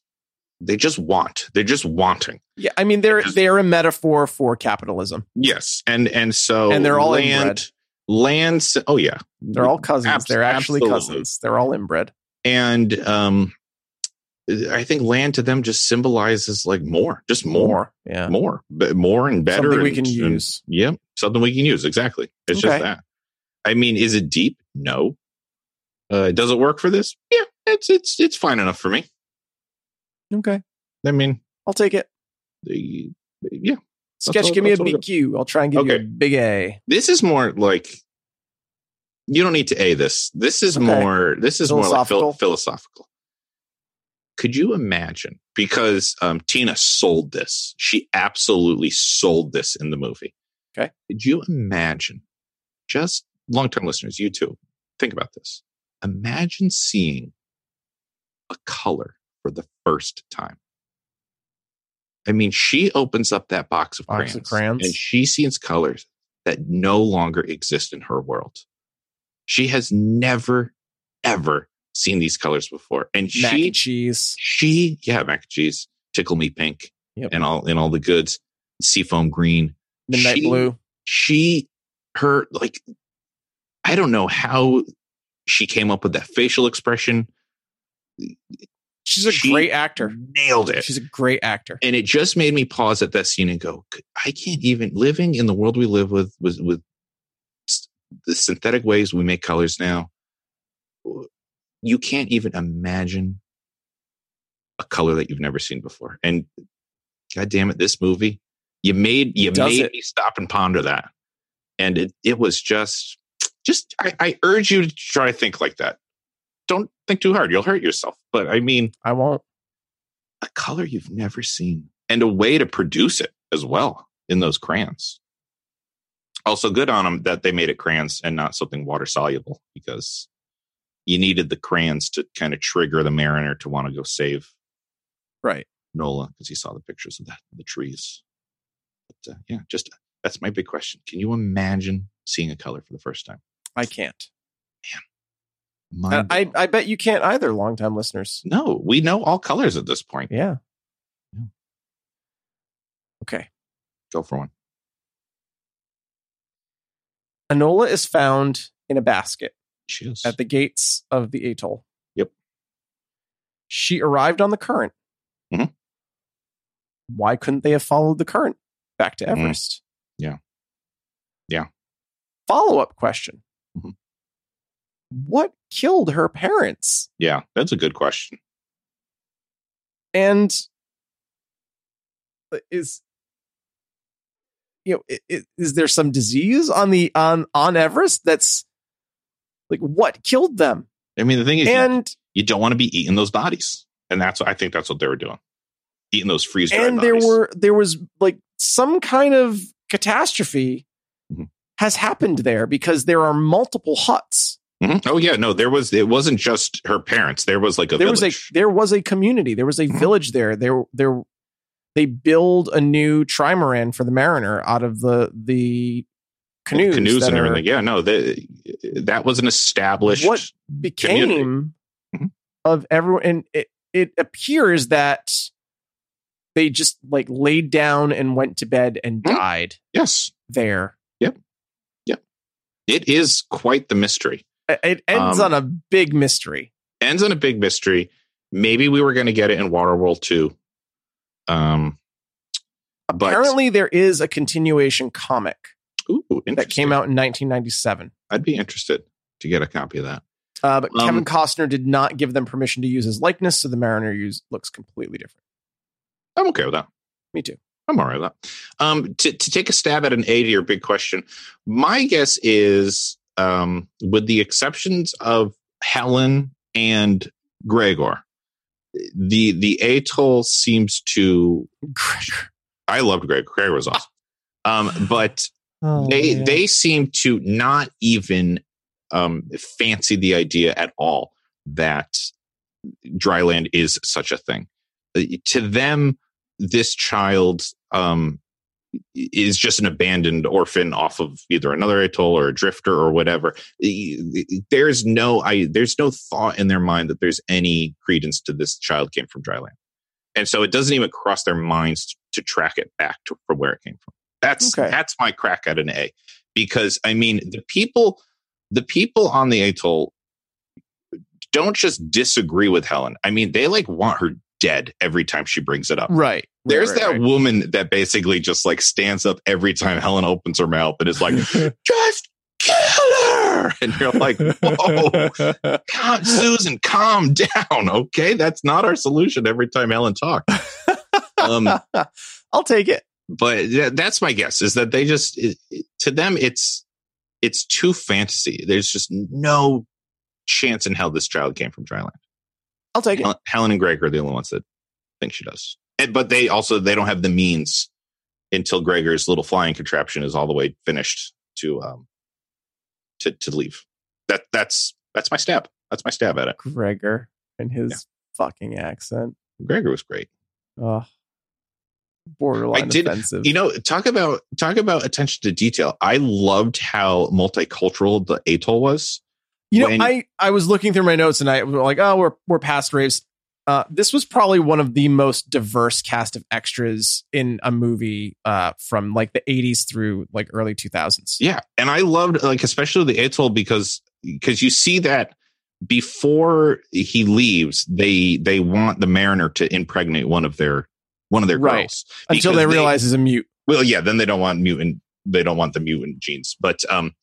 they just want they're just wanting Yeah, I mean they're they're a metaphor for capitalism, yes and and so and they're all inbred. land land oh yeah They're all cousins. Abs- they're actually absolutely. cousins. They're all inbred. and um i think land to them just symbolizes like more just more Yeah. more but more and better Something we and- can and use. Yep. Something we can use. Exactly. It's just Okay. that. I mean, is it deep? No. Uh, does it work for this? Yeah, it's it's it's fine enough for me. Okay. I mean, I'll take it. the- yeah. Sketch, all- give me a that's all we big got. Q. I'll try and give you a Okay. big A. This is more like you don't need to a this. This is Okay. more. This is more like phil- Philosophical? philosophical. Could you imagine? Because um, Tina sold this. She absolutely sold this in the movie. Okay. Could you imagine? Just long-term listeners, you too. Think about this. Imagine seeing a color for the first time. I mean, she opens up that box of, Box crayons, of crayons. and she sees colors that no longer exist in her world. She has never, ever seen these colors before, and Mac she and cheese. she yeah mac and cheese, tickle me pink, Yep. and all and all the goods, seafoam green. Midnight she- blue. She her like I don't know how she came up with that facial expression. She's a she- great actor. Nailed it. She's a great actor. and it just made me pause at that scene and go i can't even living in the world we live with with, with s- the synthetic ways we make colors now you can't even imagine a color that you've never seen before and god damn it this movie you made you Does made it. me stop and ponder that and it, it was just just I, I urge you to try to think like that don't think too hard you'll hurt yourself but i mean I won't. a color you've never seen and a way to produce it as well in those crayons. Also, good on them that they made it crayons and not something water soluble because you needed the crayons to kind of trigger the mariner to want to go save Right. Nola because he saw the pictures of that, the trees. But uh, yeah, just that's my big question. Can you imagine seeing a color for the first time? I can't. Mind And Uh, I, blowing. I bet you can't either, longtime listeners. no, we know all colors at this point. Yeah. Yeah. Okay. Go for one. Anola is found in a basket Cheers. at the gates of the atoll. Yep. She arrived on the current. Mhm. Why couldn't they have followed the current back to Mhm. Everest? Yeah. Yeah. Follow up question Mhm. What killed her parents? yeah, that's a good question. and uh, is you know i- i- is there some disease on the on on Everest that's like what killed them I mean, the thing is, you- and you don't want to be eating those bodies, and that's what I think that's what they were doing, eating those freeze dried and there bodies. were there was like some kind of catastrophe Mhm. has happened there because there are multiple huts Mhm. Oh yeah, no, there was. It wasn't just her parents. There was like a there village. was a there was a community there was a Mhm. village there there there they build a new trimaran for the mariner out of the the canoes, canoes that and are- everything. Yeah, no, they, that was an established. What- became Mhm. of everyone and it, it appears that they just like laid down and went to bed and Mhm. died Yes, there it is quite the mystery. I- it ends Um, on a big mystery Ends on a big mystery. Maybe we were going to get it in Waterworld too. Um, but apparently there is a continuation comic ooh, that interesting. came out in 1997 I'd be interested to get a copy of that. uh, but Um, kevin costner did not give them permission to use his likeness so the mariner use looks completely different I'm okay with that. me too I'm all right with that. Um, to, to take a stab at an A to your big question, my guess is, um, with the exceptions of Helen and Gregor, the the atoll seems to. I loved Greg. Gregor was awesome, um, but Oh, they they seem to not even um, fancy the idea at all that dry land is such a thing. Uh, To them, this child um, is just an abandoned orphan off of either another atoll or a drifter or whatever. There's no I there's no thought in their mind that there's any credence to this child came from dry land. And so it doesn't even cross their minds to, to track it back to from where it came from. That's Okay. that's my crack at an A. Because I mean the people the people on the atoll don't just disagree with Helen. I mean, they like want her dead every time she brings it up. right There's Right, that right, right. woman that basically just like stands up every time Helen opens her mouth and is like, just kill her. And you're like, whoa, calm, Susan, calm down. Okay. That's not our solution every time Helen talks. Um, i'll take it but tha- that's my guess is that they just, it- it- to them, it's, it's too fantasy. There's just no chance in hell this child came from dryland. i'll take it Hel- Helen and Greg are the only ones that think she does. And, but they also they don't have the means until Gregor's little flying contraption is all the way finished to um to to leave. That that's that's my stab. That's my stab at it. Gregor and his fucking accent. Gregor was great. Ugh. Borderline I did- offensive. You know, talk about talk about attention to detail. I loved how multicultural the atoll was. You know, when- I, I was looking through my notes and I was like, oh, we're we're past raves. Uh, this was probably one of the most diverse cast of extras in a movie uh, from like the 80s through like early 2000s. Yeah, and I loved like especially the atoll because because you see that before he leaves, they they want the mariner to impregnate one of their one of their Right. girls Until because they realize he's a mute. Well, yeah, then they don't want mutant. They don't want the mutant genes, but um,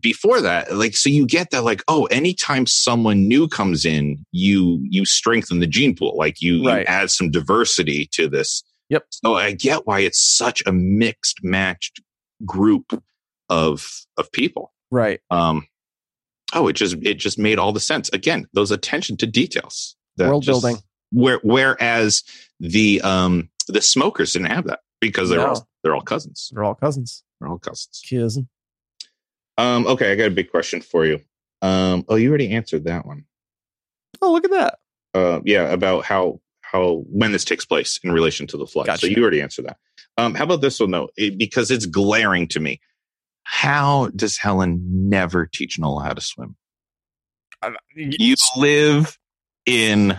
before that, like, so you get that, like, oh, anytime someone new comes in, you you strengthen the gene pool, like you, you Right. add some diversity to this. Yep. So I get why it's such a mixed matched group of of people. Right. Um, oh, it just it just made all the sense. Again, those attention to details, that World just- building. Where whereas the um the smokers didn't have that. because they're No. all they're all cousins. They're all cousins. They're all cousins. Cousin. Um, okay, I got a big question for you. Um, oh, you already answered that one. Oh, look at that. Uh, yeah, about how how when this takes place in relation to the flood. Gotcha. So you already answered that. Um, how about this one though? It, because it's glaring to me. How does Helen never teach Nola how to swim? You live in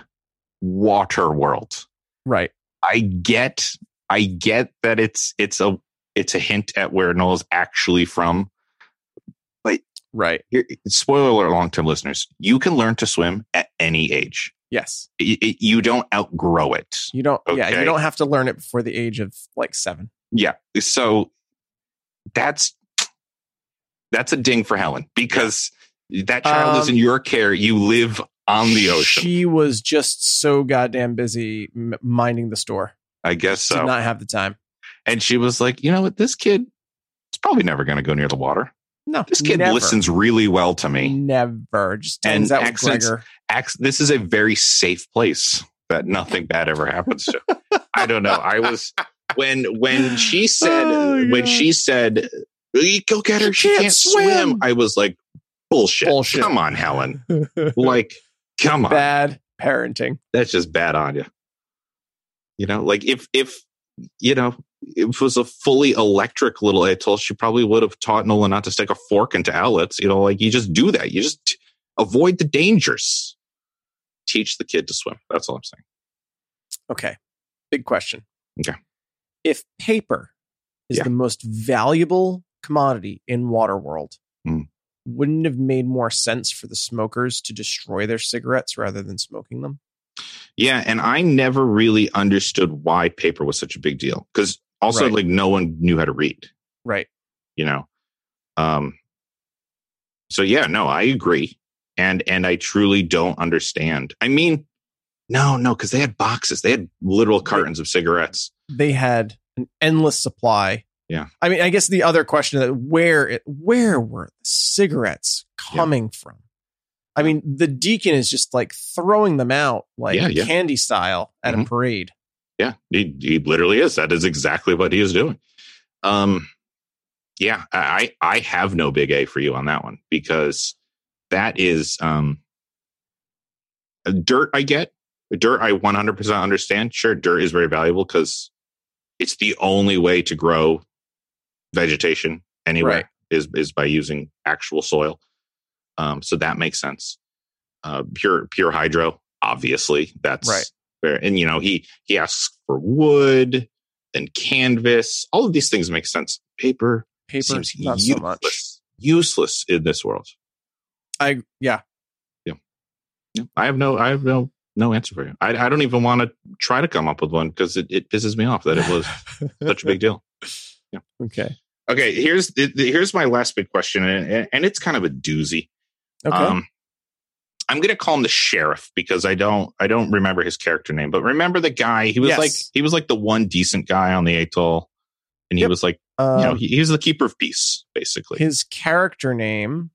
water world. Right. I get I get that it's it's a it's a hint at where Noel's actually from. Right. Here- Spoiler alert, long term listeners, you can learn to swim at any age. Yes. I- I- you don't outgrow it. You don't. Yeah. Okay. You don't have to learn it before the age of like seven. Yeah, so that's that's a ding for Helen because that child is Um, in your care. You live on the ocean. She was just so goddamn busy m- minding the store. I guess so. Did not have the time. and she was like, you know what, this kid is probably never going to go near the water. No. This kid never. listens really well to me. Never. Just And hangs out with accents- Gregor. acts, this is a very safe place that nothing bad ever happens to. I don't know. I was when when she said Oh, when God. she said "You go get her, she, can't, swim. I was like, bullshit. Bullshit. Come on, Helen. Like, come on. Bad parenting. That's just bad on you. You know, like if if you know it was a fully electric little atoll, she probably would have taught Nola not to stick a fork into outlets. You know, like you just do that. You just t- avoid the dangers. Teach the kid to swim. That's all I'm saying. Okay. Big question. Okay. If paper is Yeah. the most valuable commodity in Waterworld, Mm. wouldn't it have made more sense for the smokers to destroy their cigarettes rather than smoking them? Yeah, and I never really understood why paper was such a big deal because also Right. like no one knew how to read. Right. you know um so yeah no i agree and and i truly don't understand i mean no no because they had boxes they had literal cartons of cigarettes They had an endless supply. Yeah. I mean, I guess the other question that where it, where were the cigarettes Yeah. coming from? I mean, the deacon is just like throwing them out like Yeah, yeah. candy style at a Mhm. parade. yeah he, he literally is that is exactly what he is doing um yeah i i have no big a for you on that one because that is um dirt i get dirt i 100% understand sure dirt is very valuable because it's the only way to grow vegetation anywhere Right. is is by using actual soil um so that makes sense uh pure pure hydro obviously that's Right. where and you know he he asks for wood and canvas all of these things make sense paper Paper, seems not useless, so much. useless in this world I yeah. Yeah. I have no, I have no, no answer for you. I, I don't even want to try to come up with one because it, it pisses me off that it was such a big deal. Okay. Okay, here's the- the- here's my last big question, and, and- and it's kind of a doozy. Okay. Um, I'm gonna call him the sheriff because I don't I don't remember his character name, but remember the guy he was Yes. like he was like the one decent guy on the atoll, and he Yep. was like Um, you know he, he was the keeper of peace basically. his character name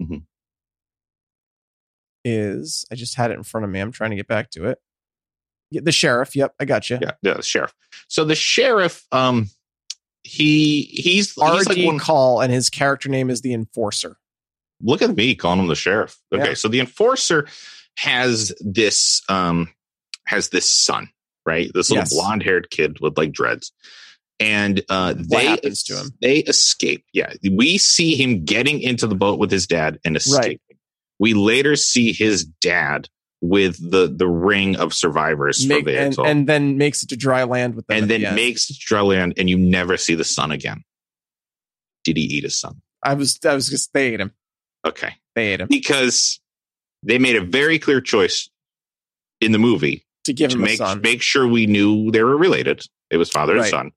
Mhm. is I just had it in front of me. I'm trying to get back to it. Yeah, the sheriff. Yep, I got you. yeah, yeah, the sheriff. So the sheriff, um, he he's, he's RD like one, call and his character name is the enforcer. look at me calling him the sheriff. Okay, Yeah. so the enforcer has this um has this son, right? This little Yes. blonde haired kid with like dreads. And uh they happens to him? They escape. Yeah. We see him getting into the boat with his dad and escaping. We later see his dad with the the ring of survivors Make- for the and, atoll. and then makes it to dry land with them. and at then the end. makes it to dry land and you never see the son again. Did he eat his son? I was I was just they ate him. Okay. They ate him because they made a very clear choice in the movie to give to him a make son. make sure we knew they were related. It was father and Right. son.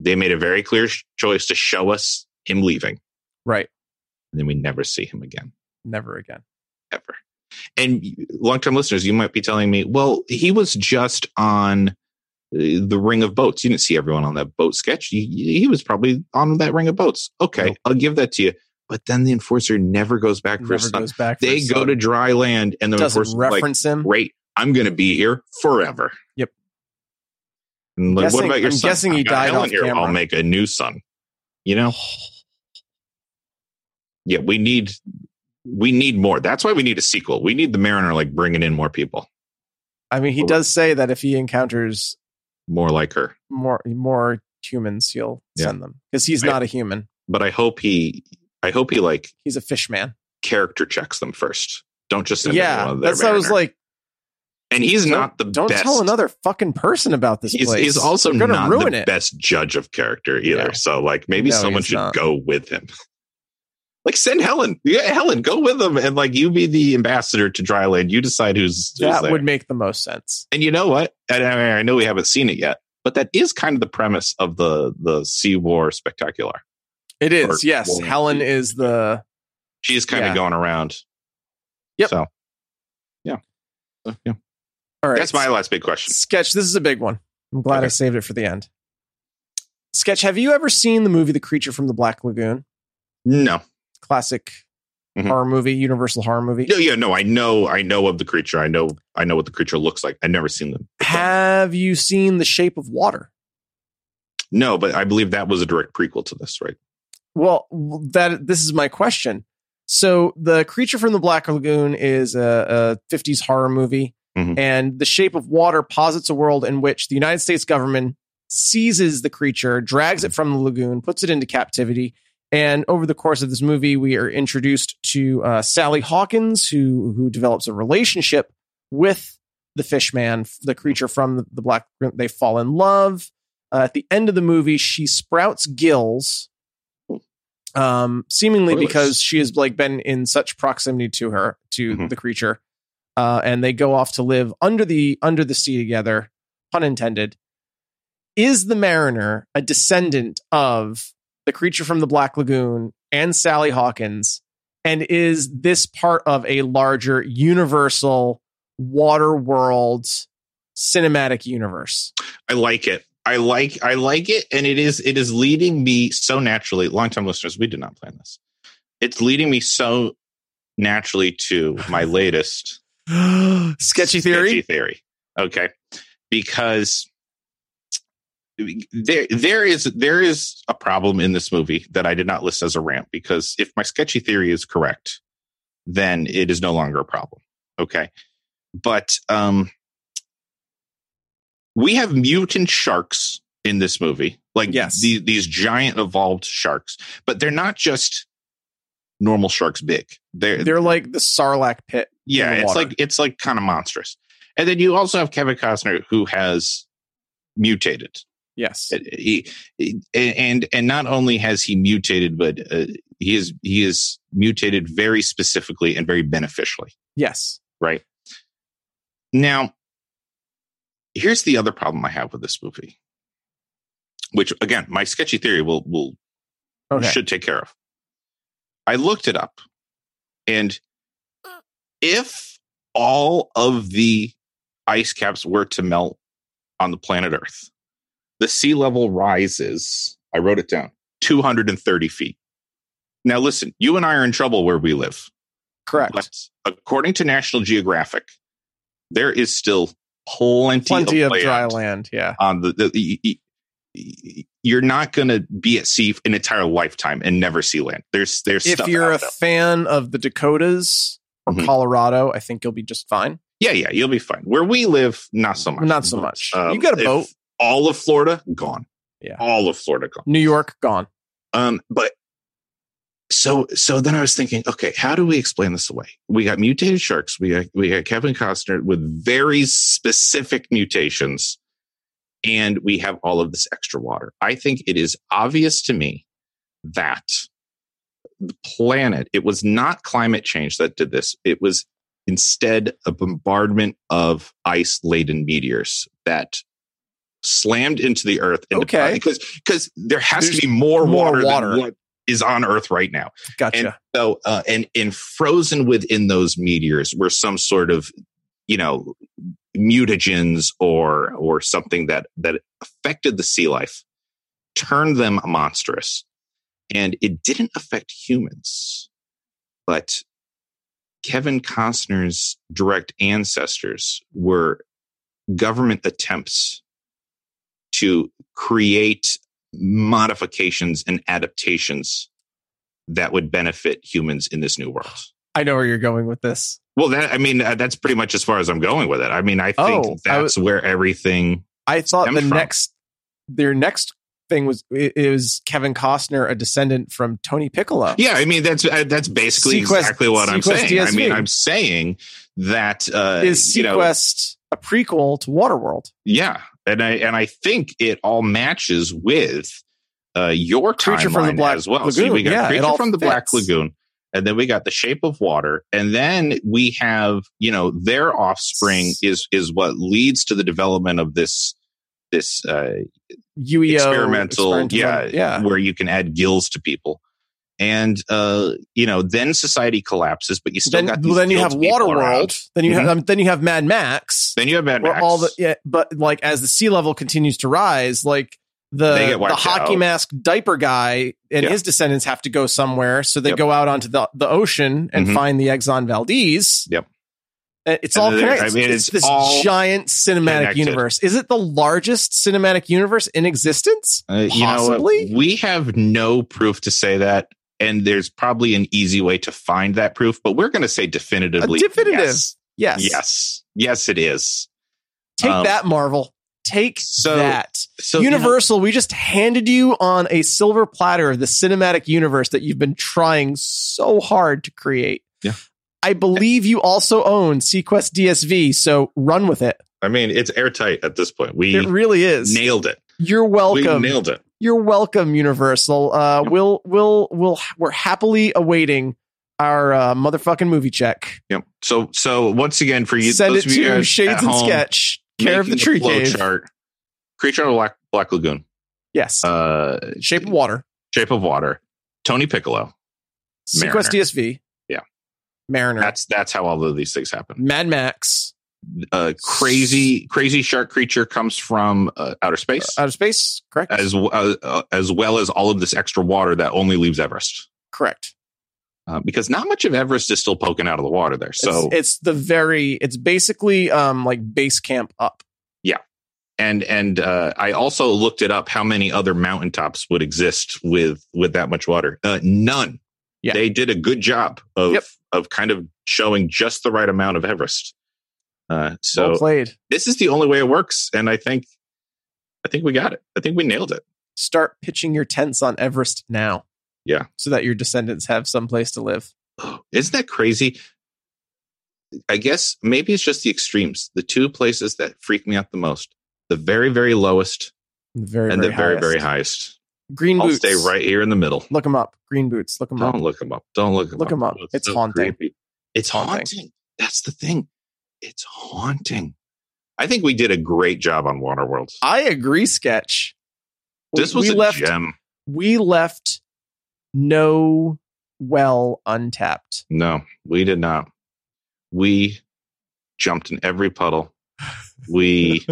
They made a very clear sh- choice to show us him leaving, right. and then we never see him again Never again. ever. And long-term listeners, you might be telling me, "Well, he was just on uh, the Ring of Boats. You didn't see everyone on that boat sketch. He, he was probably on that Ring of Boats." Okay, Nope. I'll give that to you. But then the enforcer never goes back for his Never son. goes back. for They his go son. to dry land, and the doesn't enforcer's like, reference him. great. I'm going to be here forever. Yep. And like, Guessing- what about your I'm son? guessing he "I got died Ellen off here. I'll camera." make a new son. You know? Yeah, we need we need more. That's why we need a sequel. We need the Mariner like bringing in more people, I mean, he does say that if he encounters more like her. more more humans, he'll Yeah. send them because he's I- not a human. But I hope he I hope he like He's a fish man. character checks them first. Don't just send yeah, Yeah, anyone there. that's what I was Mariner. like. And he's don't- not the Don't best. tell another fucking person about this He's, place. he's also They're gonna not ruin the it. best judge of character either. Yeah. So like maybe No, someone he's should not. go with him. Like send Helen, yeah, Helen, go with him, and like you be the ambassador to Dryland. You decide who's, who's That there. would make the most sense. and you know what? And I, I know we haven't seen it yet, but that is kind of the premise of the the Sea War Spectacular. It Or- is. Yes, or- Helen is the. She's kind Yeah. of going around. Yep. Uh, So, yeah, So, yeah. All right, That's my last big question. sketch. This is a big one. I'm glad I Okay. saved it for the end. Sketch. Have you ever seen the movie The Creature from the Black Lagoon? No, Classic Mhm. horror movie, Universal horror movie. no, yeah, no. I know, I know of the creature. I know, I know what the creature looks like. I've never seen them. Have you seen The Shape of Water? No, but I believe that was a direct prequel to this, right? Well, that this is my question. So the creature from the Black Lagoon is a, a 50s horror movie, Mhm. and The Shape of Water posits a world in which the United States government seizes the creature, drags it from the lagoon, puts it into captivity. And over the course of this movie, we are introduced to uh, Sally Hawkins, who who develops a relationship with the fish man, the creature from the, the Black. Lagoon. They fall in love. Uh, at the end of the movie, she sprouts gills, um, seemingly Spoilers. because she has like been in such proximity to her to Mhm. the creature, uh, and they go off to live under the under the sea together. Pun intended. Is the Mariner a descendant of the creature from the Black Lagoon and Sally Hawkins? And is this part of a larger universal water world cinematic universe? I like it. I like I like it, and it is it is leading me so naturally. Longtime listeners, we did not plan this. It's leading me so naturally to my latest sketchy theory. Sketchy theory. Okay, because there there is there is a problem in this movie that I did not list as a rant because if my sketchy theory is correct, then it is no longer a problem. Okay, but um, we have mutant sharks in this movie, like Yes. the- these giant evolved sharks, but they're not just normal sharks big. They're They're like the Sarlacc pit. yeah in the it's water. like it's like kind of monstrous and then you also have kevin costner who has mutated Uh, Yes. He- he- and and not only has he mutated but uh, he is he is mutated very specifically and very beneficially yes. now here's the other problem i have with this movie which again my sketchy theory will will Oh, Okay. should take care of. I looked it up. And if all of the ice caps were to melt on the planet Earth, the sea level rises, I wrote it down, 230 feet. Now, listen, you and I are in trouble where we live. Correct. But according to National Geographic, there is still plenty, Plenty of, of, land dry land. Yeah. on the, the, the- y- y- you're not going to be at sea an entire lifetime and never see land. There's there's If stuff you're out a there. fan of the Dakotas or Mhm. Colorado, I think you'll be just fine. yeah yeah you'll be fine. Where we live, not so much. Not so much. Um, you got a if boat. All of Florida gone. Yeah. all of Florida gone. New York gone. Um, but so so then I was thinking, okay, how do we explain this away? We got mutated sharks. We got we got Kevin Costner with very specific mutations, and we have all of this extra water. I think it is obvious to me that the planet it was not climate change that did this. It was instead a bombardment of ice laden meteors that slammed into the earth and Okay. because because there has There's to be more, more water, water. than what is on Earth right now. Gotcha. And so, uh, and and frozen within those meteors were some sort of, you know, mutagens or or something that that affected the sea life, turned them monstrous, and it didn't affect humans, but Kevin Costner's direct ancestors were government attempts to create modifications and adaptations that would benefit humans in this new world. I know where you're going with this. Well, that I mean, uh, that's pretty much as far as I'm going with it. I mean, I think Oh, I that's where everything. I thought stemmed the from. next their next thing was i- is Kevin Costner a descendant from Tony Piccolo? Yeah, I mean, that's uh, that's basically Sequest- exactly what I'm Sequest saying. I DSV. mean, I'm saying that uh, is you know, Sequest a prequel to Waterworld? yeah, and I and I think it all matches with uh, your Creature timeline from the Black as well. so Lagoon, we got yeah, it Creature all from the Black fits. Lagoon, and then we got The Shape of Water, and then we have you know their offspring is is what leads to the development of this this uh, UEO experimental, yeah, E yeah. where you can add gills to people. And uh, you know, then society collapses, but you still Then, got these well, then you have guilds people around. Waterworld. Then you have Mhm. um, then you have Mad Max. Then you have Mad where Max. all the yeah, but like as the sea level continues to rise, like the They get the wiped hockey out. mask diaper guy and Yeah. his descendants have to go somewhere, so they Yep. go out onto the the ocean and Mhm. find the Exxon Valdez. Yep. And It's And all then there- connected. I mean, it's, it's this all giant cinematic connected. universe. Is it the largest cinematic universe in existence? Uh, you know, what? Possibly? we have no proof to say that, and there's probably an easy way to find that proof, but we're going to say definitively, A definitive. yes, Yes. yes, yes, it is. Take Um, that, Marvel. Take So- that. So you know, Universal, we just handed you on a silver platter of the cinematic universe that you've been trying so hard to create. Yeah. I believe you also own Sequest DSV, so run with it. I mean, it's airtight at this point. We It really is. nailed it. You're welcome. We nailed it. You're welcome, Universal. Uh, we'll we'll we'll we're happily awaiting our uh, motherfucking movie check. Yep. So, so once again, for you, Send it those of you to guys at Shades and home, Sketch, care of the making tree flow cave. chart. Creature of Black, Black Lagoon. Yes, Uh, Shape of Water, Shape of Water. Tony Piccolo. Mariner. Sequest DSV, Yeah. Mariner, That's that's how all of these things happen. Mad Max, Uh, crazy crazy shark creature comes from uh, outer space out of space. Correct. as w- uh, uh, as well as all of this extra water that only leaves Everest. correct. Uh, because not much of Everest is still poking out of the water there. So it's, it's the very. It's basically um like base camp up. and and uh, I also looked it up how many other mountaintops would exist with with that much water. Uh, none. Yeah. They did a good job of Yep. of kind of showing just the right amount of Everest. Uh, so well played. this is the only way it works, and I think I think we got it. I think we nailed it. Start pitching your tents on Everest now. Yeah. So that your descendants have some place to live. Isn't that crazy? I guess maybe it's just the extremes. The two places that freak me out the most: the very very lowest The very and very the very highest. very highest. green I'll boots. stay right Oh. here in the middle. Look them up. Green boots. Look them Don't up. look him up. Don't look him Look up. 'em up. It's haunting. creepy. It's Haunting. haunting. That's the thing. It's haunting. I think we did a great job on Waterworld. I agree. Sketch. This Uh, We- was we a left. gem. We left no well untapped. No, we did not. We jumped in every puddle. We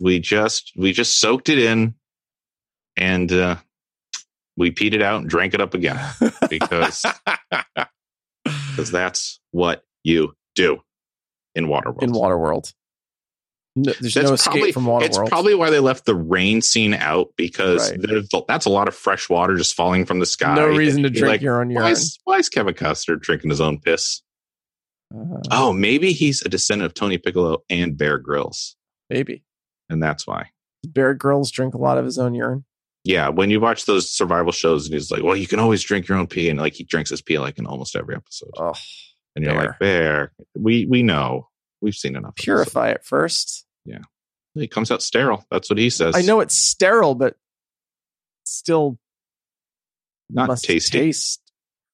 we just we just soaked it in, and uh, we peed it out and drank it up again because because that's what you do in Waterworld. in Waterworld. No, there's no escape probably, from Waterworld. It's probably why they left the rain scene out because Right. there's that's a lot of fresh water just falling from the sky. no reason to You're drink like, your own why urine. is, why is Kevin Costner drinking his own piss? Uh, Oh, maybe he's a descendant of Tony Piccolo and Bear Grylls, maybe and that's why. Bear Grylls drink a lot of his own urine. Yeah, when you watch those survival shows, and he's like, "Well, you can always drink your own pee," and like he drinks his pee like in almost every episode, Oh, and you're Bear. like, "Bear, we we know, we've seen enough." of this." purify it first. He comes out sterile. That's what he says. I know it's sterile, but still not must tasty. taste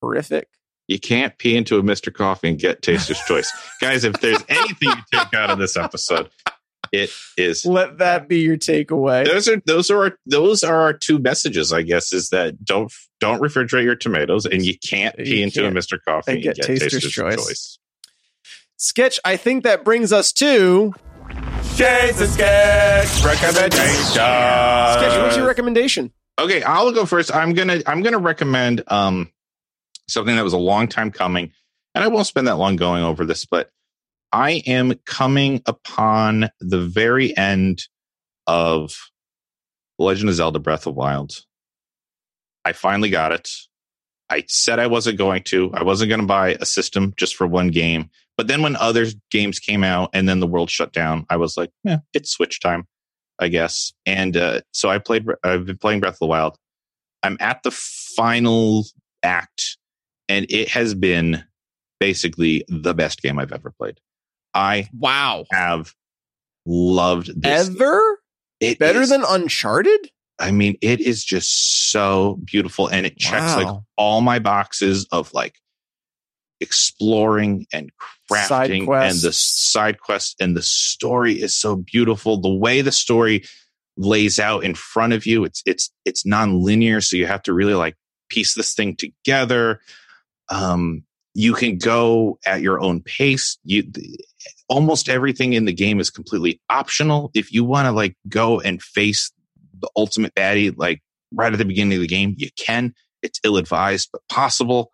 horrific. You can't pee into a Mr. Coffee and get Taster's Choice. Guys, if there's anything you take out of this episode, it is Let that be your takeaway. those are those are our, those are our two messages, I guess, is that don't don't refrigerate your tomatoes and you can't You pee into can't. a Mr. Coffee And and get get, Taster's Taster's, Choice. Choice. Sketch. I think that brings us to Shades and Sketch recommendations. Sketch. Uh, What's your recommendation? Okay, I'll go first. I'm gonna I'm gonna recommend um something that was a long time coming, and I won't spend that long going over this, but I am coming upon the very end of Legend of Zelda Breath of the Wild. I finally got it. I said I wasn't going to. I wasn't going to buy a system just for one game. But then when other games came out and then the world shut down, I was like, yeah, it's Switch time, I guess. And uh, so I played. I've been playing Breath of the Wild. I'm at the final act, and it has been basically the best game I've ever played. I Wow. have loved this. Ever? It Better is- than Uncharted? I mean, it is just so beautiful and it checks like Wow. all my boxes of like exploring and Side crafting and quests. the side quest and the story is so beautiful. The way the story lays out in front of you, it's it's it's non-linear, so you have to really like piece this thing together. Um you can go at your own pace. You th- almost everything in the game is completely optional. If you want to like go and face the ultimate baddie like right at the beginning of the game, you can. It's ill advised but possible.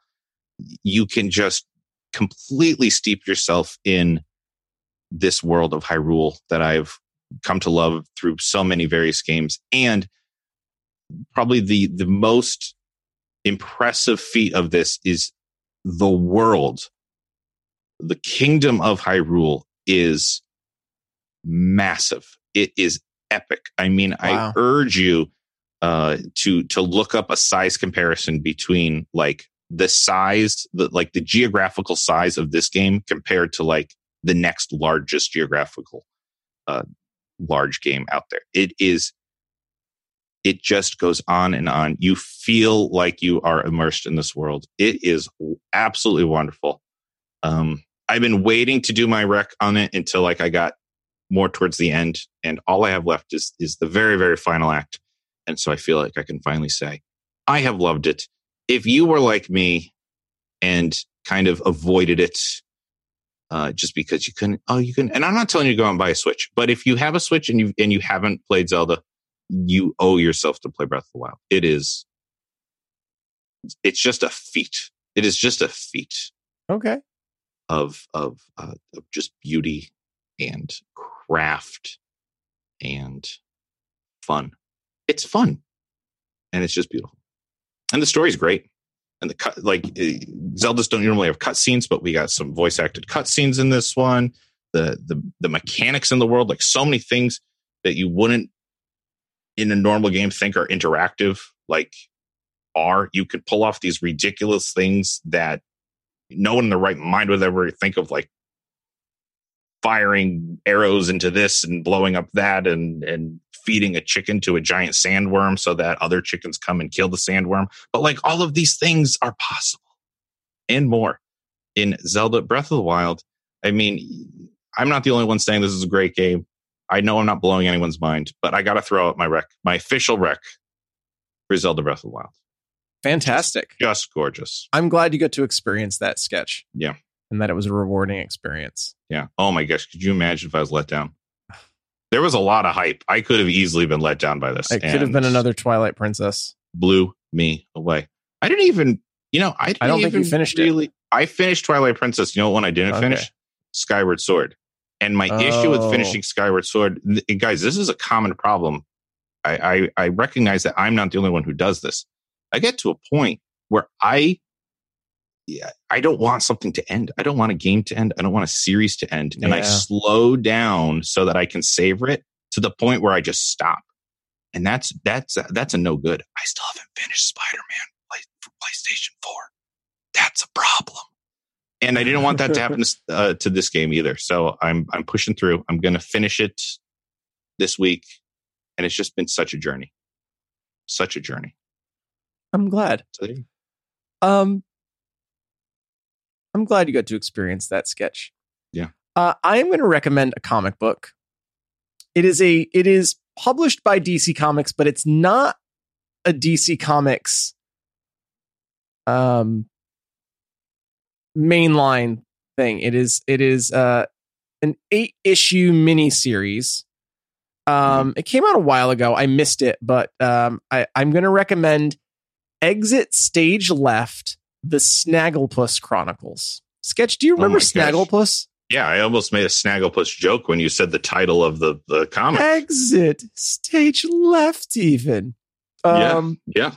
You can just completely steep yourself in this world of Hyrule that I've come to love through so many various games and probably the the most impressive feat of this is the world the kingdom of Hyrule is massive it is epic i mean i Wow. urge you uh to to look up a size comparison between like the size the like the geographical size of this game compared to like the next largest geographical uh large game out there it is it just goes on and on you feel like you are immersed in this world it is absolutely wonderful um i've been waiting to do my rec on it until like i got more towards the end and all i have left is is the very very final act and so i feel like i can finally say i have loved it if you were like me and kind of avoided it uh, just because you couldn't oh you can and i'm not telling you to go out and buy a switch but if you have a switch and you and you haven't played zelda you owe yourself to play breath of the wild it is it's just a feat it is just a feat Okay. of of uh, of just beauty and craft and fun. It's fun, and it's just beautiful. And the story's great. And the cut, like eh, Zelda's don't normally have cutscenes, but we got some voice acted cutscenes in this one. The the the mechanics in the world, like so many things that you wouldn't in a normal game think are interactive, like are you could pull off these ridiculous things that no one in their right mind would ever think of like firing arrows into this and blowing up that and and feeding a chicken to a giant sandworm so that other chickens come and kill the sandworm but like all of these things are possible and more in Zelda Breath of the Wild I mean I'm not the only one saying this is a great game I know I'm not blowing anyone's mind but I got to throw out my rec my official rec for Zelda Breath of the Wild Fantastic. just gorgeous I'm glad you got to experience that sketch. Yeah. And that it was a rewarding experience. Yeah. Oh my gosh. Could you imagine if I was let down? There was a lot of hype. I could have easily been let down by this. It could have and been another Twilight Princess. Blew me away. I didn't even, you know, I, didn't I don't think you even finished it. really, I finished Twilight Princess. You know what one I didn't Okay. finish? Skyward Sword. And my issue with Oh. finishing Skyward Sword, th- guys, this is a common problem. I, I, I recognize that I'm not the only one who does this. I get to a point where I, yeah, I don't want something to end. I don't want a game to end. I don't want a series to end. And I Yeah. slow down so that I can savor it to the point where I just stop. And that's that's that's a no good. I still haven't finished Spider Man play, for PlayStation Four. That's a problem. And I didn't want that to happen uh, to this game either. So I'm I'm pushing through. I'm going to finish it this week, and it's just been such a journey, such a journey. I'm glad. So there you Um, I'm glad you got to experience that sketch. Yeah. Uh, I am going to recommend a comic book. It is a it is published by DC Comics, but it's not a DC Comics um mainline thing. It is it is uh an eight issue mini series. Um, Mm-hmm. it came out a while ago. I missed it, but um, I, I'm going to recommend exit stage left the snagglepuss chronicles sketch do you Oh my remember gosh. snagglepuss Yeah, I almost made a snagglepuss joke when you said the title of the the comic. Exit stage left, even. Um, Yeah,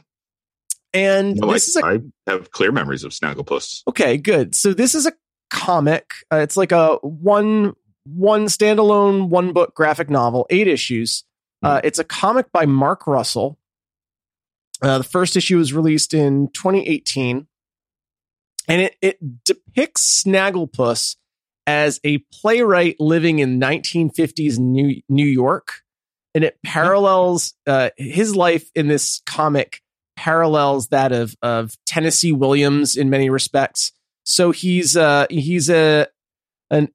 And no, I this is a I have clear memories of snagglepuss. Okay, good. So this is a comic. Uh, it's like a one one standalone one book graphic novel, eight issues. Uh, it's a comic by Mark Russell. Uh, the first issue was released in 2018, and it, it depicts Snagglepuss as a playwright living in 1950s New New York, and it parallels uh, his life in this comic parallels that of of Tennessee Williams in many respects. So he's uh he's a an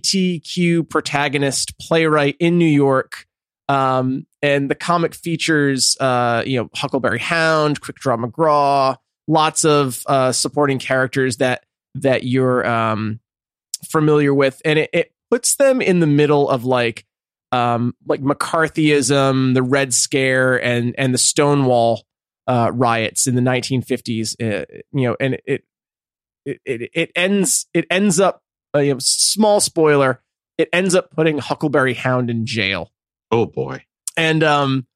LGBTQ protagonist playwright in New York. Um, and the comic features uh, you know Huckleberry Hound, Quick Draw McGraw, lots of uh, supporting characters that that you're um, familiar with, and it, it puts them in the middle of like um, like McCarthyism, the Red Scare, and and the Stonewall uh, riots in the 1950s. Uh, you know, and it it it, it ends it ends up uh, you know, small spoiler. It ends up putting Huckleberry Hound in jail, Oh boy, and um,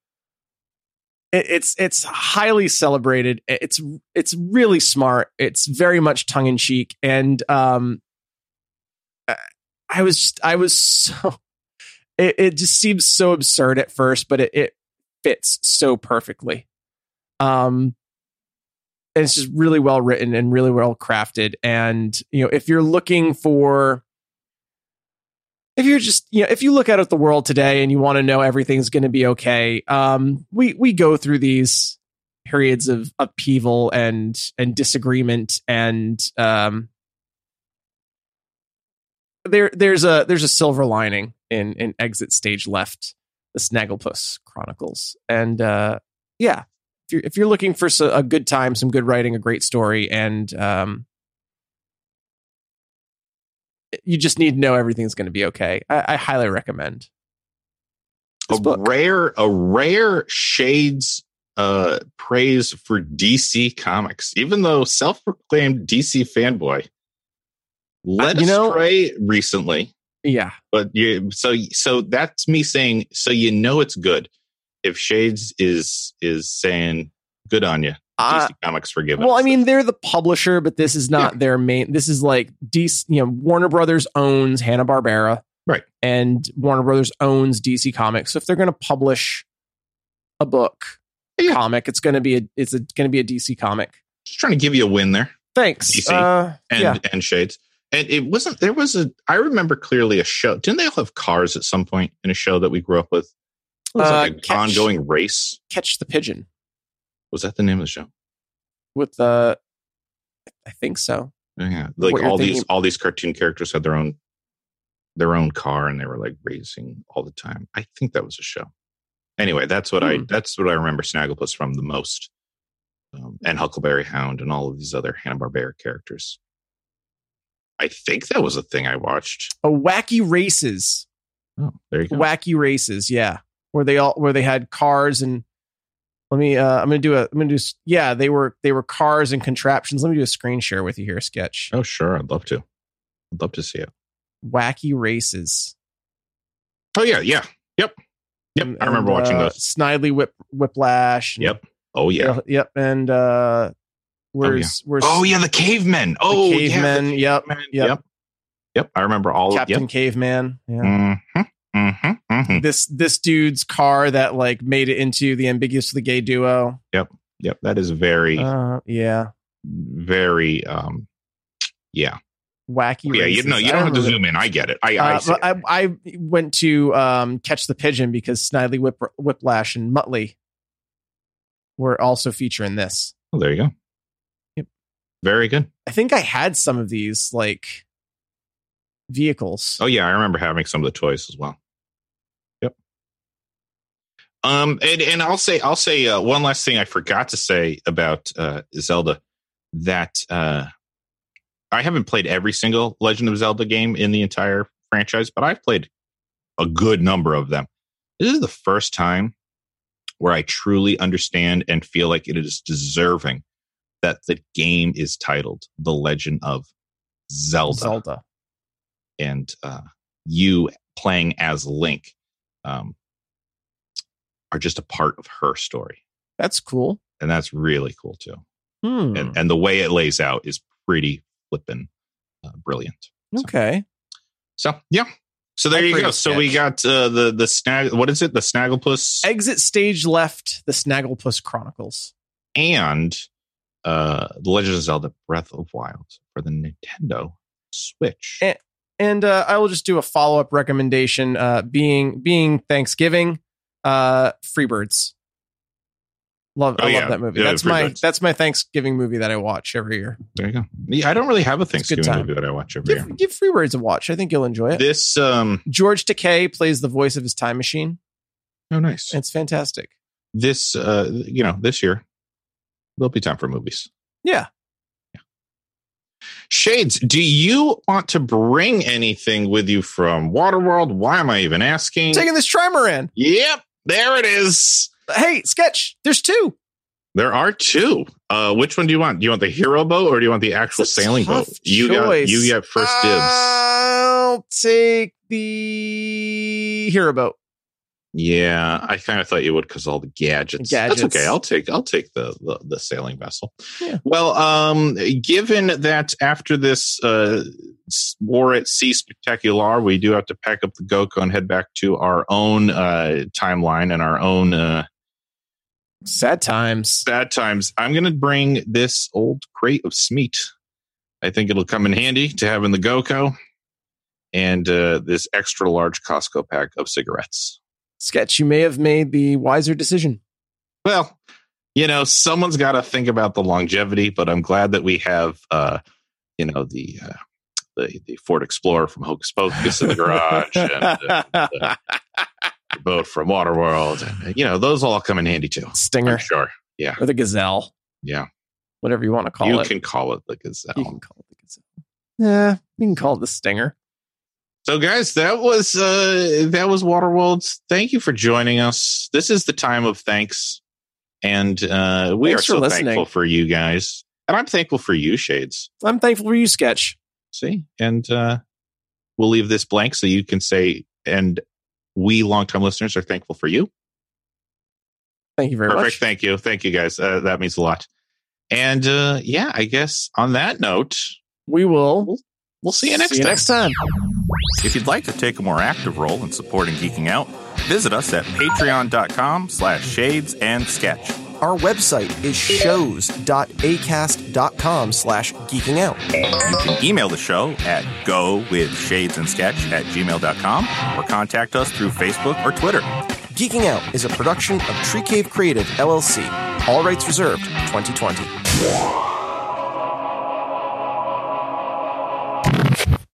it, it's it's highly celebrated. It's it's really smart. It's very much tongue in cheek, and um, I- I was just, I was so it, it just seems so absurd at first, but it, it fits so perfectly. Um, and it's just really well written and really well crafted. And you know, if you're looking for, if you're just you know, if you look out at the world today and you want to know everything's going to be okay, um, we we go through these periods of upheaval and and disagreement and um there there's a there's a silver lining in in exit stage left the snagglepuss chronicles and uh yeah if you're if you're looking for so, a good time some good writing a great story and um you just need to know everything's going to be okay I, I highly recommend this a book. rare a rare shades uh praise for DC Comics, even though self proclaimed DC fanboy led you know- astray recently. yeah But you so so that's me saying so you know it's good if Shades is is saying good on you. I- DC Comics forgiven. Uh, Well, I mean, they're the publisher, but this is not their main. This is like DC. You know, Warner Brothers owns Hanna Barbera, Right. And Warner Brothers owns DC Comics. So if they're going to publish a book, Yeah. comic, it's going to be a it's a, going to be a DC comic. just trying to give you a win there. Thanks. DC. Uh, and yeah. and shades. And it wasn't there was a I remember clearly a show. Didn't they all have cars at some point in a show that we grew up with? It was like Uh, an catch, ongoing race. Catch the pigeon Was that the name of the show? with uh, I think so. Yeah. Like What you're all these thinking- all these cartoon characters had their own their own car and they were like racing all the time. I think that was a show. Anyway, that's what I Hmm. that's what I remember Snagglepuss from the most. Um, and Huckleberry Hound and all of these other Hanna Barbera characters. I think that was a thing I watched. A wacky races. Oh, there you go. wacky races yeah where they all where they had cars and let me uh i'm gonna do a i'm gonna do s- yeah they were they were cars and contraptions let me do a screen share with you here sketch Oh, sure. I'd love to. I'd love to see it. wacky races Oh, yeah. Yeah. Yep. Yep. And- I remember and, watching uh, those. snidely whip whiplash and- Yep. Oh, yeah. yep and uh where's where's Oh, yeah. The cavemen. the Oh, cavemen yeah. yep the cavemen. yep, Yep. Yep. I remember all of captain yep. caveman yeah Mm-hmm. Mm-hmm. Mm-hmm. this this dude's car that like made it into the ambiguously gay duo Yep. That is very, uh yeah very, um, yeah. wacky Oh, Yeah. You races. know, you I don't have to remember- zoom in. I get it. I, I, Uh, see but it. I, I went to um, catch the pigeon because Snidely Whip, Whiplash and Muttley were also featuring this. oh, there you go. Yep. Very good. I think I had some of these like vehicles. Oh yeah, I remember having some of the toys as well. Yep. Um, and and I'll say I'll say uh, one last thing I forgot to say about uh, Zelda that uh, I haven't played every single Legend of Zelda game in the entire franchise, but I've played a good number of them. This is the first time where I truly understand and feel like it is deserving Oh, that the game is titled The Legend of Zelda. and uh, you playing as Link um, are just a part of her story, That's cool. and that's really cool too. Hmm. And, and the way it lays out is pretty flippin' uh, brilliant. okay. So yeah. So there I'll you create go. a So we got uh, the the snag. What is it? The Snagglepuss Exit stage left. The Snagglepuss Chronicles. and uh, the Legend of Zelda: Breath of Wild for the Nintendo Switch. Eh. And uh, I will just do a follow up recommendation. Uh, being being Thanksgiving, uh, Freebirds. Love Oh, I yeah. love that movie. Yeah, that's my Freebirds. that's my Thanksgiving movie that I watch every year. There you go. Yeah, I don't really have a a good Thanksgiving time. Eh. movie that I watch every year. Give, give Freebirds a watch. I think you'll enjoy it. This um George Takei plays the voice of his time machine. oh nice. It's fantastic. This uh you know this year there'll be time for movies. Yeah. Shades, do you want to bring anything with you from Waterworld? Why am I even asking? Taking this trimaran. yep, there it is. Hey, sketch. There's two. There are two. Uh, which one do you want? Do you want the hero boat or do you want the actual It's a sailing tough boat? You got choice. Uh, you get first dibs. I'll take the hero boat. Yeah, I kind of thought you would because all the gadgets. That's Gadgets. okay. I'll take I'll take the the, the sailing vessel. Yeah. Well, um, given that after this uh, s- war at sea spectacular, we do have to pack up the Goko and head back to our own uh, timeline and our own uh, Sad times. sad times. I'm going to bring this old crate of Smeat. I think it'll come in handy to have in the GoCo and uh, this extra large Costco pack of cigarettes. Sketch, you may have made the wiser decision. Well, you know, someone's got to think about the longevity, but I'm glad that we have, uh, you know, the, uh, the the Ford Explorer from Hocus Pocus in the garage and uh, the boat from Waterworld. And, you know, those all come in handy too. I'm Stinger sure. or the gazelle, Yeah. whatever you want to call you it. can call it the Gazelle. you can call it the gazelle. Yeah, you can call it the stinger. So, guys, that was uh that was Waterworld. Thank you for joining us. This is the time of thanks, and uh we are Thanks for so listening. thankful for you guys, and I'm thankful for you, Shades. I'm thankful for you, Sketch. See, and uh we'll leave this blank so you can say, and we longtime listeners are thankful for you. Thank you very Perfect. much. Thank you, thank you, guys. Uh, that means a lot. And uh yeah, I guess on that note, We will. we'll see you next See you time. next time. If you'd like to take a more active role in supporting Geeking Out, visit us at patreon.com slash shades and sketch. Our website is shows.acast.com slash geeking out. You can email the show at go with shades and sketch at gmail.com or contact us through Facebook or Twitter. Geeking Out is a production of Tree Cave Creative, LLC. All rights reserved, 2020.